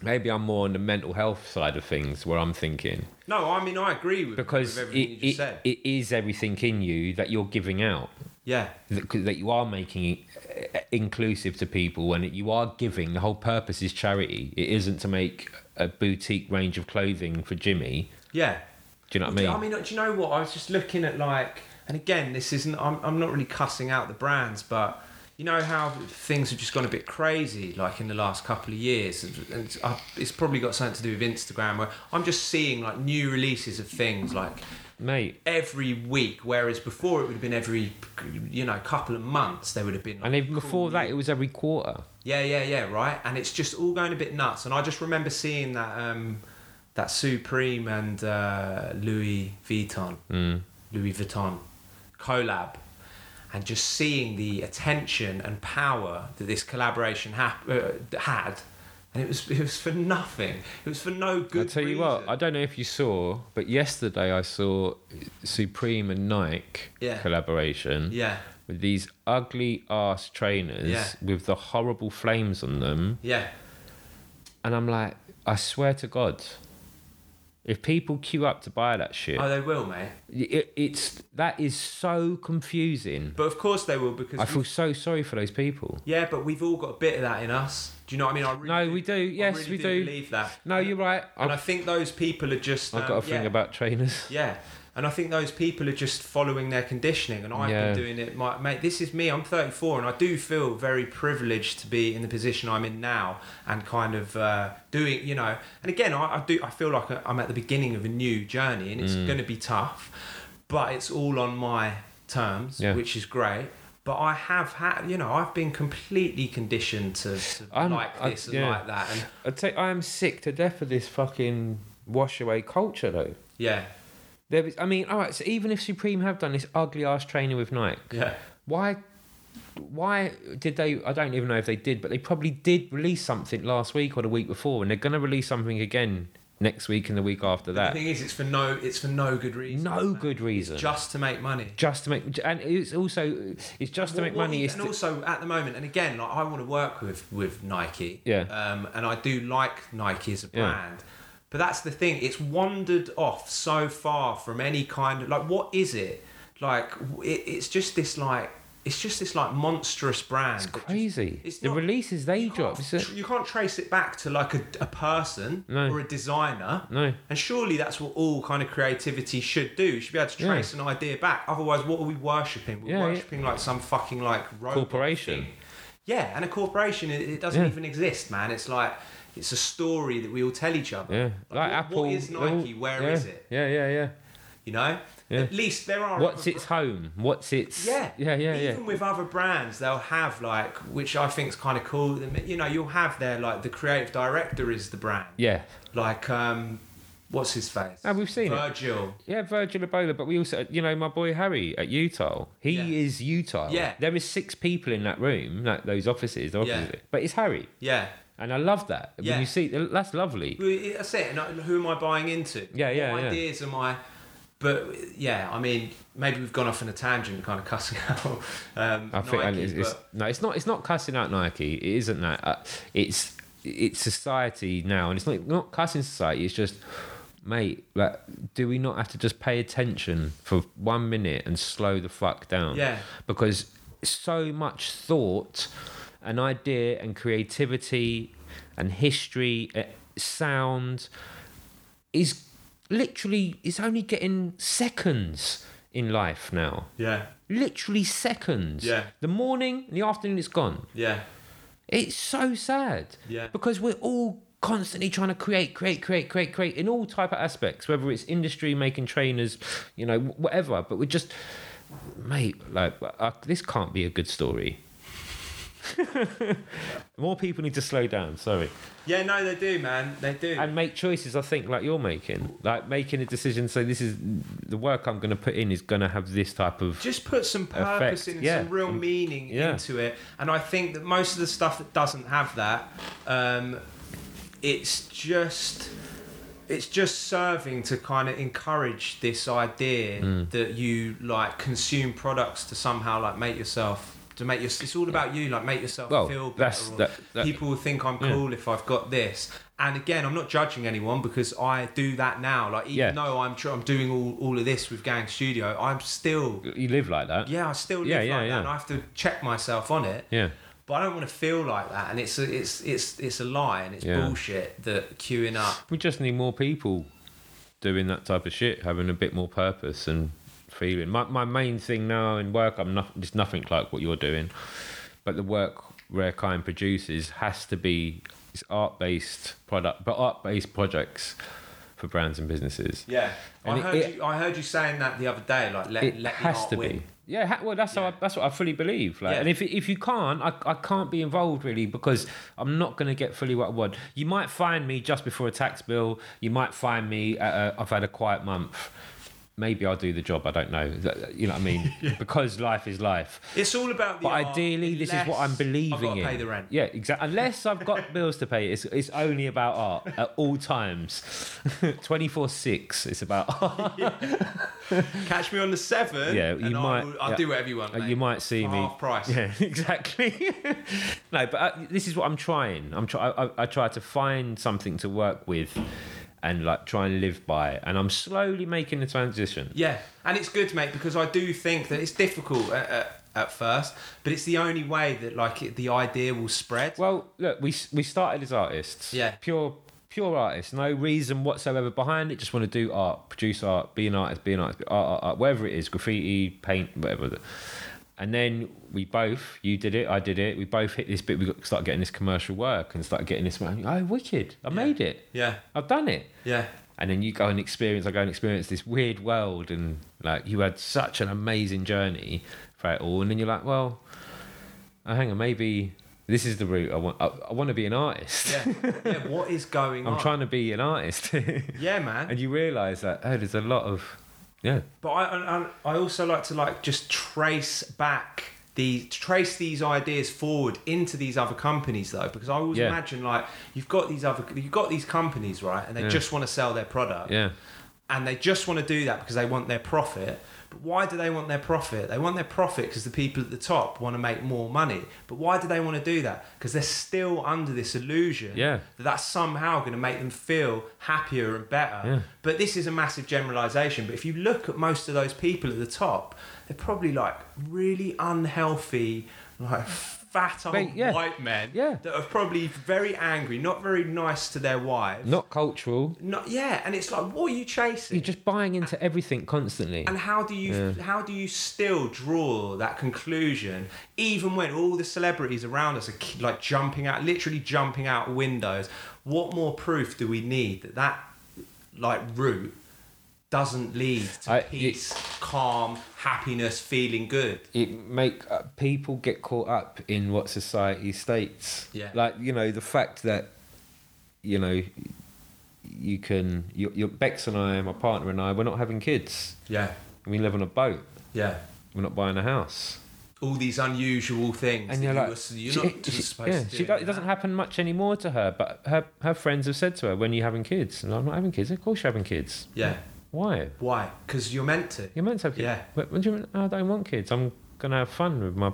maybe I'm more on the mental health side of things where I'm thinking
No, I mean I agree with,
because
with
it,
everything you just
it,
said.
it is everything in you that you're giving out.
yeah.
that, that you are making uh, inclusive to people and that you are giving the whole purpose is charity it isn't to make a boutique range of clothing for jimmy
Yeah.
do you know what
Do-
i mean
do you know what? I was just looking at like, and again, this isn't. I'm, I'm not really cussing out the brands, but you know how things have just gone a bit crazy, like in the last couple of years, and, and it's, I, it's probably got something to do with Instagram. Where I'm just seeing like new releases of things like
mate
every week, whereas before it would have been every, you know, couple of months. There would have been. Like,
and even before
cool
that it was every quarter
yeah, yeah, yeah, right. And it's just all going a bit nuts. And I just remember seeing that um, that Supreme and uh, Louis Vuitton,
Mm.
Louis Vuitton collab, and just seeing the attention and power that this collaboration hap- uh, had And it was, it was for nothing. It was for no good.
I tell you what, I
reason.
don't know if you saw, but yesterday I saw Supreme and Nike
Yeah.
collaboration
yeah,
with these ugly ass trainers
Yeah.
with the horrible flames on them,
yeah,
and I'm like, I swear to God, if people queue up to buy that shit,
Oh, they will, mate.
it, it's that is so confusing.
But of course they will because.
I
we-
feel so sorry for those people.
yeah, but we've all got a bit of that in us. Do you know what I mean? I really
No, we do.
I
Yes,
really
we do.
Believe that.
No, you're right.
And
I've,
I think those people are just.
I've
um,
got a thing
yeah.
about trainers.
Yeah, and I think those people are just following their conditioning, and I've
Yeah.
been doing it. My mate, this is me. I'm 34, and I do feel very privileged to be in the position I'm in now, and kind of uh, doing, you know. And again, I, I do. I feel like I'm at the beginning of a new journey, and it's
Mm.
going to be tough, but it's all on my terms,
Yeah.
which is great. But I have had, you know, I've been completely conditioned to, to
I'm-
like
I-
this and
yeah.
like that, and
I tell you, I am sick to death of this fucking wash away culture though.
yeah,
There is, I mean, all right. So even if Supreme have done this ugly ass trainer with Nike,
yeah,
why, why did they? I don't even know if they did, but they probably did release something last week or the week before, and they're gonna release something again next week and the week after
The
that.
thing is, it's for no, it's for no good reason.
No
man.
good reason. Just,
just to make money.
to make, and it's also it's just to
What-
make
what
money.
he-
It's
and
to-
also at the moment, and again, like I want to work with with Nike.
Yeah.
Um, and I do like Nike as a
Yeah.
brand. But that's the thing; it's wandered off so far from any kind of like what is it? Like w- it, it's just this like it's just this like monstrous brand. that just-
crazy.
it's
the
not-
releases they
you can't
drop. It's a-
tr- you can't trace it back to like a, a person
No.
or a designer.
No.
And surely that's what all kind of creativity should do. You should be able to trace an idea back. Otherwise, what are we worshipping? We're
Yeah, yeah.
worshipping like some fucking like robot
Corporation.
thing. Yeah, and a corporation it, it doesn't
Yeah.
even exist, man. It's like it's a story that we all tell each other.
yeah, like,
Like, what-
Apple.
What is
they're all-
Nike? Where is
yeah,
it?
Yeah, yeah, yeah.
You know.
Yeah.
At least there are.
What's its home? What's its?
Yeah,
yeah, yeah, yeah.
Even with other brands, they'll have like, which I think is kind of cool. You know, you'll have their like the creative director is the brand.
yeah.
Like, um, what's his face?
No, we've seen it.
Virgil.
Yeah, Virgil Abola, but we also, you know, my boy Harry at Utile. He
Yeah.
is Utile.
Yeah.
There is six people in that room, that those offices, the
Yeah.
offices. But it's Harry,
Yeah.
and I love that.
Yeah.
When you see, that's lovely.
Well, it- That's it. And I- who am I buying into?
Yeah, yeah,
What
yeah.
ideas am I? But yeah, I mean, maybe we've gone off on a tangent, kind of cussing <laughs> out. Um,
I think and
Nike,
it's, it's,
but
no, it's not. It's not cussing out Nike. It isn't that. Uh, it's it's society now, and it's not not cussing society. It's just, mate, like, do we not have to just pay attention for one minute and slow the fuck down?
Yeah.
because so much thought, and idea, and creativity, and history, uh, sound, is literally is only getting seconds in life now
yeah,
literally seconds.
Yeah.
The morning, the afternoon, it's gone.
yeah,
It's so sad.
Yeah.
Because we're all constantly trying to create, create, create, create, create in all type of aspects, whether it's industry, making trainers, you know, wh- whatever. But we're just, mate, like uh, this can't be a good story. <laughs> More people need to slow down. Sorry,
yeah. No, they do, man. They do.
and make choices. I think like you're making, like making a decision. So this is the work I'm going to put in is going to have this type of
just put some purpose
Effect,
in and
yeah. Mm.
some real meaning
Yeah.
into it and i think that most of the stuff that doesn't have that um, it's just it's just serving to kind of encourage this idea
Mm.
that you like consume products to somehow like make yourself to make your it's all about you like make yourself
Well,
feel better
that's-
or
that- that-
people will think i'm
Yeah.
cool if i've got this and again i'm not judging anyone because i do that now like even
Yeah.
though i'm tr- i'm doing all, all of this with gang studio i'm still
you live like that.
yeah, I still live
Yeah,
like
yeah,
that,
yeah.
and I have to check myself on it.
yeah.
But I don't want to feel like that, and it's a, it's it's it's a lie, and it's
Yeah.
bullshit that queuing up.
We just need more people doing that type of shit, having a bit more purpose and feeling. My my main thing now in work, I'm not it's nothing like what you're doing, but the work Rare Kind produces has to be it's art based product, but art based projects for brands and businesses.
Yeah, I
And it-
heard
it-
you. I heard you saying that the other day. Like, let
It
let the
has
art
to
win.
be. Yeah, ha- well, that's how I, that's what I fully believe. Like,
Yeah.
and if if you can't, I, I can't be involved really because I'm not going to get fully what I want. You might find me just before a tax bill. You might find me. At a, I've had a quiet month. maybe I'll do the job. I don't know. You know what I <laughs> mean? Because life is life.
It's all about the
But ideally, this is what I'm believing
I've got to
in.
pay the rent.
Yeah, exactly. Unless I've got <laughs> bills to pay, it's, it's only about art at all times. <laughs> 24 6, it's about art.
Catch me on the seven.
Yeah,
and
you might-
I will, I'll
<laughs> yeah.
do whatever you want.
Uh,
mate.
you might see
For
me
half price.
<laughs> Yeah, exactly. <laughs> no, but uh, this is what I'm trying. I'm try. I, I try to find something to work with, and like try and live by. And I'm slowly making the transition.
Yeah, and it's good, mate, because I do think that it's difficult at, at, at first, but it's the only way that like it, the idea will spread.
Well, look, we we started as artists.
Yeah.
Pure pure artists. No reason whatsoever behind it. Just want to do art, produce art, be an artist, be an artist, be- art, art, art, whatever it is, graffiti, paint, whatever. And then we both, you did it, I did it. We both hit this bit. We got start getting this commercial work and start getting this. one. Oh, wicked! I made it.
yeah,
I've done it.
yeah,
And then you go and experience. I go and experience this weird world, and like you had such an amazing journey for it all. And then you're like, well, oh, hang on, maybe this is the route I want. I, I want to be an artist.
yeah. yeah. What is going
<laughs> I'm
on?
trying to be an artist. <laughs> and
yeah, man.
you realise that oh, there's a lot of yeah,
But I, I, I- I also like to like just trace back the trace these ideas forward into these other companies though, because I always
Yeah.
imagine like you've got these other you've got these companies right, and they
Yeah.
just want to sell their product.
yeah,
and they just want to do that because they want their profit. But why do they want their profit? They want their profit because the people at the top want to make more money. But why do they want to do that? Because they're still under this illusion
Yeah.
that that's somehow going to make them feel happier and better.
Yeah.
But this is a massive generalization. But if you look at most of those people at the top, they're probably like really unhealthy, like fat old
Mate, yeah.
white men
Yeah.
that are probably very angry, not very nice to their wives.
not cultural.
Not, yeah, and it's like, what are you chasing?
You're just buying into everything constantly.
And how do you how do you still draw that conclusion even when all the celebrities around us are ki- like jumping out, literally jumping out windows? What more proof do we need that that like route doesn't lead to
I- it-
peace, calm, happiness, feeling good?
it make uh, people get caught up in what society states.
Yeah.
Like you know the fact that you know you can you your Bex and I, my partner and I, we're not having kids.
Yeah,
We live on a boat.
yeah.
We're not buying a house.
All these unusual things,
And
that
you're
you
like,
were s- you're
she-
not
she-
supposed
yeah,
to. Do
she do- it doesn't happen much anymore to her. But her her friends have said to her, "When are you having kids?" And I'm not having kids. Of course you're having kids.
Yeah,
Why?
why? Because you're meant to.
You're meant to have kids.
Yeah.
But, what do you mean, I don't want kids. I'm gonna have fun with my.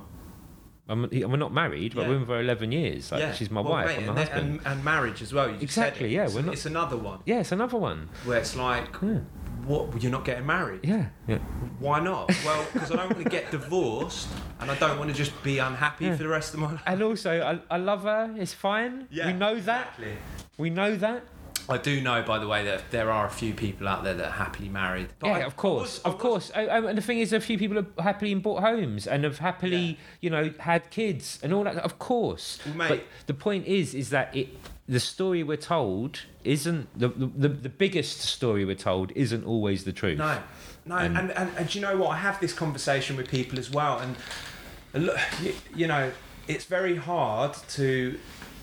I'm, and we're not married, but
Yeah.
we've been for eleven years. Like,
yeah,
she's my
Well,
wife.
mate,
I'm my
and, then-
husband.
and, and marriage as well. You just said
Exactly,
it.
yeah,
It's-
we're not-
it's another one.
yeah, it's another one.
where it's like,
Yeah.
what you're not getting married?
Yeah, yeah.
Why not? Well, because I don't want to get divorced, and I don't want to just be unhappy
Yeah.
for the rest of my life.
And also, I, I love her. It's fine. we know that.
Exactly.
We know that.
I do know, by the way, that there are a few people out there that are happily married. But
yeah,
I-
of course,
I was- I
of
was-
course. Oh, oh, and the thing is, a few people have happily bought homes and have happily,
Yeah.
you know, had kids and all that. Of course.
Well, mate-
But the point is, is that it. The story we're told isn't the, the, the, the biggest story we're told isn't always the truth.
No, no, and, and, and, do you know what? I have this conversation with people as well, and and look, you, you know, it's very hard to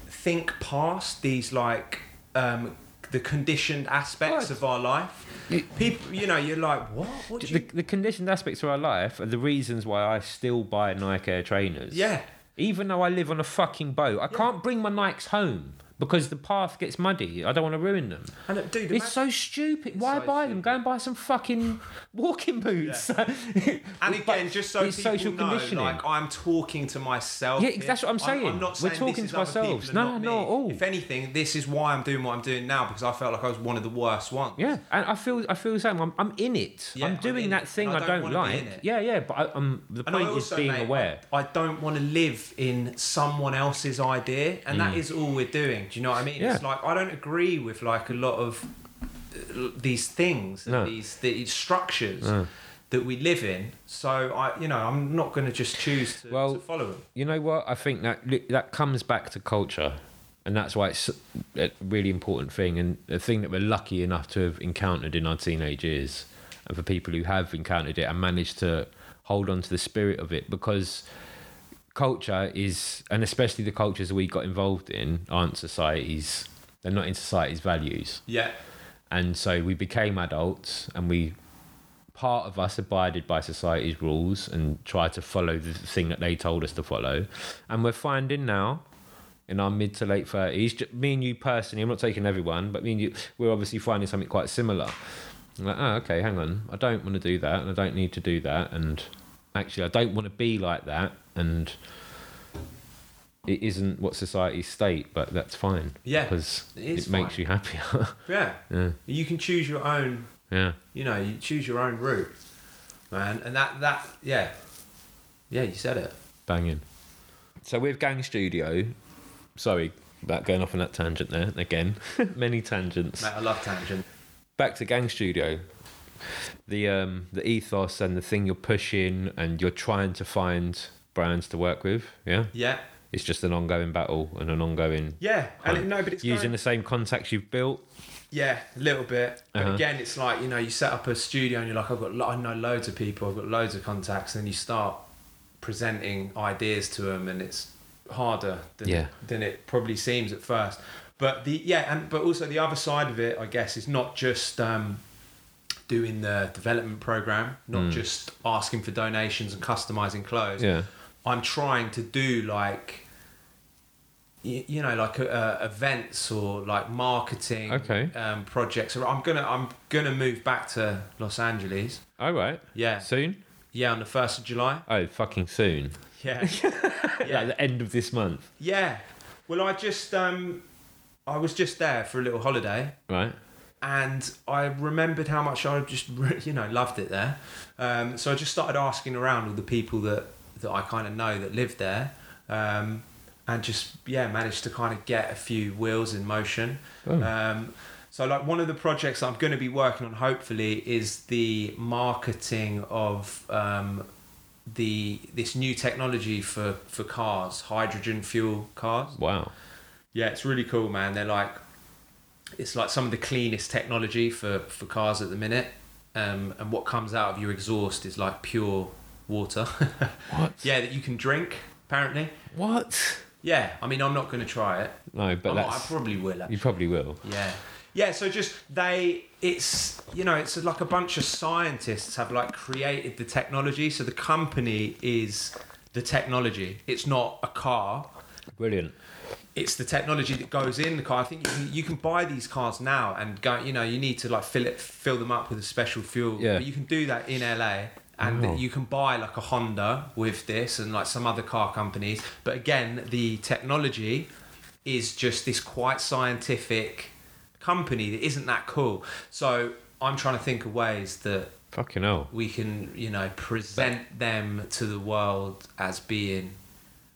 think past these like um, the conditioned aspects
Right.
of our life. People, you know, you're like, what? What do
The,
you?
the conditioned aspects of our life are the reasons why I still buy Nike Air trainers.
Yeah,
Even though I live on a fucking boat, I can't bring my Nikes home because the path gets muddy. I don't want to ruin them.
and it- dude,
It's
imagine,
so stupid. Why
so
buy them? Go and buy
<laughs>
some fucking walking boots.
and
<laughs> But
again, just so
it's
people
social
know,
conditioning.
like I'm talking to myself.
Yeah,
here.
that's what I'm saying.
I'm
We're
not saying this
talking
is
to
other people
ourselves.
and
No,
not
no, not
me.
at all.
If anything, this is why I'm doing what I'm doing now because I felt like I was one of the worst ones.
yeah, and I feel I feel the same. I'm, I'm in it.
Yeah,
I'm
I'm
doing
in
that
it,
thing
and
I
I
don't,
don't wanna be
like.
in it.
Yeah, yeah, but I, um, the
And I
point is
also,
being
mate,
aware.
I, I don't want to live in someone else's idea, and that is all we're doing. Do you know what I mean? It's
Mm. Yeah.
like I don't agree with like a lot of uh, these things,
No.
these these structures that we live in. So I, you know, I'm not going to just choose to,
Well,
to follow them.
You know what? I think that li- that comes back to culture, and that's why it's a really important thing, and a thing that we're lucky enough to have encountered in our teenage years, and for people who have encountered it and managed to hold on to the spirit of it, because culture is, and especially the cultures we got involved in, aren't societies. They're not in society's values
Yeah,
and so we became adults and we part of us abided by society's rules and tried to follow the thing that they told us to follow. And we're finding now in our mid to late 30s, ju- me and you personally, I'm not taking everyone, but me and you, we're obviously finding something quite similar. I'm like, oh, okay, hang on. I don't want to do that and I don't need to do that. And actually, I don't want to be like that. And it isn't what society state, but that's fine.
Yeah,
Because
it is
it makes
fine.
you happier. <laughs>
Yeah. You can choose your own,
yeah.
you know, you choose your own route, man. And that, that, yeah. Yeah, you said it.
Banging. So with Gang Studio, sorry about going off on that tangent there again. Many tangents.
Mate, I love tangent.
Back to Gang Studio. The um the ethos and the thing you're pushing and you're trying to find brands to work with. Yeah,
Yeah.
it's just an ongoing battle and an ongoing.
Yeah. And it,
hunt.
no, but it's
using
going-
the same contacts you've built.
Yeah, a little bit. But
Uh-huh.
again, it's like you know, you set up a studio and you're like, I've got, lo- I know loads of people, I've got loads of contacts, and then you start presenting ideas to them, and it's harder than
Yeah.
than it probably seems at first. But the yeah, and but also the other side of it, I guess, is not just um, doing the development program, not just asking for donations and customizing clothes.
Mm. Yeah.
I'm trying to do like y- you know like uh, events or like marketing
Okay.
um, projects i'm gonna i'm gonna move back to los angeles
All right.
yeah
Soon.
yeah on the 1st of july
Oh, fucking soon.
yeah
Yeah.
yeah
the end of this month.
yeah well i just um i was just there for a little holiday
Right.
and I remembered how much I just re- <laughs> you know loved it there. Um, so I just started asking around all the people that that I kind of know that live there, um, and just yeah managed to kind of get a few wheels in motion. Um, so like one of the projects I'm going to be working on hopefully is the marketing of um, the this new technology for for cars, hydrogen fuel cars.
Wow.
Yeah, it's really cool, man. They're like, it's like some of the cleanest technology for for cars at the minute, um, and what comes out of your exhaust is like pure water. <laughs>
What?
yeah, that you can drink apparently.
What?
Yeah, I mean, I'm not gonna try it,
No, but
I'm not- I
that's
probably will.
you
Actually.
probably will.
Yeah, yeah. So just they, it's you know, it's like a bunch of scientists have like created the technology. So the company is the technology. It's not a car
Brilliant.
it's the technology that goes in the car. I think you can, you can buy these cars now and go. You know, you need to like fill it, fill them up with a special fuel.
Yeah.
But you can do that in LA, and
Wow.
you can buy like a Honda with this and like some other car companies. But again, the technology is just this quite scientific company that isn't that cool. So I'm trying to think of ways that
Fucking hell.
we can you know present them to the world as being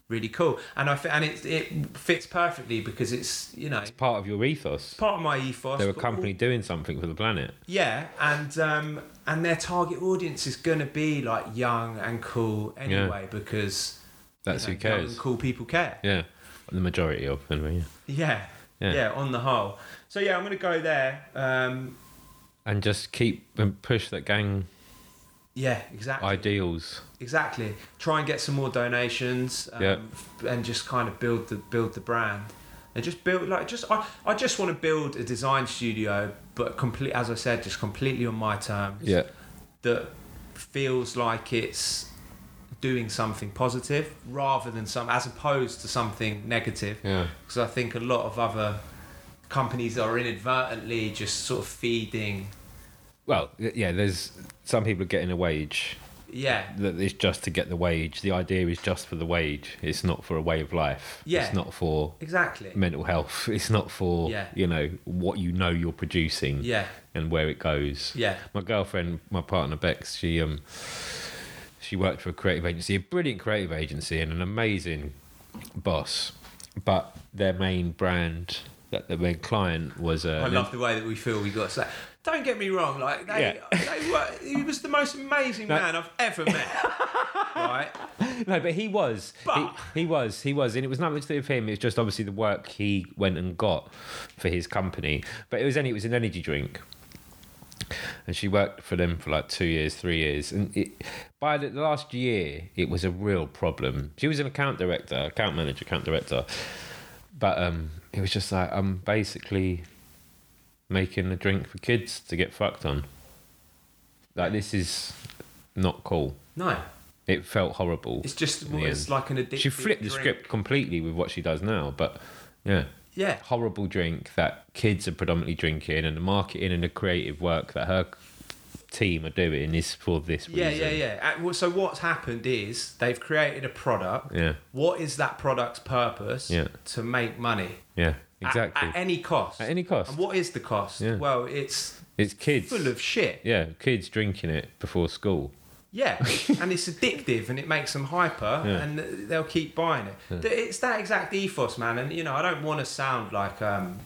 really cool and i fi- and it it fits perfectly because it's you know
Part of your ethos.
part of my ethos
They're a
but
company doing something for the planet.
yeah, and um, and their target audience is going to be like young and cool anyway because
That's
you know,
who
young
cares.
and cool people care.
Yeah. The majority of anyway. Yeah.
Yeah.
Yeah.
yeah, on the whole. So yeah, I'm going to go there. Um,
And just keep and push that gang
yeah, exactly.
ideals.
Exactly. Try and get some more donations, um,
Yeah.
f- and just kind of build the build the brand, and just build like just I, I just want to build a design studio, but complete as I said, just completely on my terms.
Yeah.
That feels like it's doing something positive rather than some as opposed to something negative.
Yeah.
Because I think a lot of other companies are inadvertently just sort of feeding.
Well, y- yeah, there's some people are getting a wage.
Yeah,
That it's just to get the wage. The idea is just for the wage. It's not for a way of life.
Yeah.
It's not for
exactly.
mental health. <laughs> It's not for
Yeah.
you know what you know you're producing
Yeah,
and where it goes.
yeah.
my girlfriend, my partner Bex, she um she worked for a creative agency, a brilliant creative agency and an amazing boss. But their main brand that their main client was uh,
I love the way that we feel we got to say. Don't get me wrong, like they, they were, he was the most amazing man I've ever met.
<laughs>
right?
No, but he was.
But-
He, he was. He was. And it was nothing to do with him. It's just obviously the work he went and got for his company. But it was any. It was an energy drink. And she worked for them for like two years, three years, and it, by the the last year, it was a real problem. She was an account director, account manager, account director, but um, it was just like I'm basically making a drink for kids to get fucked on. Like this is not cool.
No,
It felt horrible.
it's just
the
it's
end.
like an addiction.
she flipped the script completely with what she does now, but yeah.
Yeah,
Horrible drink that kids are predominantly drinking, and the marketing and the creative work that her team are doing is for this
yeah,
reason.
yeah, yeah. Uh, well, So what's happened is they've created a product.
Yeah.
What is that product's purpose?
Yeah.
To make money.
Yeah,
At-
exactly.
At, any cost.
At any cost.
And what is the cost?
Yeah.
Well, it's
it's kids.
full of shit.
yeah, kids drinking it before school.
Yeah, and it's addictive and it makes them hyper
Yeah.
and they'll keep buying it. Th- It's that exact ethos, man. And you know, I don't want to sound like um,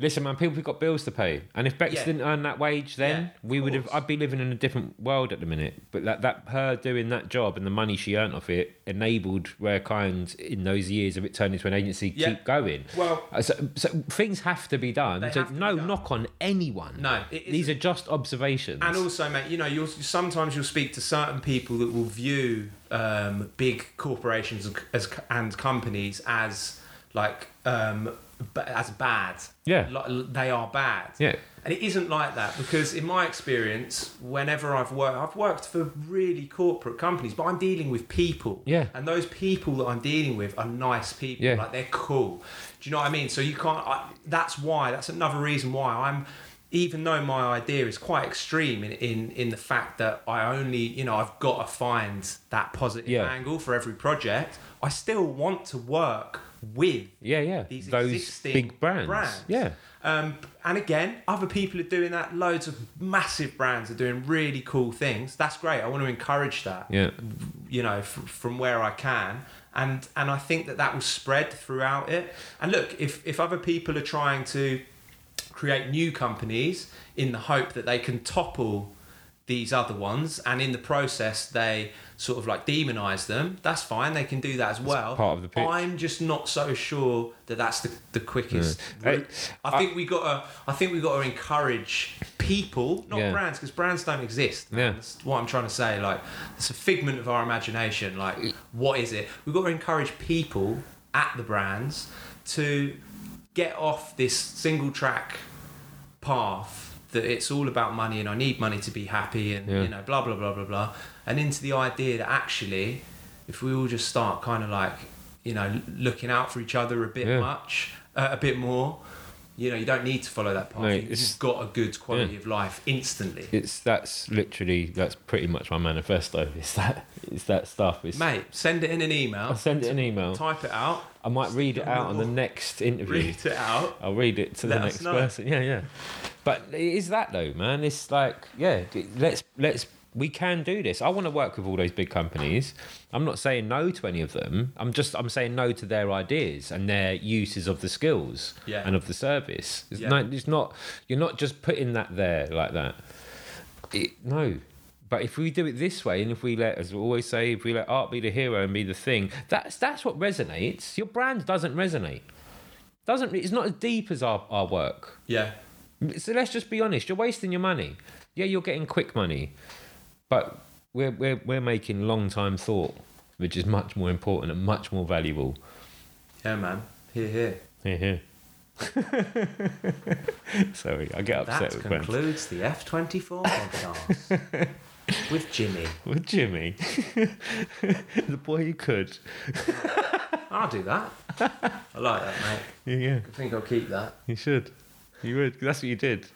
Listen, man, people have got bills to pay, and if Bex
Yeah.
didn't earn that wage, then
Yeah,
we
of
would have.
course.
I'd be living in a different world at the minute. But that, that her doing that job and the money she earned off it enabled Rare Kind in those years of it turning into an agency
Yeah.
keep going.
Well-
Uh, so, so things have to be done.
They
So
have to be
no
done.
knock on anyone.
No, it
these are
isn't.
just observations.
And also, mate, you know, you'll sometimes you'll speak to certain people that will view um, big corporations and- as and companies as like um, ba- as bad.
Yeah.
like, they are bad.
Yeah.
and it isn't like that because in my experience, whenever I've worked, I've worked for really corporate companies, but I'm dealing with people.
Yeah.
and those people that I'm dealing with are nice people.
Yeah.
like they're cool. Do you know what I mean? So you can't. I, that's why. That's another reason why I'm. Even though my idea is quite extreme in, in in the fact that I only, you know, I've got to find that positive
Yeah.
angle for every project, I still want to work with
yeah, yeah,
these
those
existing
big brands.
brands.
Yeah,
Um, and again, other people are doing that. Loads of massive brands are doing really cool things. That's great. I want to encourage that
yeah.
you know fr- from where I can and and I think that that will spread throughout it and look if if other people are trying to create new companies in the hope that they can topple these other ones and in the process they sort of like demonize them that's fine they can do that as well
part of the pitch.
i'm just not so sure that that's the, the quickest
Yeah.
route. i think we gotta i think we gotta encourage people not
Yeah.
brands because brands don't exist man.
Yeah.
That's that's what I'm trying to say. Like, it's a figment of our imagination. Like, what is it? We've got to encourage people at the brands to get off this single track path that it's all about money and I need money to be happy and,
Yeah.
you know, blah, blah, blah, blah, blah. And into the idea that actually, if we all just start kind of like, you know, looking out for each other a bit
Yeah.
much, uh, a bit more. You know, you don't need to follow that path.
No, it's-
You've got a good quality
Yeah.
of life instantly.
It's that's literally that's pretty much my manifesto. <laughs> It's that it's that stuff. It's
Mate, send it in an
I'll
email.
send it an email.
Type it out.
I might read it out on the next interview.
Read it out.
I'll read it to the
Let us
next
know.
person. Yeah, yeah. But it is that though, man? It's like, yeah, d- let's let's we can do this. I want to work with all those big companies. I'm not saying no to any of them. I'm just I'm saying no to their ideas and their uses of the skills
Yeah.
and of the service. It's,
Yeah.
no, it's not you're not just putting that there like that. It, no. But if we do it this way, and if we let, as we always say, if we let art be the hero and be the thing, that's that's what resonates. Your brand doesn't resonate. Doesn't it's not as deep as our, our work.
Yeah.
So let's just be honest. You're wasting your money. Yeah, you're getting quick money, but we're we're we're making long time thought, which is much more important and much more valuable.
Yeah, man. Here, here.
Here, here. <laughs> Sorry, I get upset
That
with friends.
concludes the F24 podcast
<laughs>
with Jimmy.
With Jimmy, <laughs> the boy who could.
I'll do that. I like that, mate.
Yeah, yeah.
I think I'll keep that.
You should. You would. That's what you did.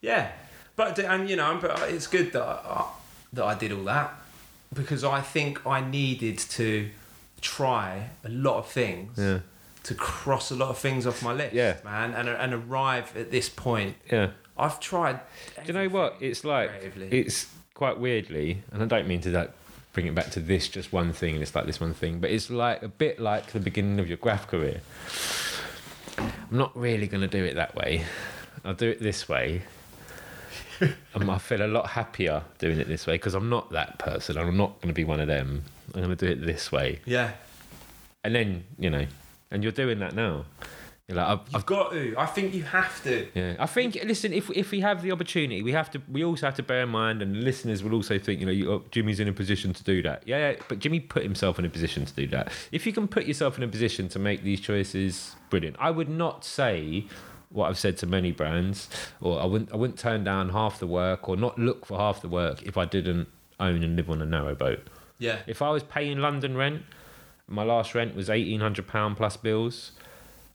Yeah, but and you know, but it's good that I, that I did all that because I think I needed to try a lot of things
Yeah.
to cross a lot of things off my list,
Yeah.
man, and and arrive at this point.
Yeah.
I've tried.
Do you know what? It's like
Creatively.
it's quite weirdly, and I don't mean to like bring it back to this just one thing. It's like this one thing, but it's like a bit like the beginning of your graph career. I'm not really gonna do it that way. I'll do it this way. and I feel a lot happier doing it this way because I'm not that person. I'm not going to be one of them. I'm going to do it this way.
Yeah,
And then, you know, and you're doing that now. You're like, I've,
I've got to. I think you have to.
yeah, I think listen, if if we have the opportunity, we have to. We also have to bear in mind, and listeners will also think, you know, you, oh, Jimmy's in a position to do that. Yeah, yeah, but Jimmy put himself in a position to do that. If you can put yourself in a position to make these choices, brilliant. I would not say what I've said to many brands, or I wouldn't I wouldn't turn down half the work or not look for half the work if I didn't own and live on a narrow boat.
Yeah.
If I was paying London rent, my last rent was eighteen hundred pound plus bills.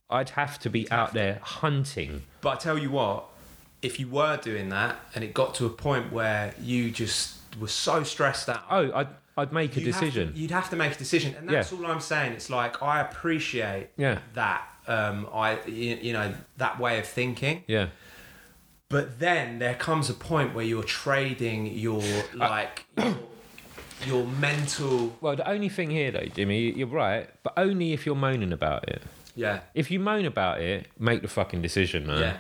I'd have to be out there hunting.
But I tell you what, if you were doing that and it got to a point where you just were so stressed out,
Oh, I'd I'd make a
you'd have to-
decision.
you'd have to make a decision, and that's
Yeah.
all I'm saying. It's like I appreciate
Yeah.
that. Um, I y- you know that way of thinking,
yeah.
but then there comes a point where you're trading your
Uh,
like your, your mental
Well, the only thing here though, Jimmy, you're right, but only if you're moaning about it.
yeah
If you moan about it, make the fucking decision, man.
yeah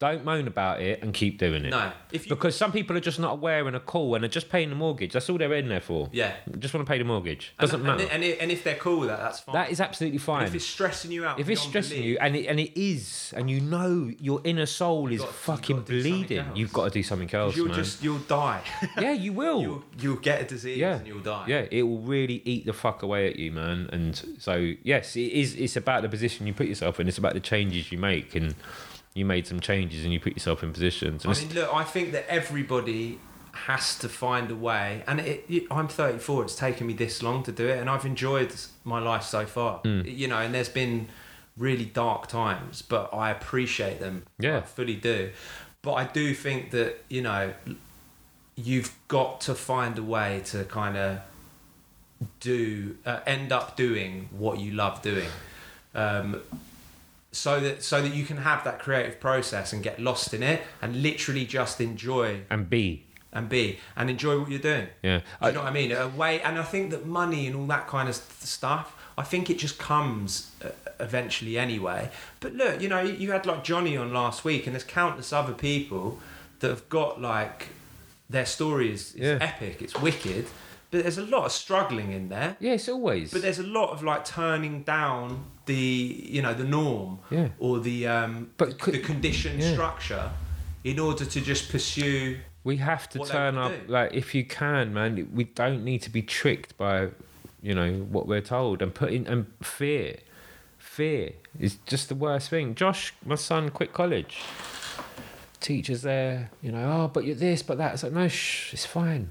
Don't moan about it and keep doing it.
no if you
Because some people are just not aware and are cool and are just paying the mortgage. That's all they're in there for.
yeah
Just want to pay the mortgage. Doesn't
and,
matter.
and, i- and if they're cool with that that's fine.
that is absolutely
But
fine.
if it's stressing you out,
If it's
beyond
stressing
belief,
you and it and it is, and you know your inner soul is
gotta- you've
fucking
gotta do something
bleeding,
else.
you've got to do something else,
you'll
man.
just you'll
<laughs>
die. <laughs>
yeah, you will.
you'll, you'll get a disease
yeah,
and you'll die.
Yeah, it will really eat the fuck away at you, man. And so, yes, it is. It's about the position you put yourself in. It's about the changes you make, and you made some changes, and you put yourself in positions. And
I
it's-
mean, look, I think that everybody has to find a way, and it, you- I'm 34. It's taken me this long to do it, and I've enjoyed my life so far.
Hmm.
You know, and there's been really dark times, but I appreciate them.
Yeah.
I fully do. But I do think that you know, you've got to find a way to kind of do uh, end up doing what you love doing. Um, so that so that you can have that creative process and get lost in it and literally just enjoy
and be,
and be and enjoy what you're doing.
yeah.
Do
I-
you know what I mean? A way, and I think that money and all that kind of st- stuff. I think it just comes uh, eventually anyway. But look, you know, you- you had like Johnny on last week, and there's countless other people that have got like their story is, is
Yeah.
epic, it's wicked, but there's a lot of struggling in there.
yeah, it's always.
But there's a lot of like turning down the you know the norm
Yeah.
or the um
But could-
the conditioned
yeah.
structure in order to just pursue
We have to
what they
turn
can
up
do.
like if you can, man. We don't need to be tricked by, you know, what we're told and put in and fear. Fear is just the worst thing. Josh, my son, quit college. Teachers there, you know, oh, but you're this, but that. It's like no, shh, it's fine,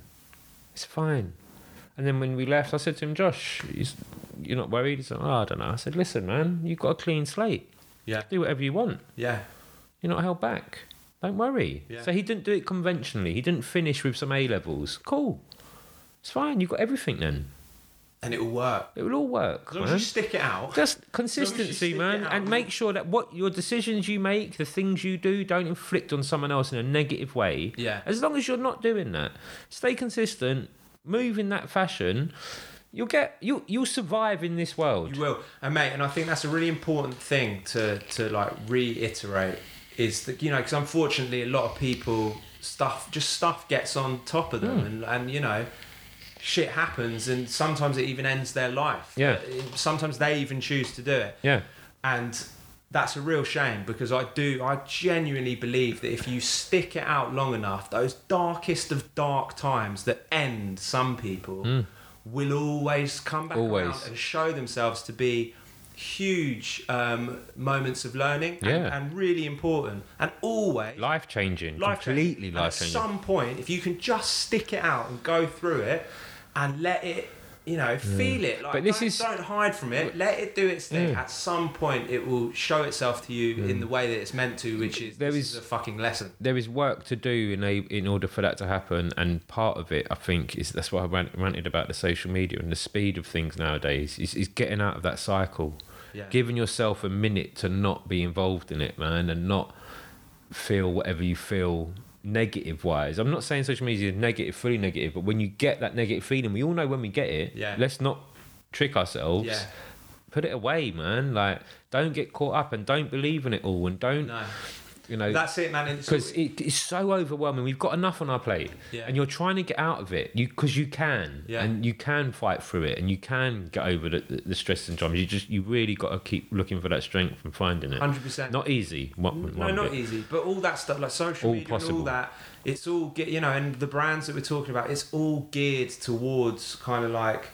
it's fine. And then when we left, I said to him, Josh, is- you're not worried? He's like, oh, I don't know. I said, listen, man, you've got a clean slate.
yeah
Do whatever you want
yeah
you're not held back. Don't worry.
Yeah.
So he didn't do it conventionally. He didn't finish with some A levels. Cool. It's fine. You've got everything then.
and it will work
It will all work.
as long as you
Man.
stick it out
Just
you
consistency,
stick
man,
it out,
and
man.
make sure that what your decisions you make, the things you do, don't inflict on someone else in a negative way.
Yeah.
As long as you're not doing that, stay consistent, move in that fashion. You'll get you you'll survive in this world.
you will and mate and I think that's a really important thing to to like reiterate is that you know because unfortunately a lot of people stuff just stuff gets on top of
Hmm.
them and and you know shit happens and sometimes it even ends their life
Yeah.
sometimes they even choose to do it
yeah.
and that's a real shame because I do I genuinely believe that if you stick it out long enough those darkest of dark times that end some people will always come back
Hmm. Always.
around and show themselves to be huge um, moments of learning and,
Yeah.
and really important and always
Life changing.
life-changing.
Completely
And
life changing.
At some point, if you can just stick it out and go through it, and let it, you know,
Mm.
feel it. Like,
But this
don't,
is- Mm.
don't hide from it. Let it do its thing.
Yeah.
At some point, it will show itself to you
Mm.
in the way that it's meant to, which is
There
there
is-
is a fucking lesson.
there is work to do in a, in order for that to happen, and part of it, I think, is that's why I rant, ranted about the social media and the speed of things nowadays. Is, is getting out of that cycle,
Yeah.
giving yourself a minute to not be involved in it, man, and not feel whatever you feel negative wise. I'm not saying social media is negative, fully negative, but when you get that negative feeling, we all know when we get it.
Yeah.
Let's not trick ourselves.
Yeah.
Put it away, man. Like, don't get caught up and don't believe in it all, and don't,
No,
you know
that's it, man. It's-
because it, it's so overwhelming. We've got enough on our plate,
Yeah.
and you're trying to get out of it. You because you can,
Yeah.
and you can fight through it, and you can get over the, the, the stress and dramas. You just you really got to keep looking for that strength and finding it.
100%.
Not easy. One,
No,
one
not
bit.
easy. But all that stuff, like social
All
media
possible.
and all that, it's all ge- you know, and the brands that we're talking about, it's all geared towards kind of like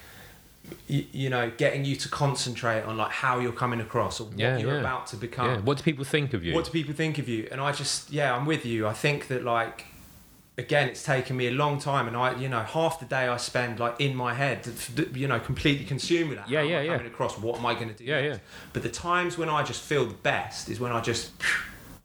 you, you know, getting you to concentrate on like how you're coming across or what
Yeah,
you're
yeah.
about to become.
Yeah. What do people think of you?
What do people think of you? And I just, yeah, I'm with you. I think that like, again, it's taken me a long time, and I, you know, half the day I spend like in my head, you know, completely consumed with that.
Yeah,
How am
yeah,
I
yeah.
Coming across, what am I going to do?
Yeah,
next?
yeah.
But the times when I just feel the best is when I just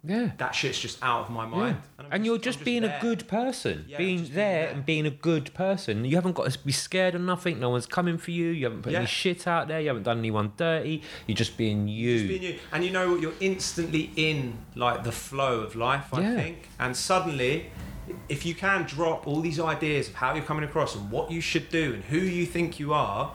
yeah.
that shit's just out of my
Yeah.
mind.
And,
I'm
you're
I'm
just, being
there.
a good person,
Yeah,
being
just
there,
being there.
and being a good person. You haven't got to be scared of nothing. No one's coming for you. You haven't put
Yeah.
any shit out there. You haven't done anyone dirty. You're just being you.
Just being you. And you know what? You're instantly in like the flow of life, I
Yeah.
think. And suddenly, if you can drop all these ideas of how you're coming across and what you should do and who you think you are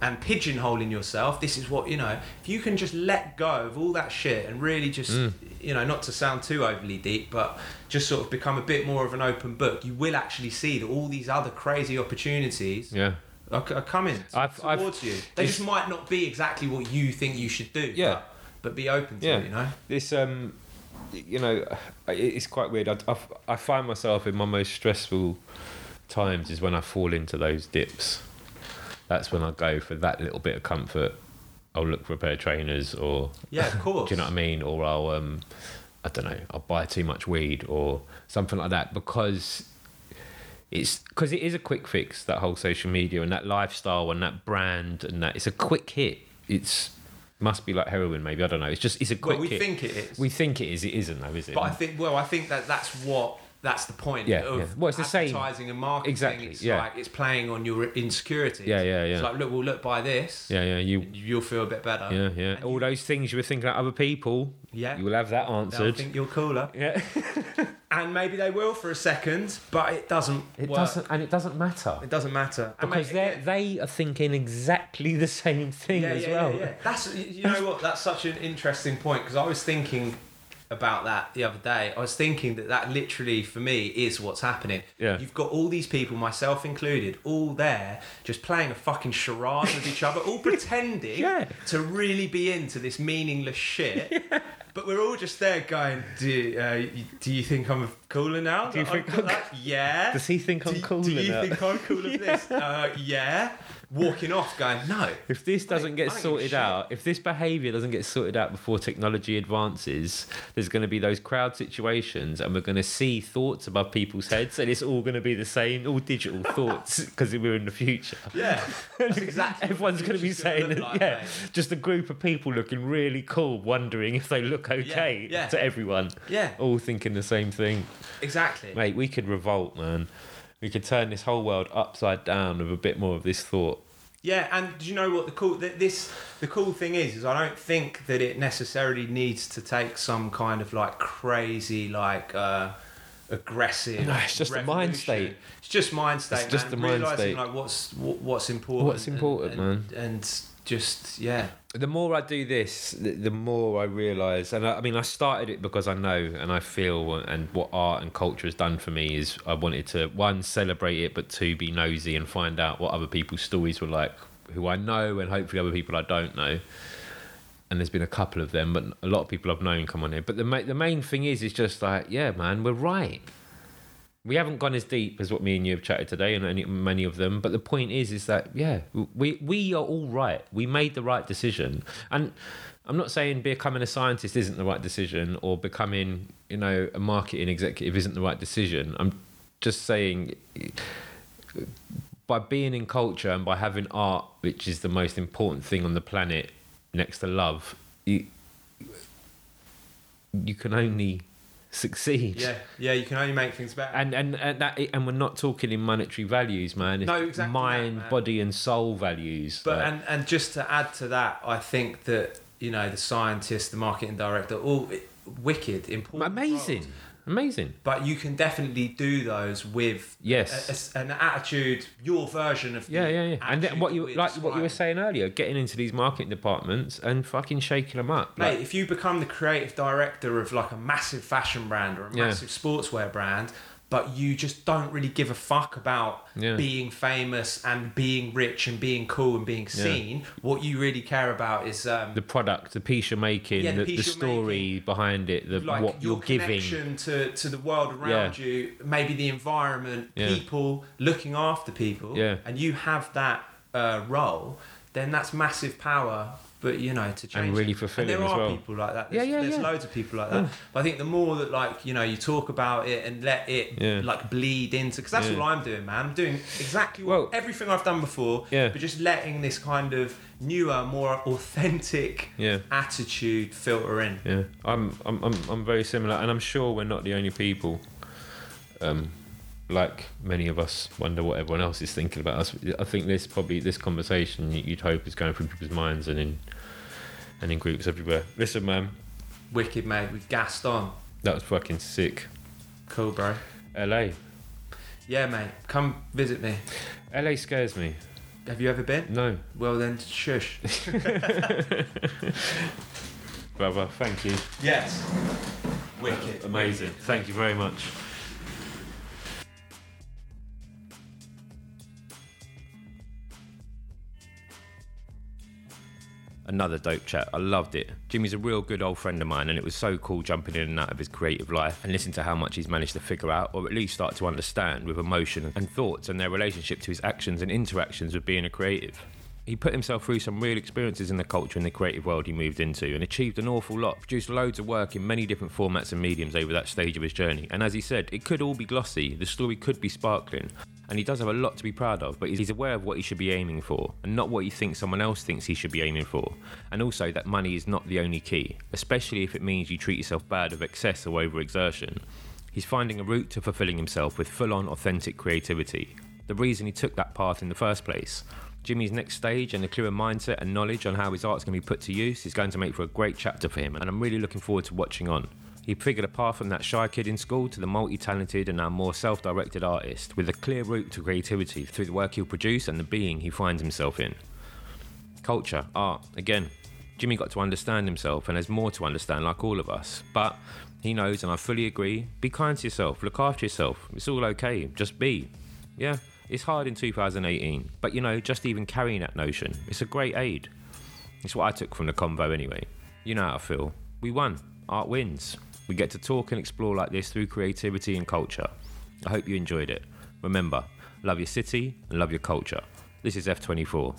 and pigeonholing yourself, this is what, you know, if you can just let go of all that shit and really just,
Mm.
you know, not to sound too overly deep, but just sort of become a bit more of an open book, you will actually see that all these other crazy opportunities
Yeah.
are, are coming t-
I've- I've-
towards you. They
it's-
just might not be exactly what you think you should do.
Yeah.
But, but be open to
Yeah.
it, you know?
This um, you know, it- it's quite weird. I, I, I find myself in my most stressful times is when I fall into those dips. That's when I go for that little bit of comfort. I'll look for a pair of trainers or
Yeah, of course.
<laughs> Do you know what I mean? Or I'll, um, I don't know, I'll buy too much weed or something like that because it's because it is a quick fix that whole social media and that lifestyle and that brand and that it's a quick hit. It's must be like heroin, maybe I don't know. It's just it's a quick.
Well, we
hit.
think it is.
We think it is. It isn't though, is it?
but I think, well, I think that that's what. That's the point
Yeah,
of
yeah. Well, it's the same-
advertising and marketing.
Exactly,
It's
yeah.
like it's playing on your insecurities.
Yeah, yeah, yeah.
It's like, look, well, look, buy this.
yeah, yeah, you,
You'll feel a bit better.
yeah, yeah. All those things you were thinking about other people.
Yeah.
you will have that
They'll
answered.
think you're cooler.
yeah,
<laughs> And maybe they will for a second, but it doesn't
it
work.
doesn't, and it doesn't matter
It doesn't matter. And
because
mate,
they they are thinking exactly the same thing as well.
That's y- you know what? That's such an interesting point because I was thinking about that the other day. I was thinking that that literally for me is what's happening.
Yeah.
You've got all these people, myself included, all there just playing a fucking charade with each other,
<laughs>
all pretending
Yeah.
to really be into this meaningless
<laughs>
shit. But we're all just there going, do, uh, y- do you think I'm cooler now? Do
you think I'm- <laughs>
Yeah.
Does he think I'm
do,
cooler
Do you
now?
think I'm cooler
<laughs>
than this? Uh, yeah. Walking off going, no.
If this doesn't
I
get
don't give a
sorted
shit.
out, if this behaviour doesn't get sorted out before technology advances, there's going to be those crowd situations, and we're going to see thoughts above people's heads, and it's all going to be the same, all digital thoughts, <laughs> because we're in the future.
Yeah,
<laughs>
that's exactly. what
Everyone's
the
going to be
future's gonna
saying,
look like,
yeah,
mate.
just a group of people looking really cool, wondering if they look okay
yeah.
to everyone,
yeah,
all thinking the same thing.
exactly.
Mate, we could revolt, man. We could turn this whole world upside down with a bit more of this thought.
Yeah, and do you know what the cool that this the cool thing is is I don't think that it necessarily needs to take some kind of like crazy like uh aggressive.
No, it's just a mind
revolution.
state.
It's just mind state.
It's just
man.
a mind
Realising,
state.
Like what's what, what's important.
What's
and,
important,
man. And just yeah,
the more I do this, the, the more I realise, and I, I mean, I started it because I know and I feel, and what art and culture has done for me is I wanted to one celebrate it, but two be nosy and find out what other people's stories were like, who I know, and hopefully other people I don't know. And there's been a couple of them, but a lot of people I've known come on here. But the ma- the main thing is, is just like, yeah, man, we're right. We haven't gone as deep as what me and you have chatted today, and any, many of them. But the point is, is that yeah, we we are all right. We made the right decision, and I'm not saying becoming a scientist isn't the right decision, or becoming you know a marketing executive isn't the right decision. I'm just saying by being in culture and by having art, which is the most important thing on the planet next to love, you you can only succeed
yeah, yeah. You can only make things better.
and and and, that, and we're not talking in monetary values, man. It's
No, exactly
Mind,
that, man.
body, and soul values.
But
like-
and, and just to add to that, I think that you know the scientist, the marketing director, all wicked, important,
amazing,
roles.
amazing.
But you can definitely do those with
Yes.
a- a s- an attitude, your version of the
Yeah, yeah, yeah. And then
attitude
what
that
you
we're
like, what you were
describing.
saying earlier, getting into these marketing departments and fucking shaking them up.
Mate,
Like,
if you become the creative director of like a massive fashion brand or a
Yeah.
massive sportswear brand, but you just don't really give a fuck about
Yeah.
being famous and being rich and being cool and being seen, what you really care about is um,
the product, the piece you're making,
Yeah, the
the, the,
piece you're
story behind it, the
like
what
your
you're giving.
connection to, to the world around you, maybe the environment,
Yeah.
people, looking after people,
Yeah.
and you have that uh, role, then that's massive power. But you know, to change
really
it.
fulfilling
And there
as
are
well.
people like that.
Yeah,
There's,
yeah,
There's
yeah.
loads of people like that. But I think the more that like you know you talk about it and let it
Yeah.
like bleed into because that's
Yeah.
all I'm doing, man. I'm doing exactly
Well-
what, everything I've done before,
Yeah.
but just letting this kind of newer, more authentic
Yeah.
attitude filter in.
Yeah, I'm, I'm, I'm, I'm very similar, and I'm sure we're not the only people. Um, like many of us wonder what everyone else is thinking about us. I think this probably this conversation you- you'd hope is going through people's minds and in and in groups everywhere. Listen, man,
Wicked mate, we gassed on.
that was fucking sick.
Cool, bro.
LA,
Yeah, mate, come visit me.
LA scares me.
Have you ever been?
No,
Well then, shush.
brother, thank you.
yes. Wicked.
Amazing. Thank you very much. Another dope chat. I loved it. Jimmy's a real good old friend of mine, and it was so cool jumping in and out of his creative life and listening to how much he's managed to figure out, or at least start to understand with emotion and thoughts and their relationship to his actions and interactions with being a creative. He put himself through some real experiences in the culture and the creative world he moved into and achieved an awful lot, produced loads of work in many different formats and mediums over that stage of his journey. And as he said, it could all be glossy, the story could be sparkling. And he does have a lot to be proud of, but he's aware of what he should be aiming for and not what he thinks someone else thinks he should be aiming for. And also that money is not the only key, especially if it means you treat yourself bad of excess or overexertion. He's finding a route to fulfilling himself with full on authentic creativity. The reason he took that path in the first place. Jimmy's next stage and a clearer mindset and knowledge on how his art's going to be put to use is going to make for a great chapter for him, and I'm really looking forward to watching on. He figured a path from that shy kid in school to the multi talented and now more self directed artist, with a clear route to creativity through the work he'll produce and the being he finds himself in culture, art. Again, Jimmy got to understand himself and there's more to understand, like all of us. But he knows, and I fully agree be kind to yourself, look after yourself. It's all okay, just be. Yeah, it's hard in 2018, but you know, just even carrying that notion, it's a great aid. It's what I took from the convo anyway. You know how I feel. We won. Art wins. We get to talk and explore like this through creativity and culture. I hope you enjoyed it. Remember, love your city and love your culture. This is F24.